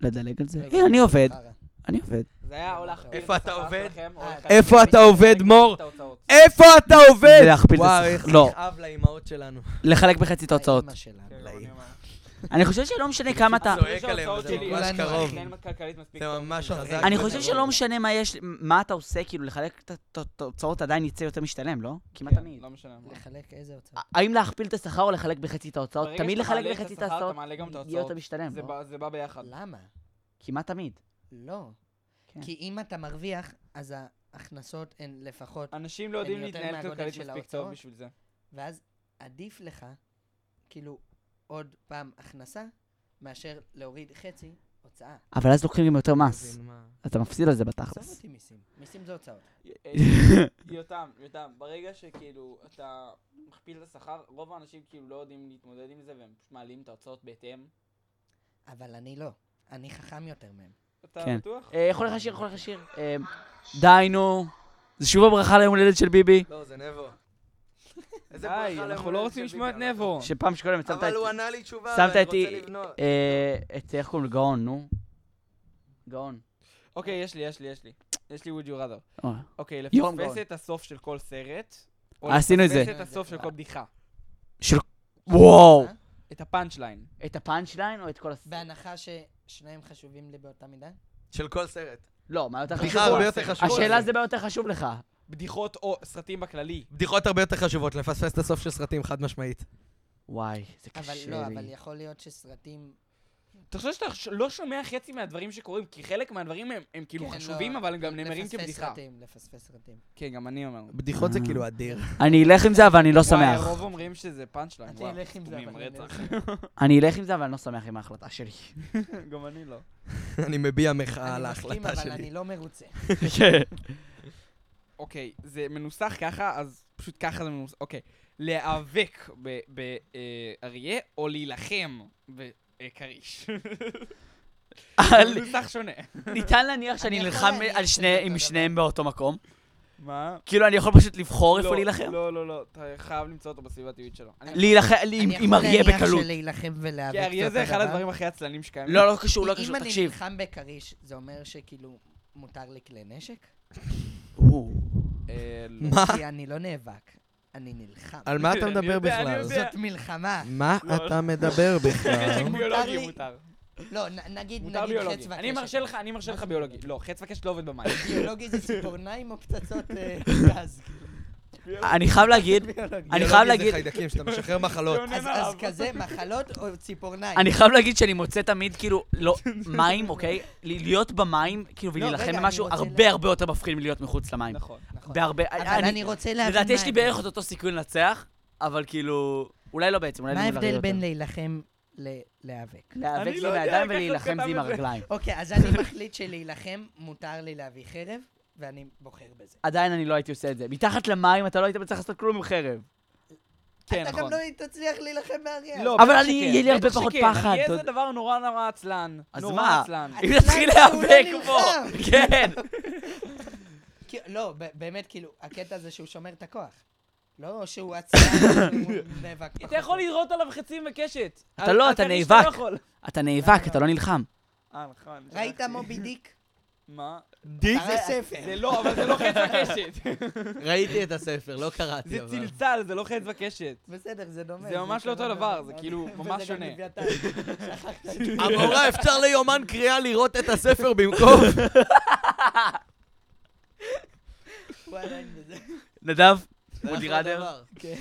לדלג על זה.
רגע,
אה, אני עובד,
חרא.
אני עובד.
זה היה או להכפיל
איפה
את
אתה
השכר
עובד?
שלכם, או
אה,
לחלק
איפה
את
אתה
זה
עובד,
ולהכפיל
מור?
את ההוצאות.
אה!
איפה אתה עובד?
להכפיל את
וואו,
השכר.
איך
לא,
נכאב לאימהות שלנו.
לחלק בחצי את ההוצאות.
האמא שלנו.
כן, אבל אני אומר.
אני חושב שלא משנה כמה אתה...
צועק עליהם,
ההוצאות
זה
שלי,
ממש
אני
קרוב.
מתנהל כלכלית מספיק
זה
טוב
ממש
בשביל זה.
חזק.
אני חושב שלא משנה מה יש, מה אתה עושה, כאילו, לחלק את הת- את ההוצאות עדיין יצא יותר משתלם, לא? כמעט
כן,
תמיד.
לא משנה. מה.
לחלק איזה הוצאה.
האם להכפיל את השכר או לחלק בחצי את ההוצאות?
ברגע
תמיד
שאתה
לחלק
מעלה
בחצי את
השכר, אתה
ההוצאות
מעלה גם את
יהיה יותר
ההוצאות.
משתלם,
זה
לא?
בא- זה בא ביחד.
למה?
כמעט תמיד.
לא.
כן.
כי אם אתה מרוויח, אז ההכנסות הן לפחות,
אנשים לא יודעים
אני יותר
להתנהל
מהגודל
כלכלית
של
מספיק
ההוצאות.
טוב בשביל זה.
ואז עדיף לך, כאילו, עוד פעם הכנסה, מאשר להוריד חצי הוצאה.
אבל אז לוקחים גם יותר מס.
מבין מה.
אתה מפסיד על זה
עזוב
בתכלס.
אותי מיסים. מיסים זה הוצאות.
אה, יותם, יותם, ברגע שכאילו אתה מכפיל את השכר, רוב האנשים כאילו לא יודעים להתמודד עם זה והם פשוט מעלים את ההוצאות בהתאם.
אבל אני לא. אני חכם יותר מהם.
אתה
כן.
בטוח?
אה, יכול לך שיר, יכול לך שיר. אה, די נו. זה שוב הברכה ליום הולדת של ביבי.
לא, זה נבו. איזה ברכה
די,
ליום
אנחנו לא
הולדת
רוצים
של
לשמוע
נכון.
את
ביבי, אבל-
נבו.
שפעם שקודם שמת
אבל הוא
את...
ענה לי תשובה,
שמת
ואני
איתי-
רוצה לבנות.
אה, את איך קוראים לו? גאון, נו. גאון.
אוקיי, יש לי, יש לי, יש לי. יש לי would you rather.
אוי.
אוקיי,
יורם
לפספס
גאון.
את הסוף של כל סרט. או
אה, עשינו את זה.
לפספס את הסוף של כל בדיחה.
של... וואו.
אה?
את הפאנצ' ליין.
את הפאנצ' ליין או את כל הס...
בהנחה ששניהם חשובים לי באותה מידה?
של כל סרט.
לא, מה יותר חשוב?
בדיחה הרבה יותר
הסרט.
חשובה.
השאלה זה מה יותר חשוב לך.
בדיחות או סרטים בכללי.
בדיחות הרבה יותר חשובות, לפספס את הסוף של סרטים, חד משמעית.
וואי, זה
אבל
קשה
לא, אבל
לי.
יכול להיות שסרטים...
אתה חושב שאתה ש- לא שומע חצי מהדברים שקורים, כי חלק מהדברים הם- הם כאילו
כן, לא,
חשובים, אבל הם גם נאמרים
לפספס
כבדיחה.
סרטים, לפספס סרטים.
כן, גם אני אומר.
בדיחות זה
אה.
כאילו אדיר.
אני אלך עם זה, אבל אני לא
וואי,
שמח.
הרוב אומרים שזה פאנצ' ליין.
אני אלך עם זה, אבל אני אלך
אני אלך עם זה, אבל אני לא שמח עם ההחלטה שלי.
גם אני לא.
אני מביע מחאה על
אני מסכים,
ההחלטה
אבל
שלי.
אני לא מרוצה.
אוקיי, זה מנוסח ככה, אז פשוט ככה זה מנוסח. אוקיי. להיאבק באריה, או להילחם בכריש.
אל-
מנוסח שונה.
ניתן להניח שאני
יכול
נלחם
להניח
על
שזה
שני-
אותו
עם
דבר.
שניהם באותו מקום.
מה?
כאילו, אני יכול פשוט לבחור איפה
לא,
להילחם?
לא, לא, לא. אתה חייב למצוא אותו בסביבה הטבעית שלו. אני-
להילחם עם- עם אריה
אני יכול
בקלות.
להניח שלהילחם ולהיאבק
כי אריה זה אחד הדברים הכי עצלנים שקיימים.
לא, לא קשור, לא קשור,
אם אני
תקשיב.
נלחם בכריש, זה אומר שכאילו מותר לי כלי נשק?
וואו.
אה, לא.
מה?
כי אני לא נאבק, אני נלחם.
על מה אתה
אני
מדבר
יודע, אני
בכלל?
יודע.
זאת מלחמה.
מה
לא.
אתה מדבר בכלל?
נשק
מותר לי-
ביולוגי כן, מותר.
לא, נ- נגיד, נגיד
מותר
חץ
ביולוגי.
וקשת.
אני מרשה לך, אני מרשה
מה
לך
זה
ביולוגי. לא, חץ וקשת לא עובד במים.
ביולוגי זה ציפורניים או פצצות אה, גז?
אני חייב להגיד,
ביולוגי.
אני
ביולוגי
חייב להגיד-
זה חיידקים שאתה משחרר מחלות.
יונה.
אז אז כזה מחלות או ציפורניים?
אני חייב להגיד שאני מוצא תמיד, כאילו, לא, מים, אוקיי? ל- להיות במים, כאילו,
לא, רגע,
ולהילחם
אני
במשהו
רוצה
הרבה
לה-
הרבה יותר מפחיד מלהיות מחוץ למים.
נכון.
נכון.
בהרבה...
אבל אני רוצה להבין
לדעתי יש לי
ההבדל.
בערך את אותו סיכוי לנצח, אבל כאילו... אולי לא בעצם, אולי
מה
אני מבריא
ההבדל
יותר.
בין להילחם ללהיאבק?
להיאבק
אני
זה
לא
עם
יודע איך לעשות
הידיים ולהילחם זה עם
כתב את זה.
הרגליים.
אוקיי, אז אני מחליט שלהילחם מותר לי להביא חרב, ואני בוחר בזה.
עדיין אני לא הייתי עושה את זה. מתחת למים אתה לא היית צריך לעשות כלום עם חרב.
כן,
אתה
נכון.
גם לא תצליח להילחם באריה.
לא,
אבל
בטח
אני-
שכן,
יהיה לי הרבה
בטח
פחות
שכן.
פחד,
אריה
אתה
זה דבר נורא נורא עצלן.
אז
נורא
מה?
עצלן.
אם תתחיל
הוא לא
להיאבק
נלחם.
בו. כן.
כי- לא, ב- באמת, כאילו, הקטע זה שהוא שומר את הכוח. לא שהוא עצלן, הוא נאבק.
אתה יכול לראות עליו חצים וקשת.
אתה
על-
לא,
על
אתה
כריש אתה לא
נאבק.
יכול.
אתה נאבק, אתה לא נלחם.
אה, נכון.
ראית
שכחתי.
מובי דיק?
מה?
דיק?
זה ספר.
זה לא, אבל זה לא חץ וקשת.
ראיתי את הספר, לא קראתי.
זה
אבל.
צלצל, זה לא חץ וקשת.
בסדר, זה דומה.
זה ממש לא אותו
כזה
דבר,
דומה. אוקיי.
זה כאילו
וזה
ממש
גם
שונה.
לוויתן. שכחת את
המורה, אפשר ליומן קריאה לראות את הספר במקום?
הוא עדיין בזה.
נדב?
זה
מודי
אחלה
ראדר?
דבר. זה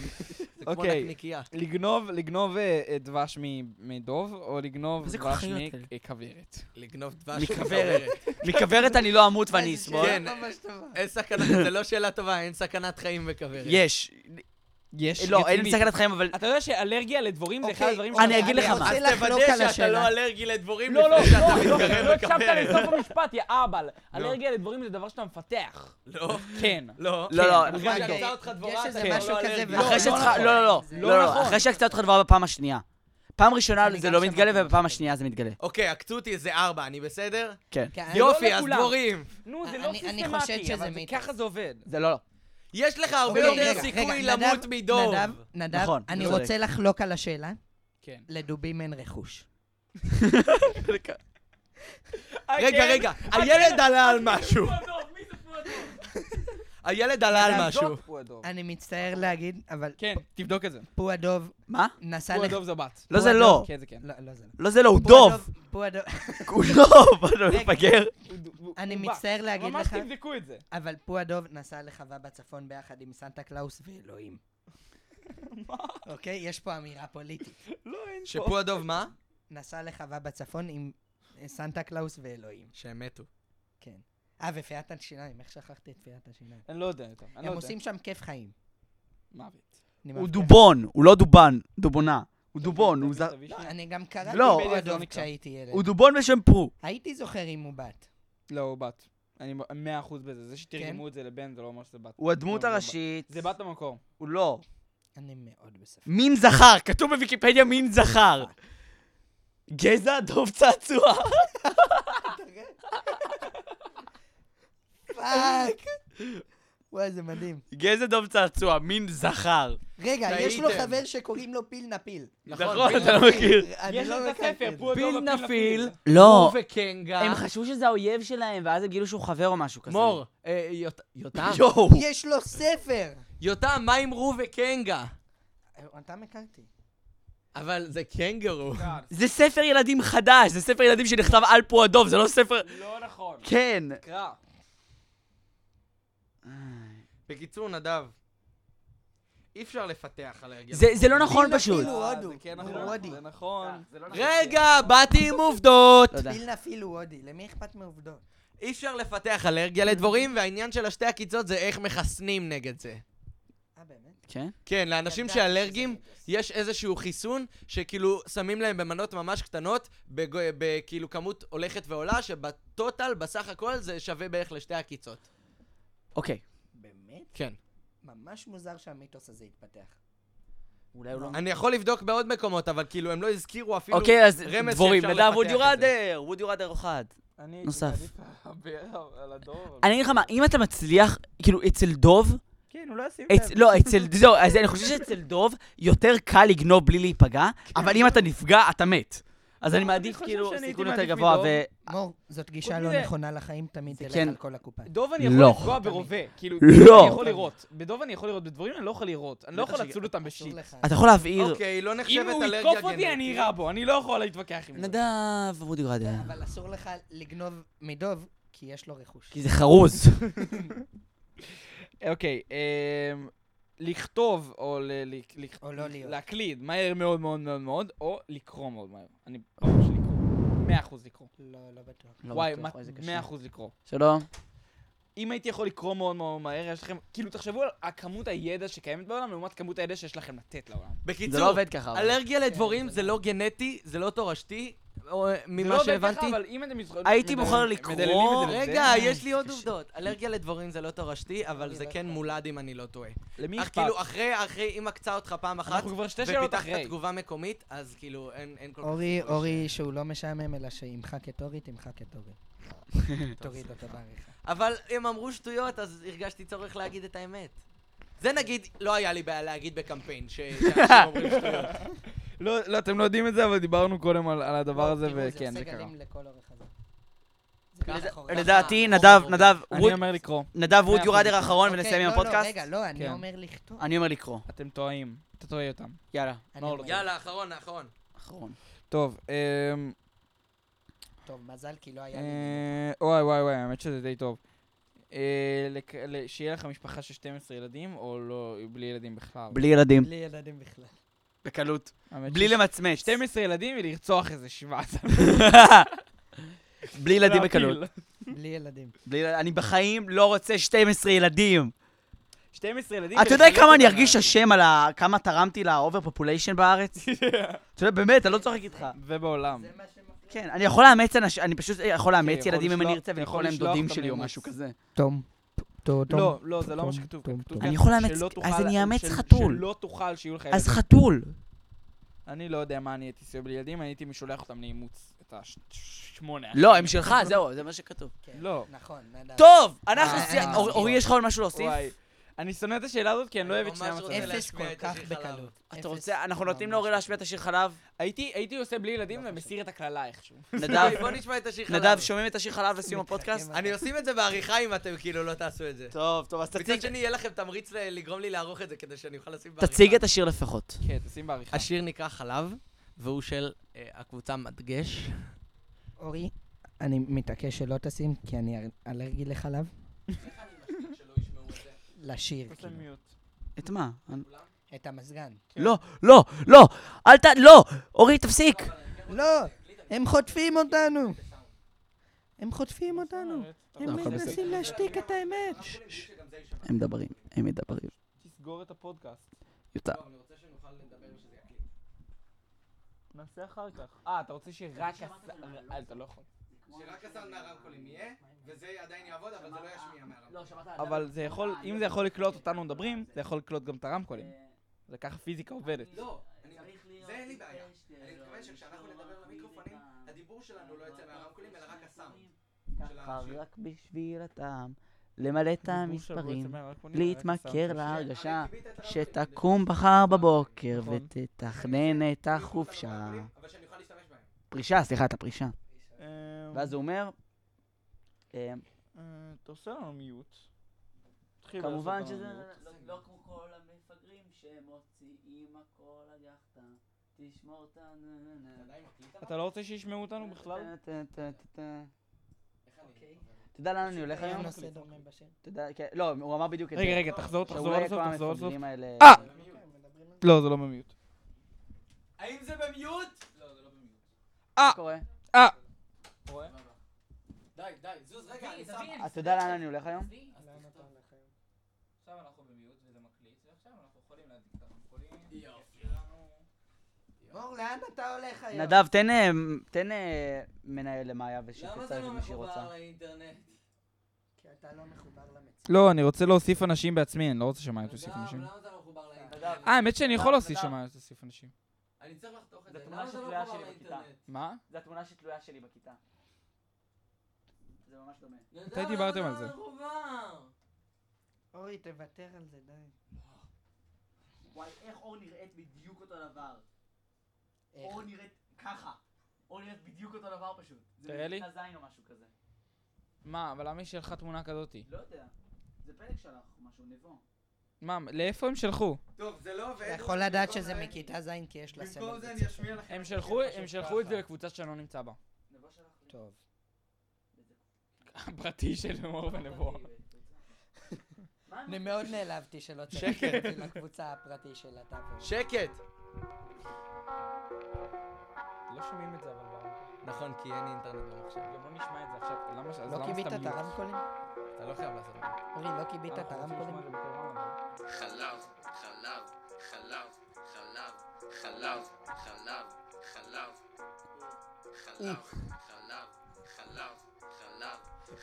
כמו
אוקיי.
נקניקייה.
לגנוב, לגנוב אה, אה, דבש מ- מדוב, או לגנוב
מה זה כל
דבש אה,
החיות האלה?
מכוורת.
לגנוב דבש.
מכוורת. מכוורת אני לא אמות ואני
זה
אסבול.
כן.
שאלה ממש טובה.
אין סכנת, זה לא שאלה טובה, אין סכנת חיים בכוורת.
יש.
יש
כן. לא, אין לי
רציני.
סכנת חיים, אבל...
אתה יודע שאלרגיה לדבורים זה אחד
אוקיי,
הדברים
אני אגיד לך מה.
רוצה
אז
לחלוק על
תוודא שאתה
השאלה.
לא אלרגי לדבורים
לא, לא,
לפני
לא,
שאתה
לא,
מתקרב
לא הקשבת
לכוורת.
לסוף המשפט, יא אבל.
לא.
אלרגיה לדבורים זה דבר שאתה מפתח.
לא,
כן.
לא.
לא, לא,
אתה
בזמן
מבין?
שעקצה אותך דבורה,
אוקיי. יש איזה משהו
אתה כבר לא
כזה
אלרגי.
ו-
אחרי
לא
שצריך...
נכון.
לא, לא, לא.
זה
לא,
לא
לא.
נכון.
אחרי שהקצה אותך דבר בפעם השנייה. פעם ראשונה
אני
זה
גם
לא מתגלה,
שמעתי.
ובפעם השנייה זה מתגלה.
אוקיי, עקצו אותי איזה ארבע, אני בסדר?
כן.
כן, אני-
יופי,
לא
אז
לכולם.
דבורים.
נו, זה
אני-
לא
אני
סיסטמטי,
חושד שזה
אבל זה-
מיתוס.
ככה זה עובד.
זה לא, לא.
יש לך הרבה
אוקיי, רגע,
יותר
רגע,
סיכוי
נדב,
למות מדוב.
נדב, נדב,
נכון,
אני
צודק.
רוצה לחלוק על השאלה.
כן.
לדובים אין רכוש.
אה,
רגע,
כן.
אוקיי.
רגע, הילד עלה על משהו. הילד עלה על
זה
משהו.
הדוב, הוא הדוב.
אני מצטער להגיד, אבל
כן, תבדוק את זה.
פו הדוב
מה?
נסע
הוא
לך...
הדוב זה בת.
לא, זה
הוא
לא.
הדוב.
כן, זה כן.
לא, לא זה לא.
לא, זה לא, הוא
פו
דוב.
הדוב- פו הדוב...
הוא דוב, אתה מפגר.
אני מצטער להגיד
ממש
לך,
תבדקו את זה.
אבל פו הדוב נסע לחווה בצפון ביחד עם סנטה קלאוס ואלוהים. אוקיי? יש פה אמירה פוליטית.
לא, אין פה.
שפו הדוב מה?
נסע לחווה בצפון עם אה, סנטה קלאוס ואלוהים.
שהם מתו.
כן. אה, ופיית השיניים, איך שכחתי את פיית השיניים?
אני לא יודע יותר. אני לא
הם
יודע.
עושים שם כיף חיים.
מוות.
אני
הוא
מבטיח.
דובון, הוא לא דובן, דובונה. הוא דובון, הוא
תביא,
זר...
תביא
לא,
שנייה.
אני גם קראתי
לא.
פו
בדיוק, זה לא
הדוב
נקרא.
כשהייתי ילד.
הוא דובון בשם פרו.
הייתי זוכר אם הוא בת.
לא, הוא בת. אני מאה אחוז בזה. זה
כן.
שתרגמו את זה לבן זה לא אומר שזה בת.
הוא
לא,
הדמות
זה לא בת.
הראשית.
זה בת המקור.
הוא לא.
אני מאוד בספק.
מין זכר, כתוב בוויקיפדיה מין זכר. גזע דוב צעצוע.
פאק! וואי, זה מדהים.
גזע דוב צעצוע, מין זכר.
רגע, יש לו
טעיתם.
חבר שקוראים לו פיל נפיל.
נכון,
בדיוק.
אתה לא מכיר.
אני
יש
לא
את
מכיר
הספר,
את זה.
פו הדוב
פיל
ופיל
נפיל.
נפיל.
לא,
הוא וקנגה.
הם חשבו שזה האויב שלהם, ואז הם גילו שהוא חבר או משהו כזה.
אה? מור, אה, יות- יותם.
יואו.
יש לו ספר!
יותם, מה עם רו וקנגה?
אותם הכרתי.
אבל זה קנגרו.
זה ספר ילדים חדש, זה ספר ילדים שנכתב על פועדוב, זה לא ספר...
לא נכון.
כן.
קרא.
בקיצור, נדב, אי אפשר לפתח אלרגיה.
זה זה לא נכון
פיל
פשוט.
נפיל הוא
אה,
הודו.
זה כן
הוא
נכון.
הודי.
זה נכון.
רגע, באתי עם עובדות.
לא יודע.
פיל נפיל הוא הודי, למי אכפת מעובדות?
אי אפשר לפתח אלרגיה לדבורים, והעניין של השתי עקיצות זה איך מחסנים נגד זה.
אה, באמת?
כן?
כן, לאנשים
ידעתי שזה
שאלרגיים,
נגד זה.
יש איזשהו חיסון שכאילו שמים להם במנות ממש קטנות, בגו- בכאילו כמות הולכת ועולה, שבטוטל, בסך הכל, זה שווה בערך לשתי עקיצות.
אוקיי.
באמת?
כן.
ממש מוזר שהמיתוס הזה התפתח.
אולי הוא לא...
אני יכול לבדוק בעוד מקומות, אבל כאילו, הם לא הזכירו אפילו...
אוקיי, אז
רמז
דבורים.
שאפשר
נדב
לפתח
וודי
את זה.
ראדר, וודי ראדר אחד.
אני
נוסף.
מעדיף על- על הדוב.
אני אגיד לך מה, אם אתה מצליח, כאילו, אצל דוב,
כן, הוא לא ישים
אצ-
לב.
לא, אצל, זהו, אז אני חושב שאצל דוב יותר קל לגנוב בלי להיפגע,
כן.
אבל אם אתה נפגע, אתה מת. אז אני מעדיף,
חושב
כאילו,
שאני
סיכון
הייתי
יותר
מעדיף
גבוה,
מדוב.
ו...
מור, זאת גישה
חוץ
לא
מזה-
נכונה לחיים, תמיד תלך
כן.
על כל הקופה.
דוב אני יכול
לא.
לפגוע ברובה, כאילו,
לא.
דוב אני יכול לראות, בדוב אני יכול לראות, בדברים אני לא יכול לראות, אני לא
בטח
יכול
ש-
לצוד אותם
אסור
בשיט.
לך.
אתה יכול להבהיר,
אוקיי, לא נחשבת
אם
אלרגיה
הוא
גנטית.
יתקוף אותי אני אירה בו, אני לא יכול להתווכח עם זה.
נדב וודי ראדר.
אבל אסור לך לגנוב מדוב, כי יש לו רכוש.
כי זה חרוז.
אוקיי, אמ, לכתוב או ל- ל- לכ-
או לא להיות.
להקליד מהר מאוד מאוד מאוד מאוד, או לקרוא מאוד מהר. אני ברור שלקרוא. 100% לקרוא.
לא, לא בטוח.
וואי, מה- 100% לקרוא.
שלום. לא
אם הייתי יכול לקרוא מאוד מאוד מהר, יש לכם, כאילו תחשבו על הכמות הידע שקיימת בעולם לעומת כמות הידע שיש לכם לתת לעולם.
זה לא
בקיצור,
עובד ככה. אבל.
אלרגיה לדבורים זה לא גנטי, זה לא תורשתי, או, אה,
כן, זה
ממה
לא עובד ככה,
שהבנתי.
אבל אם אתם זוכרים...
הייתי
מדללים-
בוחר לקרוא-
מדללים את זה
רגע,
לזה.
יש לי עוד עובדות. אלרגיה לדבורים זה לא תורשתי, אבל זה כן מולד אם אני לא טועה.
למי
אך
אכפת? אה,
כאילו, אחרי, אחרי, אם עקצה אותך פעם אחת,
אנחנו כבר שתי שאלות
ופיתחת
אחרי.
תגובה מקומית, אז כאילו, אין אין כל כך...
אורי,
סיכוי
אורי, שהוא לא משעמם, אלא שימחק את אורי, תמחק את אורי. תוריד אותו בעריכה.
ש- אבל הם אמרו שטויות, אז הרגשתי צורך להגיד את האמת. זה נגיד, לא היה לי בעיה להגיד בקמפיין, ש- שאנשים אומרים שטויות.
לא, לא, אתם לא יודעים את זה, אבל דיברנו קודם על על הדבר הזה,
תראו,
כן,
וכן,
עושה
לא, כאילו, זה קרה.
גלים לכל אורך הזה.
ככה,
חור.
לדעתי,
ככה,
נדב,
חור.
נדב,
אני
רות-
אומר לקרוא.
נדב וודי
אחוז.
ראדר האחרון
אוקיי,
ונסיים עם
לא, לא,
הפודקאסט.
רגע, לא, אני
כן.
אומר לכתוב.
אני אומר לקרוא.
אתם טועים. אתה טועה אותם.
יאללה,
אני
מאור,
אומר
יאללה, אחרון, אחרון.
אחרון.
טוב, אמ...
טוב, מזל, כי לא היה לי...
אה, וואי וואי וואי, האמת שזה די טוב. אה, לק- ל- שיהיה לך משפחה של 12 ילדים, או לא, בלי ילדים בכלל?
בלי ילדים.
בלי ילדים בכלל.
בקלות.
האמת
בלי
ש-
למצמץ.
12 ילדים ולרצוח איזה 17.
בלי ילדים
לא,
בקלות.
להפיל.
בלי ילדים.
בלי- אני בחיים לא רוצה 12 ילדים.
12 ילדים.
אתה יודע כמה
לא
אני ארגיש אשם על ה- כמה תרמתי לאובר פופוליישן בארץ? אתה יודע, באמת, אני לא צוחק איתך.
ובעולם.
כן, אני יכול לאמץ אנשים, אני פשוט אה, יכול לאמץ
יכול
ילדים אם אני
לשלוח- אתה
ארצה, ואני
יכול
יכול להם
לשלוח
דודים
אותם
שלי או
לאימוץ.
משהו כזה.
תום. תום.
לא, לא, זה לא מה שכתוב.
טום,
כתוב
טום.
כאן
אני יכול לאמץ-
שלא תוכל-
אז אני אאמץ
של-
חתול.
שלא תוכל שיהיו לך
אז
ילדים.
חתול.
אני לא יודע מה אני הייתי עושה בלי ילדים, אני הייתי משולח אותם לאימוץ. את השמונה.
לא, הם שלך, זהו, זה מה שכתוב.
לא.
נכון, נדב.
טוב, אנחנו
אה,
סיימנו.
אה,
אור- אורי, יש לך עוד משהו להוסיף?
וואי. אני שונא את השאלה הזאת כי אני לא אוהב את שני
ממש רוצה
המצבים.
להשמיע
אפס כל
את
כך
השיר חלב.
בקלות.
אתה
אפס.
רוצה, אנחנו נותנים
ממש. לא.
לאורי להשמיע את השיר חלב.
הייתי הייתי עושה בלי ילדים ומסיר את הקללה איכשהו.
נדב,
בוא נשמע את השיר חלב.
נדב, שומעים את השיר חלב לסיום הפודקאסט?
אני עושים את זה בעריכה אם אתם כאילו לא תעשו את זה.
טוב, טוב, אז
מצד
תציג-
שני, יהיה לכם תמריץ ל- לגרום לי לערוך את זה כדי שאני אוכל לשים בעריכה.
תציג את השיר לפחות.
כן, תשים בעריכה.
השיר נקרא חלב, והוא של אה, הקבוצה מדגש.
אורי, אני מתעקש שלא תשים, כי אני אל- אלרגי לחלב. לשיר,
תעשה
כאילו.
מיוט.
את מה?
את המזגן.
לא, לא, לא, אל ת... לא! אורי, תפסיק!
לא! הם חוטפים אותנו! הם חוטפים אותנו! הם
הכל בסדר.
מנסים להשתיק את האמת!
הם מדברים, הם מדברים.
תסגור את הפודקאסט.
יוטה.
נעשה אחר כך. אה, אתה רוצה שרק... הס- אה, אתה לא יכול.
לא
לא,
אבל לא זה יכול, אם זה יכול לקלוט אותנו מדברים, זה יכול לקלוט גם את הרמקולים. זה ככה פיזיקה עובדת.
לא, זה אין לי בעיה. אני מתכוון שכשאנחנו נדבר למיקרופונים, הדיבור שלנו לא יצא מהרמקולים, אלא רק הסאונד.
ככה רק בשביל הטעם, למלא את
לא
המספרים, להתמכר להרגשה שתקום מחר בבוקר
נכון.
ותתכנן את החופשה.
אבל שאני אוכל להשתמש בהם.
פרישה, סליחה, את הפרישה. ואז
ואז
הוא אומר, אה,
אמ, אתה עושה לנו מיוט. תתחיל
כמובן
לעשות לנו
שזה...
מיוט.
לא כמו כל המפגרים שמוציאים הכל הגחתה, תשמור את ה...
אתה לא רוצה שישמעו אותנו בכלל?
אה, אוקיי. אתה יודע לאן אני לא הולך היום?
נושא דומה בשיר.
אתה יודע, כן, לא, הוא אמר בדיוק את זה.
רגע, רגע, תחזור, תחזור
שאולי
על הסוף,
כל
תחזור על הסוף.
המפגרים האלה...
אה! לא, זה לא במיוט.
האם זה במיוט? לא, זה לא במיוט.
מה קורה?
אה!
די, די, זוז רגע, אני שם...
אתה יודע לאן אני הולך היום?
עכשיו אנחנו במיוט וזה מקליט, ועכשיו אנחנו יכולים להדליק את הרמקולים.
אור, לאן אתה הולך היום?
נדב, תן, אה, תן אה, מנהל למאיה ושתצרף את מי שהיא רוצה.
לא לאינטרנט?
כי אתה לא מחובר למציאות.
לא, אני רוצה להוסיף אנשים בעצמי, אני לא רוצה שמאי תוסיף אנשים.
אתה לא מחובר
אה, האמת שאני יכול להוסיף שמאי תוסיף אנשים.
אני צריך לחתוך את
זה תמונה
לא
שתלויה שלי בכיתה.
מה?
זו התמונה שתלויה שלי בכיתה. זה ממש דומה.
מתי דיברתם על
לא
זה?
אורי, תוותר על זה, די.
וואי, איך אור נראית בדיוק אותו דבר. אור נראית ככה. אור נראית בדיוק אותו דבר פשוט. זה
תראה לי.
נראית זין או משהו כזה.
מה, אבל למה יש לך תמונה כזאתי?
לא יודע. זה פלג שלך, משהו נבו.
מה, לאיפה הם שלחו?
טוב, זה לא
אתה
עובד.
יכול לדעת שזה מכיתה ז' כי יש לה סמל
במקום זה
בית
אני
ספר.
אשמיע לכם.
הם שלחו, הם שלחו את זה לקבוצה שאני לא נמצא בה.
נבו שלך לי.
טוב.
הפרטי של מור ונבו.
מה הם
אני מאוד נעלבתי שלא
שקט.
צלחתי לקבוצה הפרטי של הטאפר.
שקט!
לא שומעים את זה, אבל ברור.
נכון, כי אין לי אינטרנט במחשב.
גם לא נשמע את זה עכשיו. למה ש... אז
לא
למה
כיבית
סתם
את
מיוט?
הרמקולים?
אתה לא חייב לעשות את זה.
אורי, לא כיבית את
אנחנו
אה,
רוצים לשמוע את
הרמקולים?
זה בקול רם, אבל-
חלב, חלב, חלב, חלב, חלב, חלב, חלב, חלב, חלב, חלב, חלב,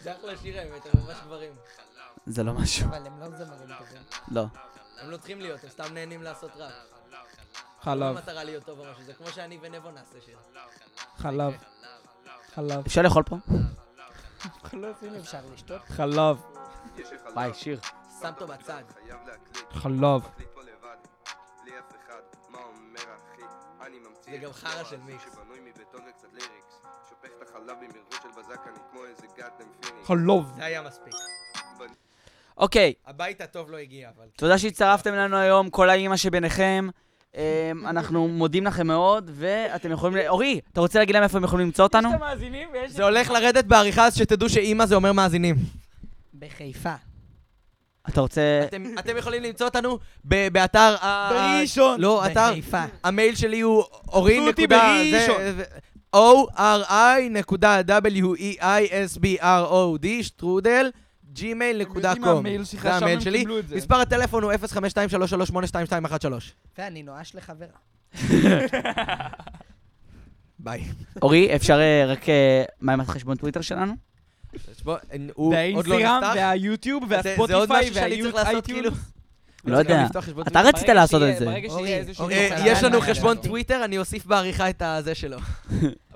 זה אחלה שיר האמת, הם ממש גברים.
חלב,
זה לא משהו.
אבל הם לא זמרים כזה.
לא.
הם לא צריכים להיות, הם סתם נהנים לעשות רעש. לא
חלב,
המטרה להיות טוב או משהו, זה כמו שאני ונבו נעשה שיר.
חלב, חלב.
אפשר לאכול פה?
אם אפשר לשתות?
חלב,
וואי, שיר.
שם אותו בצד.
חייב להקליט,
חלב.
מקליט פה לבד, בלי אף אחד, מה אומר אחי? אני ממציא
זה
את
גם
הדבר
חרא של
הזה
מיקס.
שבנוי מבטון וקצת ליריקס, שופך את החלב במראות של בזק, אני כמו איזה גאדם פיני.
חלוב.
זה היה מספיק.
אוקיי,
הבית הטוב לא הגיע, אבל...
תודה שהצטרפתם אלינו היום, כל האימא שביניכם. אמ, אנחנו מודים לכם מאוד, ואתם יכולים... ל- אורי, אתה רוצה להגיד להם איפה הם יכולים למצוא אותנו?
יש את המאזינים ויש
זה הולך לרדת בעריכה, אז שתדעו שאימא זה אומר מאזינים.
בחיפה.
אתה רוצה...
אתם- אתם יכולים למצוא אותנו ב- באתר ה...
בראשון.
לא, אתר...
בחיפה.
המייל שלי הוא אורין
עשו אותי
נקודה...
בראשון.
o r i נקודה w e i s b r o d שטרודל
יודעים מה המייל
gmail.com.
שלך, שם
זה המייל
הם
שלי.
קיבלו את זה.
מספר הטלפון הוא 052-338-2213.
ואני נואש לחברה.
ביי.
אורי, אפשר אה, רק... אה, מה עם החשבון טוויטר שלנו?
בוא, הוא עוד לא
והאינסטגרם,
נפתח.
והיוטיוב,
זה- זה עוד
והספוטיפיי,
משהו שאני צריך לעשות, כאילו.
והאייטיונס.
לא יודע.
לפתוח חשבון
אתה
טוויטר.
רצית לעשות את זה.
ברגע
אורי,
אוקיי.
שיהיה איזשהו...
אורי,
אה,
אתה
יש
יודע
לנו
מה אני
חשבון
לעשות.
טוויטר, אני אוסיף בעריכה את הזה שלו.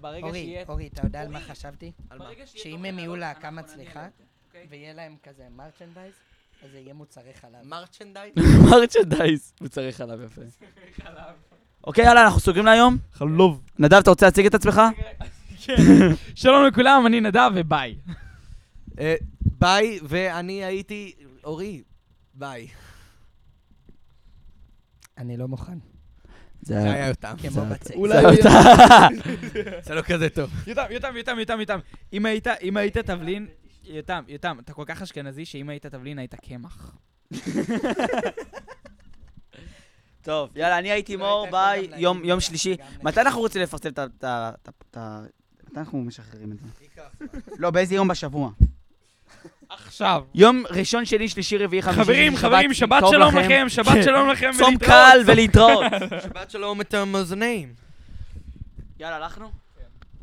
ברגע
אורי,
שיהיה...
אורי, אתה יודע על מה חשבתי?
על מה?
ברגע שיהיה
שאם
תוכן
הם יהיו
לעלות,
להקה
אנחנו
מצליחה,
נעלה את זה, אוקיי?
ויהיה להם כזה מרצ'נדייז, אז זה יהיה מוצרי חלב.
מרצ'נדייז?
מרצ'נדייז. הוא צריך חלב יפה. אוקיי, יאללה, אנחנו סוגרים להיום.
חלוב.
נדב, אתה רוצה להציג את עצמך?
כן.
שלום לכולם, אני נדב וביי.
אה, ביי, ואני הייתי... אורי, ביי.
אני לא מוכן.
זה
אה.
זה היה יותם.
כמו בצק.
אולי...
זה לא כזה טוב.
יותם, יותם, יותם, יותם, יותם. אם היית, אם היית תבלין... יותם, יותם, אתה כל כך אשכנזי שאם היית תבלין היית קמח.
טוב, יאללה, אני הייתי מור, ביי, יום יום שלישי. מתי אנחנו רוצים לפרסם את ה- את ה... את ה- את ה... מתי אנחנו משחררים את זה? לא, באיזה יום בשבוע?
עכשיו.
יום ראשון, שני, שלישי, רביעי, חמישי,
חברים,
שישי,
חברים,
שבת,
שבת
טוב כן.
שלום לכם, שבת שלום לכם,
צום
ולהתראות.
קל ולהתראות.
שבת שלום את המאזניים.
יאללה, הלכנו? כן.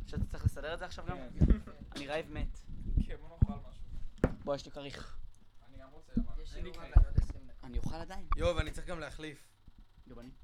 עכשיו אתה צריך לסדר את זה עכשיו גם? אני רעב מת. כן, בוא, יש לי כריך. אני לא אוכל עדיין.
יואב, אני צריך גם להחליף.
יובני.